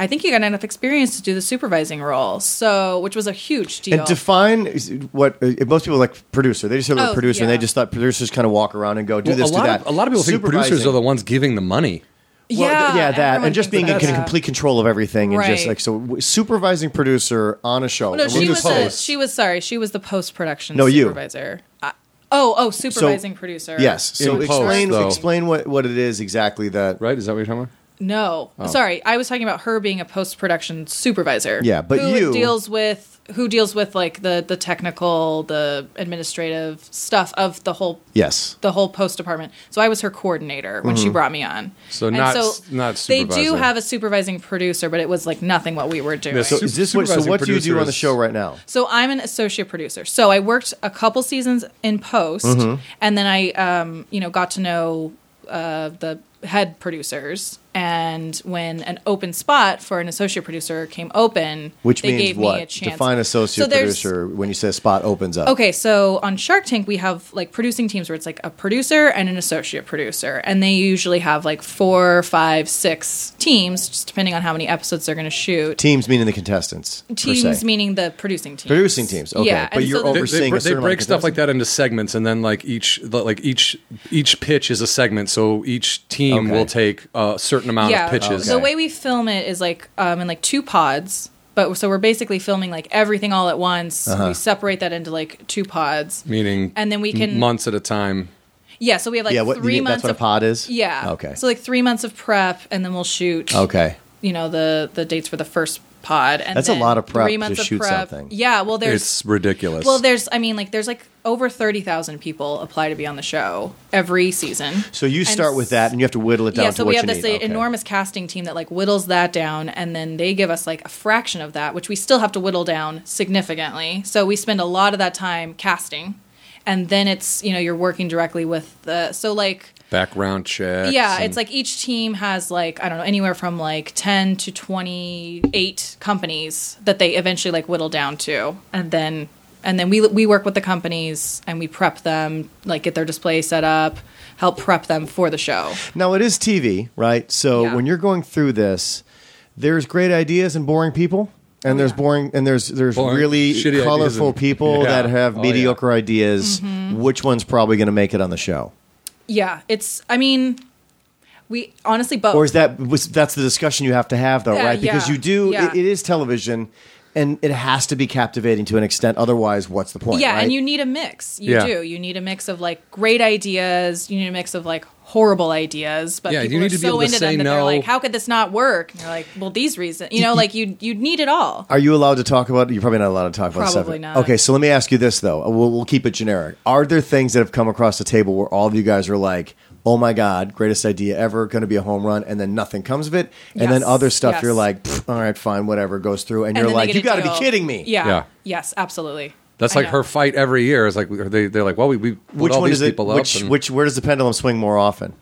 Speaker 3: i think you got enough experience to do the supervising role so which was a huge deal
Speaker 2: And define is- what uh, most people like producer. They just hear the word
Speaker 3: Oh,
Speaker 2: producer, and
Speaker 3: yeah.
Speaker 2: they just thought producers kind of walk around and go do
Speaker 1: Well,
Speaker 2: this,
Speaker 1: a lot
Speaker 2: do that.
Speaker 1: Of, a lot of people think producers
Speaker 2: Supervising-
Speaker 1: are the ones giving the money.
Speaker 2: Well, th- yeah, that,
Speaker 3: everyone
Speaker 2: and just being
Speaker 3: thinks
Speaker 2: in
Speaker 3: that.
Speaker 2: con- complete control of everything, and just
Speaker 3: Right.
Speaker 2: like so, w- supervising producer on a show.
Speaker 3: No,
Speaker 2: And we'll
Speaker 3: she
Speaker 2: do
Speaker 3: was.
Speaker 1: the
Speaker 3: A,
Speaker 1: post.
Speaker 3: she was sorry. She was the post production.
Speaker 2: No, you.
Speaker 3: supervisor. I, Oh, oh, supervising producer.
Speaker 2: Yes. So
Speaker 1: In post,
Speaker 2: explain
Speaker 1: though.
Speaker 2: explain what, what it is exactly that.
Speaker 1: right? Is that what you're talking about?
Speaker 3: No,
Speaker 1: Oh.
Speaker 3: sorry, I was talking about her being a post production supervisor.
Speaker 2: Yeah, but
Speaker 3: who
Speaker 2: you-
Speaker 3: deals with who deals with like the the technical, the administrative stuff of the whole
Speaker 2: Yes.
Speaker 3: the whole post department. So I was her coordinator when she brought me on.
Speaker 1: Mm-hmm. So
Speaker 3: And
Speaker 1: not- not
Speaker 3: They do
Speaker 1: supervisor.
Speaker 3: have a supervising producer, but it was like nothing what we were doing.
Speaker 1: Yeah,
Speaker 2: So
Speaker 1: Su-
Speaker 2: is this what? So
Speaker 1: supervising
Speaker 2: what do you do
Speaker 1: producer
Speaker 2: on the
Speaker 1: is-
Speaker 2: show right now?
Speaker 3: So I'm an associate producer. So I worked a couple seasons in post,
Speaker 2: Mm-hmm.
Speaker 3: and then I, um, you know, got to know uh, the head producers. And when an open spot for an associate producer came open,
Speaker 2: Which
Speaker 3: they
Speaker 2: means
Speaker 3: gave
Speaker 2: what?
Speaker 3: me a chance.
Speaker 2: Define associate
Speaker 3: So there's-
Speaker 2: producer when you say a spot opens up.
Speaker 3: Okay, so on Shark Tank, we have like producing teams where it's like a producer and an associate producer, and they usually have like four, five, six teams, just depending on how many episodes they're going to shoot.
Speaker 2: Teams meaning the contestants. per se.
Speaker 3: teams meaning the producing teams.
Speaker 2: Producing teams, okay,
Speaker 3: Yeah,
Speaker 2: but
Speaker 3: and
Speaker 2: you're
Speaker 3: so the-
Speaker 2: over-
Speaker 1: They,
Speaker 2: overseeing
Speaker 1: they,
Speaker 2: a certain
Speaker 1: they
Speaker 2: amount
Speaker 1: break
Speaker 2: of
Speaker 1: stuff like that into segments, and then like each like each each pitch is a segment. So each team
Speaker 2: Okay.
Speaker 1: will take a certain amount of pitches.
Speaker 3: The way we film it is like um, in like two pods, but so we're basically filming like everything all at once.
Speaker 2: Uh-huh.
Speaker 3: We separate that into like two pods,
Speaker 1: meaning
Speaker 3: and then we can
Speaker 1: months at a time.
Speaker 3: yeah. So we have like
Speaker 2: yeah, what, you
Speaker 3: three
Speaker 2: mean, that's
Speaker 3: months
Speaker 2: what a
Speaker 3: of
Speaker 2: pod is?
Speaker 3: Yeah.
Speaker 2: Okay.
Speaker 3: So like three months of prep, and then we'll shoot.
Speaker 2: okay.
Speaker 3: You know the the dates for the first pod, and
Speaker 2: That's a
Speaker 3: then
Speaker 2: lot of prep
Speaker 3: Three
Speaker 2: to
Speaker 3: months of
Speaker 2: shoot
Speaker 3: prep.
Speaker 2: something.
Speaker 3: Yeah. Well, there's
Speaker 1: It's ridiculous.
Speaker 3: well, there's I mean like there's like over thirty thousand people apply to be on the show every season.
Speaker 2: So you
Speaker 3: And
Speaker 2: start with that, and you have to whittle it down.
Speaker 3: yeah
Speaker 2: to
Speaker 3: so
Speaker 2: what
Speaker 3: we have
Speaker 2: you
Speaker 3: this
Speaker 2: need.
Speaker 3: uh,
Speaker 2: Okay.
Speaker 3: enormous casting team that like whittles that down and then they give us like a fraction of that which we still have to whittle down significantly so we spend a lot of that time casting and then it's you know you're working directly with the so like
Speaker 1: background checks.
Speaker 3: yeah
Speaker 1: and-
Speaker 3: it's like each team has like i don't know anywhere from like 10 to 28 companies that they eventually like whittle down to and then and then we we work with the companies and we prep them like get their display set up help prep them for the show
Speaker 2: Now it is TV, right? So
Speaker 3: Yeah.
Speaker 2: when you're going through this, there's great ideas and boring people,
Speaker 3: Oh,
Speaker 2: and there's boring and there's there's
Speaker 1: Boring,
Speaker 2: really
Speaker 1: shitty ideas
Speaker 2: colorful
Speaker 1: and-
Speaker 2: people
Speaker 1: Yeah.
Speaker 2: that
Speaker 1: Oh,
Speaker 2: have
Speaker 1: yeah.
Speaker 2: mediocre ideas.
Speaker 3: Mm-hmm.
Speaker 2: Which one's probably going to make it on the show?
Speaker 3: Yeah, it's. I mean, we honestly both.
Speaker 2: Or is that was that's the discussion you have to have though,
Speaker 3: Yeah,
Speaker 2: right? Because
Speaker 3: yeah,
Speaker 2: you do
Speaker 3: yeah.
Speaker 2: it, it is television, and it has to be captivating to an extent. Otherwise, what's the point?
Speaker 3: yeah,
Speaker 2: right?
Speaker 3: and you need a mix. You
Speaker 1: Yeah.
Speaker 3: do. You need a mix of like great ideas. You need a mix of like horrible ideas. But
Speaker 1: Yeah,
Speaker 3: people
Speaker 1: you need
Speaker 3: are
Speaker 1: to be
Speaker 3: so
Speaker 1: able to
Speaker 3: into them
Speaker 1: say
Speaker 3: that they're
Speaker 1: no.
Speaker 3: like, "How could this not work?" And you're like, "Well, these reasons." You know, like you you need it all.
Speaker 2: Are you allowed to talk about? You're probably not allowed to talk about stuff.
Speaker 3: Probably not.
Speaker 2: Okay, so let me ask you this though. We'll, we'll keep it generic. Are there things that have come across the table where all of you guys are like, "Oh my god, greatest idea ever, going to be a home run," and then nothing comes of it, and then
Speaker 3: Yes,
Speaker 2: other stuff
Speaker 3: yes.
Speaker 2: you're like, "Pfft, "All right, fine, whatever," goes through, and,
Speaker 3: And
Speaker 2: you're
Speaker 3: then they
Speaker 2: like,
Speaker 3: get
Speaker 2: "You
Speaker 3: a
Speaker 2: got to
Speaker 3: deal.
Speaker 2: be kidding me!"
Speaker 3: Yeah.
Speaker 1: Yeah.
Speaker 3: Yes, absolutely.
Speaker 1: That's
Speaker 3: I
Speaker 1: like
Speaker 3: know.
Speaker 1: her fight every year. Is like they they're like, well, we we put
Speaker 2: Which
Speaker 1: all
Speaker 2: one
Speaker 1: these
Speaker 2: is it?
Speaker 1: people up.
Speaker 2: Which
Speaker 1: and-
Speaker 2: which where does the pendulum swing more often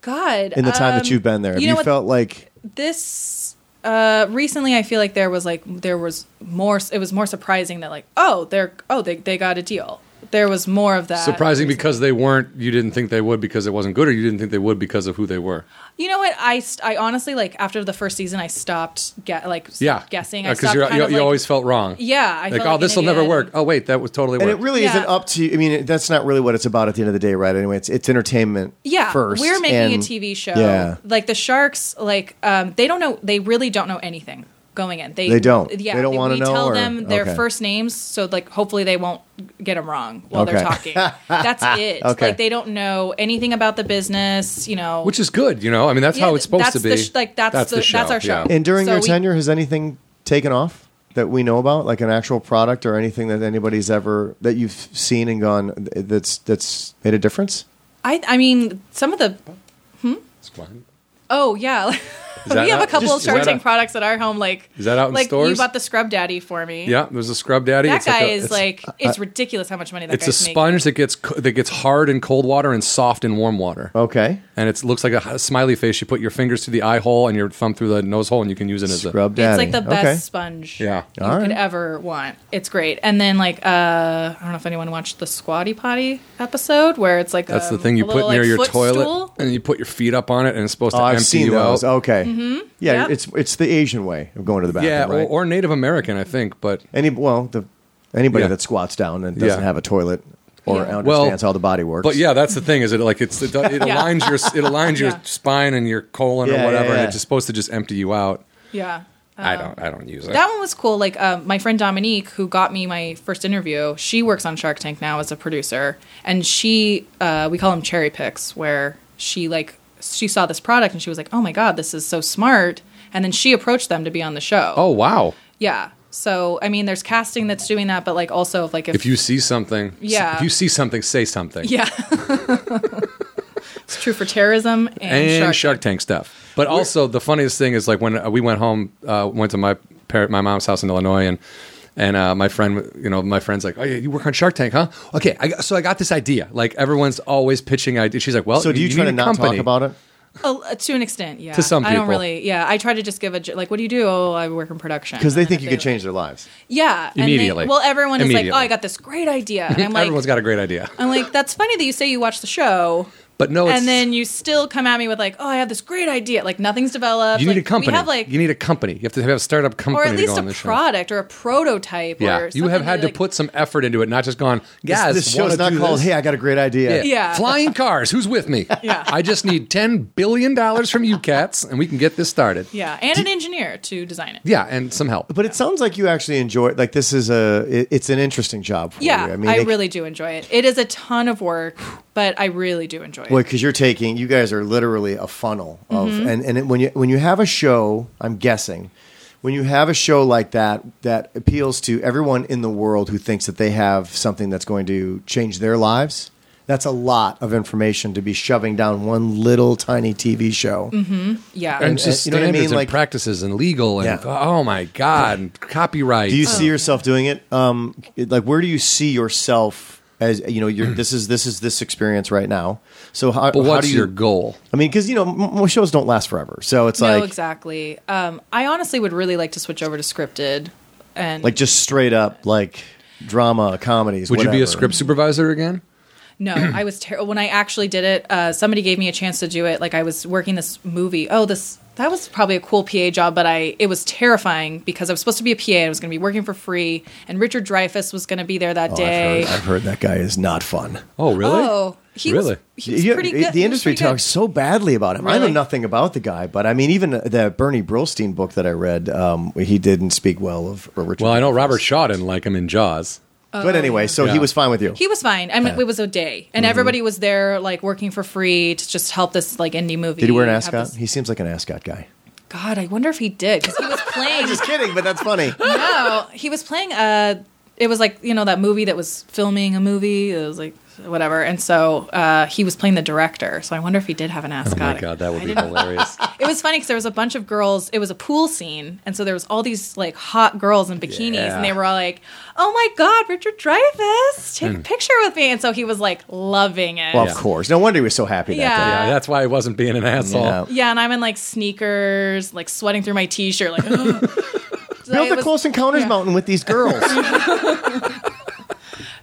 Speaker 3: God.
Speaker 2: in the time that
Speaker 3: um,
Speaker 2: you've been there? Have
Speaker 3: you
Speaker 2: you,
Speaker 3: know what?
Speaker 2: felt like
Speaker 3: this uh recently i feel like there was like there was more it was more surprising that like oh they're oh they, they got a deal there was more of that
Speaker 1: surprising because they weren't. You didn't think they would because it wasn't good, or you didn't think they would because of who they were.
Speaker 3: you know what i st- i honestly like after the first season i stopped get like s-
Speaker 1: Yeah,
Speaker 3: guessing i
Speaker 1: because
Speaker 3: stopped
Speaker 1: you
Speaker 3: kind
Speaker 1: you
Speaker 3: of, like-
Speaker 1: always felt wrong.
Speaker 3: yeah I
Speaker 1: like,
Speaker 3: felt
Speaker 1: oh,
Speaker 3: like
Speaker 1: this
Speaker 3: an
Speaker 1: will never
Speaker 3: idiot.
Speaker 1: work. Oh, wait, that was totally
Speaker 2: and
Speaker 1: worked.
Speaker 2: it really
Speaker 3: Yeah.
Speaker 2: isn't up to you. I mean, it- that's not really what it's about at the end of the day, right? Anyway, it's it's entertainment.
Speaker 3: yeah
Speaker 2: first.
Speaker 3: we we're making a
Speaker 2: and-
Speaker 3: tv show
Speaker 2: Yeah.
Speaker 3: like the sharks like um they don't know they really don't know anything going in they
Speaker 2: They don't?
Speaker 3: yeah
Speaker 2: They don't wanna
Speaker 3: we
Speaker 2: know,
Speaker 3: tell
Speaker 2: or-
Speaker 3: them their
Speaker 2: okay.
Speaker 3: first names so like hopefully they won't get them wrong while they're
Speaker 2: Okay.
Speaker 3: talking that's it
Speaker 2: Okay.
Speaker 3: like they don't know anything about the business you know
Speaker 1: which is good, you know. I mean, that's
Speaker 3: Yeah,
Speaker 1: how it's supposed
Speaker 3: that's
Speaker 1: to be.
Speaker 3: the sh- like, that's the- that's our show.
Speaker 1: yeah.
Speaker 2: And during
Speaker 3: So
Speaker 2: your
Speaker 3: we-
Speaker 2: tenure, has anything taken off that we know about, like an actual product or anything that anybody's ever that you've seen and gone th- that's that's made a difference?
Speaker 3: i i mean some of the
Speaker 1: It's fine.
Speaker 3: Oh yeah.
Speaker 1: that
Speaker 3: we have a
Speaker 1: not-
Speaker 3: couple
Speaker 1: just-
Speaker 3: of
Speaker 1: is
Speaker 3: Shark
Speaker 1: that
Speaker 3: Tank
Speaker 1: a-
Speaker 3: products at our home. Like
Speaker 1: Is that out in
Speaker 3: like you
Speaker 1: stores?
Speaker 3: bought the Scrub Daddy for me.
Speaker 1: Yeah, there's a scrub daddy.
Speaker 3: That
Speaker 1: It's
Speaker 3: guy
Speaker 1: like a-
Speaker 3: is
Speaker 1: it's-
Speaker 3: like it's ridiculous how much money that
Speaker 1: It's a
Speaker 3: guy's making.
Speaker 1: sponge that gets co- that gets hard in cold water and soft in warm water.
Speaker 2: Okay,
Speaker 1: And it looks like a h- smiley face. You put your fingers through the eye hole and your thumb through the nose hole, and you can use it as a
Speaker 2: scrub
Speaker 3: It's
Speaker 2: daddy.
Speaker 3: like the best sponge
Speaker 1: Yeah.
Speaker 3: you
Speaker 2: All
Speaker 3: could
Speaker 2: right.
Speaker 3: ever want. It's great. And then like uh I don't know if anyone watched the Squatty Potty episode where it's like
Speaker 1: That's
Speaker 3: um,
Speaker 1: the thing you
Speaker 3: a
Speaker 1: put
Speaker 3: little,
Speaker 1: near
Speaker 3: like,
Speaker 1: your
Speaker 3: footstool.
Speaker 1: toilet, and you put your feet up on it, and it's supposed to
Speaker 2: Oh, I've
Speaker 1: empty
Speaker 2: seen
Speaker 1: you
Speaker 2: those.
Speaker 1: out.
Speaker 2: Okay, yeah,
Speaker 3: Mm-hmm. Yep.
Speaker 2: it's it's the Asian way of going to the bathroom,
Speaker 1: yeah,
Speaker 2: right?
Speaker 1: or, or Native American, I think. But
Speaker 2: Any well, the anybody
Speaker 1: Yeah.
Speaker 2: that squats down and doesn't
Speaker 1: Yeah.
Speaker 2: have a toilet or
Speaker 3: Yeah.
Speaker 2: understands
Speaker 1: Well,
Speaker 2: how the body works.
Speaker 1: but yeah, that's the thing. Is it like it's it, it
Speaker 3: Yeah.
Speaker 1: aligns your it aligns your
Speaker 3: Yeah.
Speaker 1: spine and your colon
Speaker 2: Yeah, yeah,
Speaker 1: or whatever,
Speaker 2: yeah.
Speaker 1: and it's just supposed to just empty you out.
Speaker 3: Yeah. Uh,
Speaker 4: I don't. I don't use it.
Speaker 3: Oh. That one was cool. Like uh, my friend Dominique, who got me my first interview, she works on Shark Tank now as a producer, and she uh, we call them cherry picks, where she like she saw this product and she was like, "Oh my god, this is so smart!" And then she approached them to be on the show.
Speaker 1: Oh wow!
Speaker 3: yeah. So I mean, there's casting that's doing that, but like also like if,
Speaker 1: If you see something,
Speaker 3: Yeah.
Speaker 1: If you see something, say something.
Speaker 3: yeah, it's true for terrorism and,
Speaker 1: and Shark,
Speaker 3: Shark.
Speaker 1: Tank stuff. But also, the funniest thing is like when we went home, uh, went to my parent, my mom's house in Illinois, and and uh, my friend, you know, my friend's like, "Oh yeah, you work on Shark Tank, huh? Okay, I, got- so I got this idea. Like everyone's always pitching ideas. She's like, "Well,
Speaker 2: So do you, try
Speaker 1: need
Speaker 2: to
Speaker 1: a
Speaker 2: not
Speaker 1: company.
Speaker 2: talk about it?
Speaker 3: Uh, to an extent, yeah.
Speaker 1: To some
Speaker 3: I don't
Speaker 1: people.
Speaker 3: really. Yeah, I try to just give a j- like, what do you do? Oh, I work in production
Speaker 2: Because they
Speaker 3: And
Speaker 2: think
Speaker 3: if
Speaker 2: you could change their lives.
Speaker 3: Yeah, and they-
Speaker 1: Immediately.
Speaker 3: well, everyone is like,
Speaker 1: Immediately.
Speaker 3: "Oh, I got this great idea," and I'm like,
Speaker 1: Everyone's got a great idea,
Speaker 3: "I'm like, that's funny that you say you watch the show,
Speaker 1: but no, it's,
Speaker 3: and then you still come at me with like, oh, I have this great idea.' Like nothing's developed.
Speaker 1: you need
Speaker 3: like,
Speaker 1: a company.
Speaker 3: We have like,
Speaker 1: you need a company. You have to have a startup company
Speaker 3: or at
Speaker 1: to
Speaker 3: least
Speaker 1: go
Speaker 3: a
Speaker 1: on the show.
Speaker 3: product or a prototype.
Speaker 1: yeah,
Speaker 3: or
Speaker 1: you have
Speaker 3: something
Speaker 1: had to
Speaker 3: like-
Speaker 1: put some effort into it, not just gone. Guys,
Speaker 2: this
Speaker 1: wanna
Speaker 2: show's not
Speaker 1: do
Speaker 2: called.
Speaker 1: this?"
Speaker 2: Hey, I got a great idea.
Speaker 3: Yeah.
Speaker 1: Flying cars. Who's with me?
Speaker 3: Yeah.
Speaker 1: I just need $10 billion from you cats and we can get this started.
Speaker 3: yeah, and an engineer to design it.
Speaker 1: Yeah, and some help.
Speaker 2: But it sounds like you actually enjoy. Like this is a. it- It's an interesting job. For
Speaker 3: Yeah,
Speaker 2: you.
Speaker 3: I,
Speaker 2: I mean, it-
Speaker 3: really do enjoy it. It is a ton of work, but I really do enjoy it.
Speaker 2: Boy, because you're taking, you guys are literally a funnel of, and and it- when you when you have a show, I'm guessing, when you have a show like that that appeals to everyone in the world who thinks that they have something that's going to change their lives, that's a lot of information to be shoving down one little tiny TV show.
Speaker 3: yeah,
Speaker 1: and just
Speaker 2: you know what I
Speaker 1: standards
Speaker 2: mean?
Speaker 1: and
Speaker 2: Like-
Speaker 1: practices and legal and
Speaker 2: Yeah.
Speaker 1: oh my god, and copyright.
Speaker 2: Do you
Speaker 3: Oh.
Speaker 2: see yourself doing it? Um, like, where do you see yourself as you know? You're, this is this is this experience right now. So how?
Speaker 1: but
Speaker 2: how
Speaker 1: what's
Speaker 2: do you,
Speaker 1: your goal?
Speaker 2: I mean, because you know, m- m- shows don't last forever. So it's
Speaker 3: no,
Speaker 2: like
Speaker 3: exactly. Um, I honestly would really like to switch over to scripted. And
Speaker 2: like just straight up like drama comedies.
Speaker 1: Would you be a
Speaker 2: whatever.
Speaker 1: script supervisor again?
Speaker 3: No, I was terrible. When I actually did it, uh, somebody gave me a chance to do it. Like I was working this movie. Oh, this that was probably a cool PA job, but I it was terrifying because I was supposed to be a PA. And I was going to be working for free, and Richard Dreyfuss was going to be there that
Speaker 2: Oh,
Speaker 3: day.
Speaker 2: I've heard, I've heard that guy is not fun.
Speaker 1: Oh, really?
Speaker 3: Oh, he was
Speaker 1: Really?
Speaker 3: he was
Speaker 2: You-
Speaker 3: pretty good.
Speaker 2: The
Speaker 3: He was
Speaker 2: industry
Speaker 3: pretty good.
Speaker 2: talks so badly about him. I know
Speaker 3: Really?
Speaker 2: nothing about the guy, but I mean, even the Bernie Brillstein book that I read, um, he didn't speak well of Richard.
Speaker 1: Well, I know
Speaker 2: Dreyfuss.
Speaker 1: Robert Shaw didn't like him in Jaws.
Speaker 3: Oh,
Speaker 2: But anyway, so he
Speaker 1: Yeah.
Speaker 2: was fine with you.
Speaker 3: He was fine. I mean, it was a day,
Speaker 2: Mm-hmm.
Speaker 3: and everybody was there, like working for free to just help this like indie movie.
Speaker 2: Did he wear an
Speaker 3: have
Speaker 2: ascot?
Speaker 3: this-
Speaker 2: He seems like an ascot guy.
Speaker 3: God, I wonder if he did because he was playing.
Speaker 2: Just kidding, but that's funny.
Speaker 3: no, he was playing uh It was like you know that movie that was filming a movie. It was like whatever, and so uh, he was playing the director. So I wonder if he did have an ascot.
Speaker 1: Oh my god, that would
Speaker 3: I
Speaker 1: be
Speaker 3: didn't-
Speaker 1: hilarious.
Speaker 3: It was funny because there was a bunch of girls. It was a pool scene, and so there was all these like hot girls in bikinis,
Speaker 1: Yeah.
Speaker 3: and they were all like, "Oh my god, Richard Dreyfuss, take a picture with me!" And so he was like loving it.
Speaker 2: Mm. Well,
Speaker 1: Yeah.
Speaker 2: of course. No wonder he was so happy that
Speaker 3: Yeah.
Speaker 2: day.
Speaker 1: yeah, that's why he wasn't being an asshole.
Speaker 2: Yeah.
Speaker 3: Yeah, and I'm in like sneakers, like sweating through my t-shirt, like. Build
Speaker 2: Built the Close Encounters Mountain with these girls.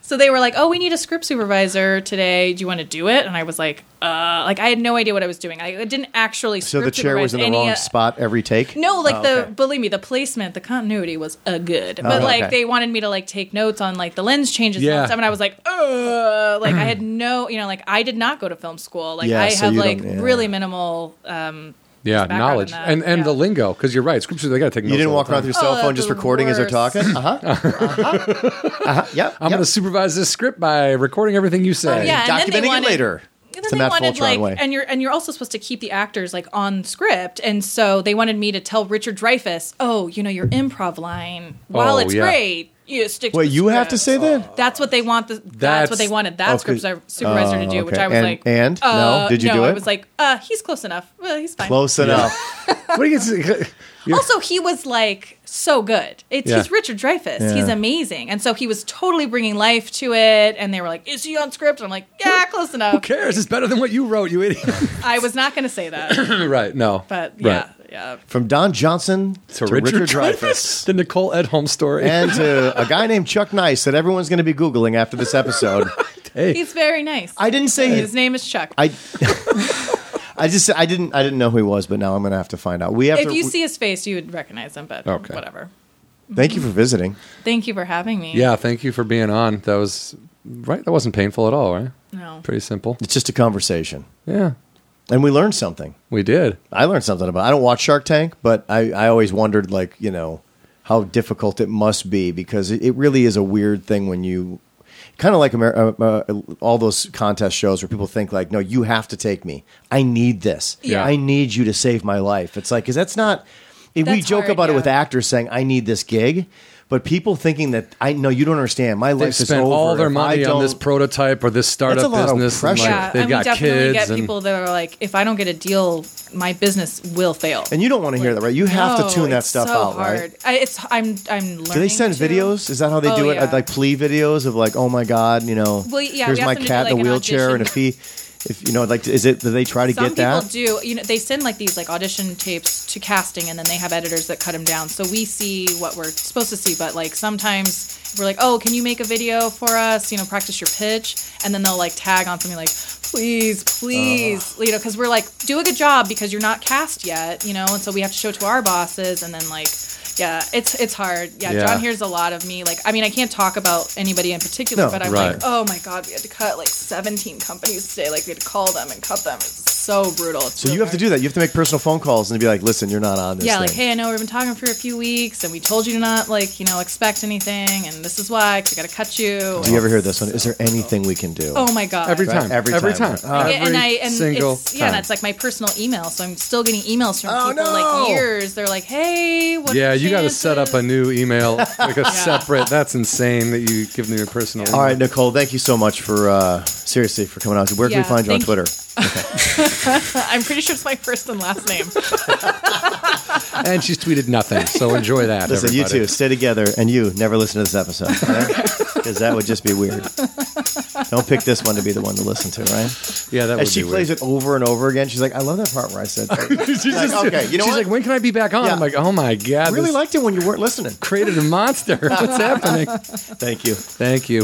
Speaker 3: So they were like, "Oh, we need a script supervisor today. Do you want to do it?" And I was like, "Uh, like I had no idea what I was doing. I didn't actually."
Speaker 2: so the
Speaker 3: script
Speaker 2: chair was in
Speaker 3: supervise
Speaker 2: the
Speaker 3: any,
Speaker 2: wrong
Speaker 3: uh,
Speaker 2: spot every take.
Speaker 3: No, like
Speaker 2: Oh,
Speaker 3: the
Speaker 2: okay.
Speaker 3: believe me, the placement, the continuity was uh, good, but
Speaker 2: Oh,
Speaker 3: like
Speaker 2: okay.
Speaker 3: they wanted me to like take notes on like the lens changes
Speaker 1: Yeah.
Speaker 3: and stuff, and I was like, "Uh, like I had no, you know, like I did not go to film school. Like
Speaker 2: Yeah,
Speaker 3: I
Speaker 2: so
Speaker 3: have
Speaker 2: you
Speaker 3: like
Speaker 2: don't- yeah.
Speaker 3: really minimal. Um,
Speaker 1: Yeah,
Speaker 3: background
Speaker 1: knowledge
Speaker 3: in that,
Speaker 1: and and
Speaker 3: yeah.
Speaker 1: the lingo because you're right. Scripture, they got to take.
Speaker 2: You didn't walk around with your cell
Speaker 3: Oh,
Speaker 2: phone just
Speaker 3: the
Speaker 2: recording as they're
Speaker 3: worst.
Speaker 2: talking? Uh huh. Uh huh. Uh-huh. Yep.
Speaker 1: I'm
Speaker 2: yep.
Speaker 1: going to supervise this script by recording everything you say.
Speaker 3: Oh, yeah. and then they
Speaker 2: documenting
Speaker 3: wanted-
Speaker 2: it later.
Speaker 3: And
Speaker 2: It's the
Speaker 3: then they
Speaker 2: Matt
Speaker 3: wanted
Speaker 2: Fultron
Speaker 3: like,
Speaker 2: way.
Speaker 3: and you're and you're also supposed to keep the actors like on script, and so they wanted me to tell Richard Dreyfuss, "Oh, you know your improv line. While
Speaker 1: Oh,
Speaker 3: it's
Speaker 1: yeah.
Speaker 3: great, you stick." to
Speaker 2: Wait,
Speaker 3: the
Speaker 2: you have to
Speaker 3: script."
Speaker 2: say that?
Speaker 3: That's what they want. The, that's, what they
Speaker 1: That's-
Speaker 3: wanted.
Speaker 2: Oh,
Speaker 3: That
Speaker 2: 'cause-
Speaker 3: script script supervisor to do,
Speaker 2: Oh,
Speaker 3: which
Speaker 2: okay.
Speaker 3: I was
Speaker 2: And-
Speaker 3: like,
Speaker 2: and? No?
Speaker 3: uh,
Speaker 2: Did you
Speaker 3: no,
Speaker 2: do
Speaker 3: I
Speaker 2: it?
Speaker 3: was like, uh, he's close enough. Well, he's fine.
Speaker 2: Close enough.
Speaker 1: what do you get? to-
Speaker 3: Also, he was like so good. It's
Speaker 1: Yeah.
Speaker 3: he's Richard Dreyfuss.
Speaker 2: Yeah.
Speaker 3: He's amazing, and so he was totally bringing life to it. And they were like, "Is he on script?" And I'm like, "Yeah, close enough."
Speaker 1: Who cares? It's better than what you wrote, you idiot.
Speaker 3: I was not going to say that,
Speaker 1: right, no.
Speaker 3: but
Speaker 1: Right.
Speaker 3: yeah, yeah.
Speaker 2: From Don Johnson
Speaker 1: To, Richard, Dreyfuss.
Speaker 2: Dreyfuss.
Speaker 1: The Nicole Edholm story.
Speaker 2: and to a guy named Chuck Nice that everyone's going to be Googling after this episode.
Speaker 1: hey,
Speaker 3: He's very nice.
Speaker 2: I didn't say
Speaker 3: His
Speaker 2: his
Speaker 3: name is Chuck.
Speaker 2: I. I just I didn't I didn't know who he was, but now I'm gonna have to find out. We have
Speaker 3: if
Speaker 2: to.
Speaker 3: you see his face, you would recognize him, but
Speaker 1: Okay.
Speaker 3: whatever.
Speaker 2: thank you for visiting.
Speaker 3: Thank you for having me.
Speaker 1: yeah, thank you for being on. That was, right? That wasn't painful at all, right?
Speaker 3: No.
Speaker 1: Pretty simple.
Speaker 2: It's just a conversation.
Speaker 1: Yeah.
Speaker 2: and we learned something.
Speaker 1: We did.
Speaker 2: I learned something about. I don't watch Shark Tank, but I, I always wondered like you know how difficult it must be because it, it really is a weird thing when you kind of like Amer- uh, uh, all those contest shows where people think like no you have to take me I need this
Speaker 1: Yeah.
Speaker 2: I need you to save my life it's like because that's not if we
Speaker 3: That's
Speaker 2: joke
Speaker 3: hard,
Speaker 2: about it
Speaker 3: yeah.
Speaker 2: with actors saying I need this gig. But people thinking that I no, you don't understand. My
Speaker 1: They've
Speaker 2: life is
Speaker 1: spent
Speaker 2: over.
Speaker 1: all their
Speaker 2: If I
Speaker 1: money on this
Speaker 2: don't-
Speaker 1: prototype or this startup
Speaker 2: lot of
Speaker 1: business. and, like,
Speaker 2: pressure.
Speaker 3: yeah,
Speaker 1: they've
Speaker 3: and we
Speaker 1: got
Speaker 3: definitely
Speaker 1: kids
Speaker 3: get
Speaker 1: and
Speaker 3: people that are like, if I don't get a deal, my business will fail.
Speaker 2: And you don't want to hear that, right? You have to
Speaker 3: No,
Speaker 2: tune that
Speaker 3: it's
Speaker 2: stuff
Speaker 3: so
Speaker 2: out,
Speaker 3: hard.
Speaker 2: right?
Speaker 3: I, it's I'm I'm learning.
Speaker 2: Do they send
Speaker 3: to-
Speaker 2: videos? Is that how they
Speaker 3: Oh,
Speaker 2: do it?
Speaker 3: yeah.
Speaker 2: Like plea videos of like, oh my god, you know,
Speaker 3: Well, yeah,
Speaker 2: here's
Speaker 3: we ask
Speaker 2: my
Speaker 3: them to do,
Speaker 2: cat in
Speaker 3: like,
Speaker 2: a
Speaker 3: an
Speaker 2: wheelchair, and if
Speaker 3: audition.
Speaker 2: he, if you know, like, is it? Do they try to
Speaker 3: Some
Speaker 2: get that?
Speaker 3: people do. You know, they send like these like audition tapes to casting, and then they have editors that cut them down. So we see what we're supposed to see, but like sometimes we're like, "Oh, can you make a video for us? You know, practice your pitch," and then they'll like tag on something like, "Please, please,"
Speaker 2: Uh-huh.
Speaker 3: you know, because we're like, "Do a good job," because you're not cast yet, you know, and so we have to show it to our bosses, and then like. Yeah, it's it's hard. Yeah,
Speaker 1: Yeah.
Speaker 3: John hears a lot of me. Like, I mean, I can't talk about anybody in particular,
Speaker 2: No,
Speaker 3: but I'm
Speaker 1: right.
Speaker 3: like, oh my god, we had to cut like 17 companies today. Like we had to call them and cut them. It's so brutal. It's
Speaker 2: So you have to do that. You have to make personal phone calls and be like, listen, you're not on this.
Speaker 3: Yeah,
Speaker 2: thing.
Speaker 3: like hey, I know we've been talking for a few weeks, and we told you to not like you know expect anything, and this is why 'cause we got to cut you.
Speaker 2: do you ever hear this one? Is there anything we can do?
Speaker 3: Oh my god.
Speaker 1: every
Speaker 2: Right,
Speaker 1: time,
Speaker 2: every
Speaker 1: every
Speaker 2: time.
Speaker 1: time,
Speaker 2: Uh,
Speaker 1: every
Speaker 3: yeah, and I and
Speaker 1: single
Speaker 3: it's, yeah,
Speaker 1: time.
Speaker 3: that's like my personal email. So I'm still getting emails from
Speaker 2: Oh,
Speaker 3: people
Speaker 2: no!
Speaker 3: like years. They're like, "Hey, what
Speaker 1: yeah, you got to set up a
Speaker 3: a
Speaker 1: new email, like a separate. That's insane that you give them your personal.
Speaker 2: All right, Nicole, thank you so much for uh, seriously for coming on. Where can we
Speaker 3: Yeah,
Speaker 2: find you on
Speaker 3: thank-
Speaker 2: Twitter?
Speaker 3: I'm pretty sure it's my first and last name.
Speaker 1: and she's tweeted nothing, so enjoy that.
Speaker 2: Listen, you
Speaker 1: everybody.
Speaker 2: two, stay together, and you never listen to this episode, because that would just be weird. Don't pick this one to be the one to listen to, right?
Speaker 1: Yeah, that
Speaker 2: And
Speaker 1: would
Speaker 2: she
Speaker 1: be
Speaker 2: plays it over and over again. She's like, I love that part where I said, that."
Speaker 1: Weird. she's
Speaker 2: like, okay, you know
Speaker 1: she's
Speaker 2: what?
Speaker 1: like, when can I be back on?
Speaker 2: Yeah.
Speaker 1: I'm like, oh my god,
Speaker 2: I really
Speaker 1: this
Speaker 2: liked it when you weren't listening.
Speaker 1: created a monster. What's happening?
Speaker 2: Thank you.
Speaker 1: Thank you.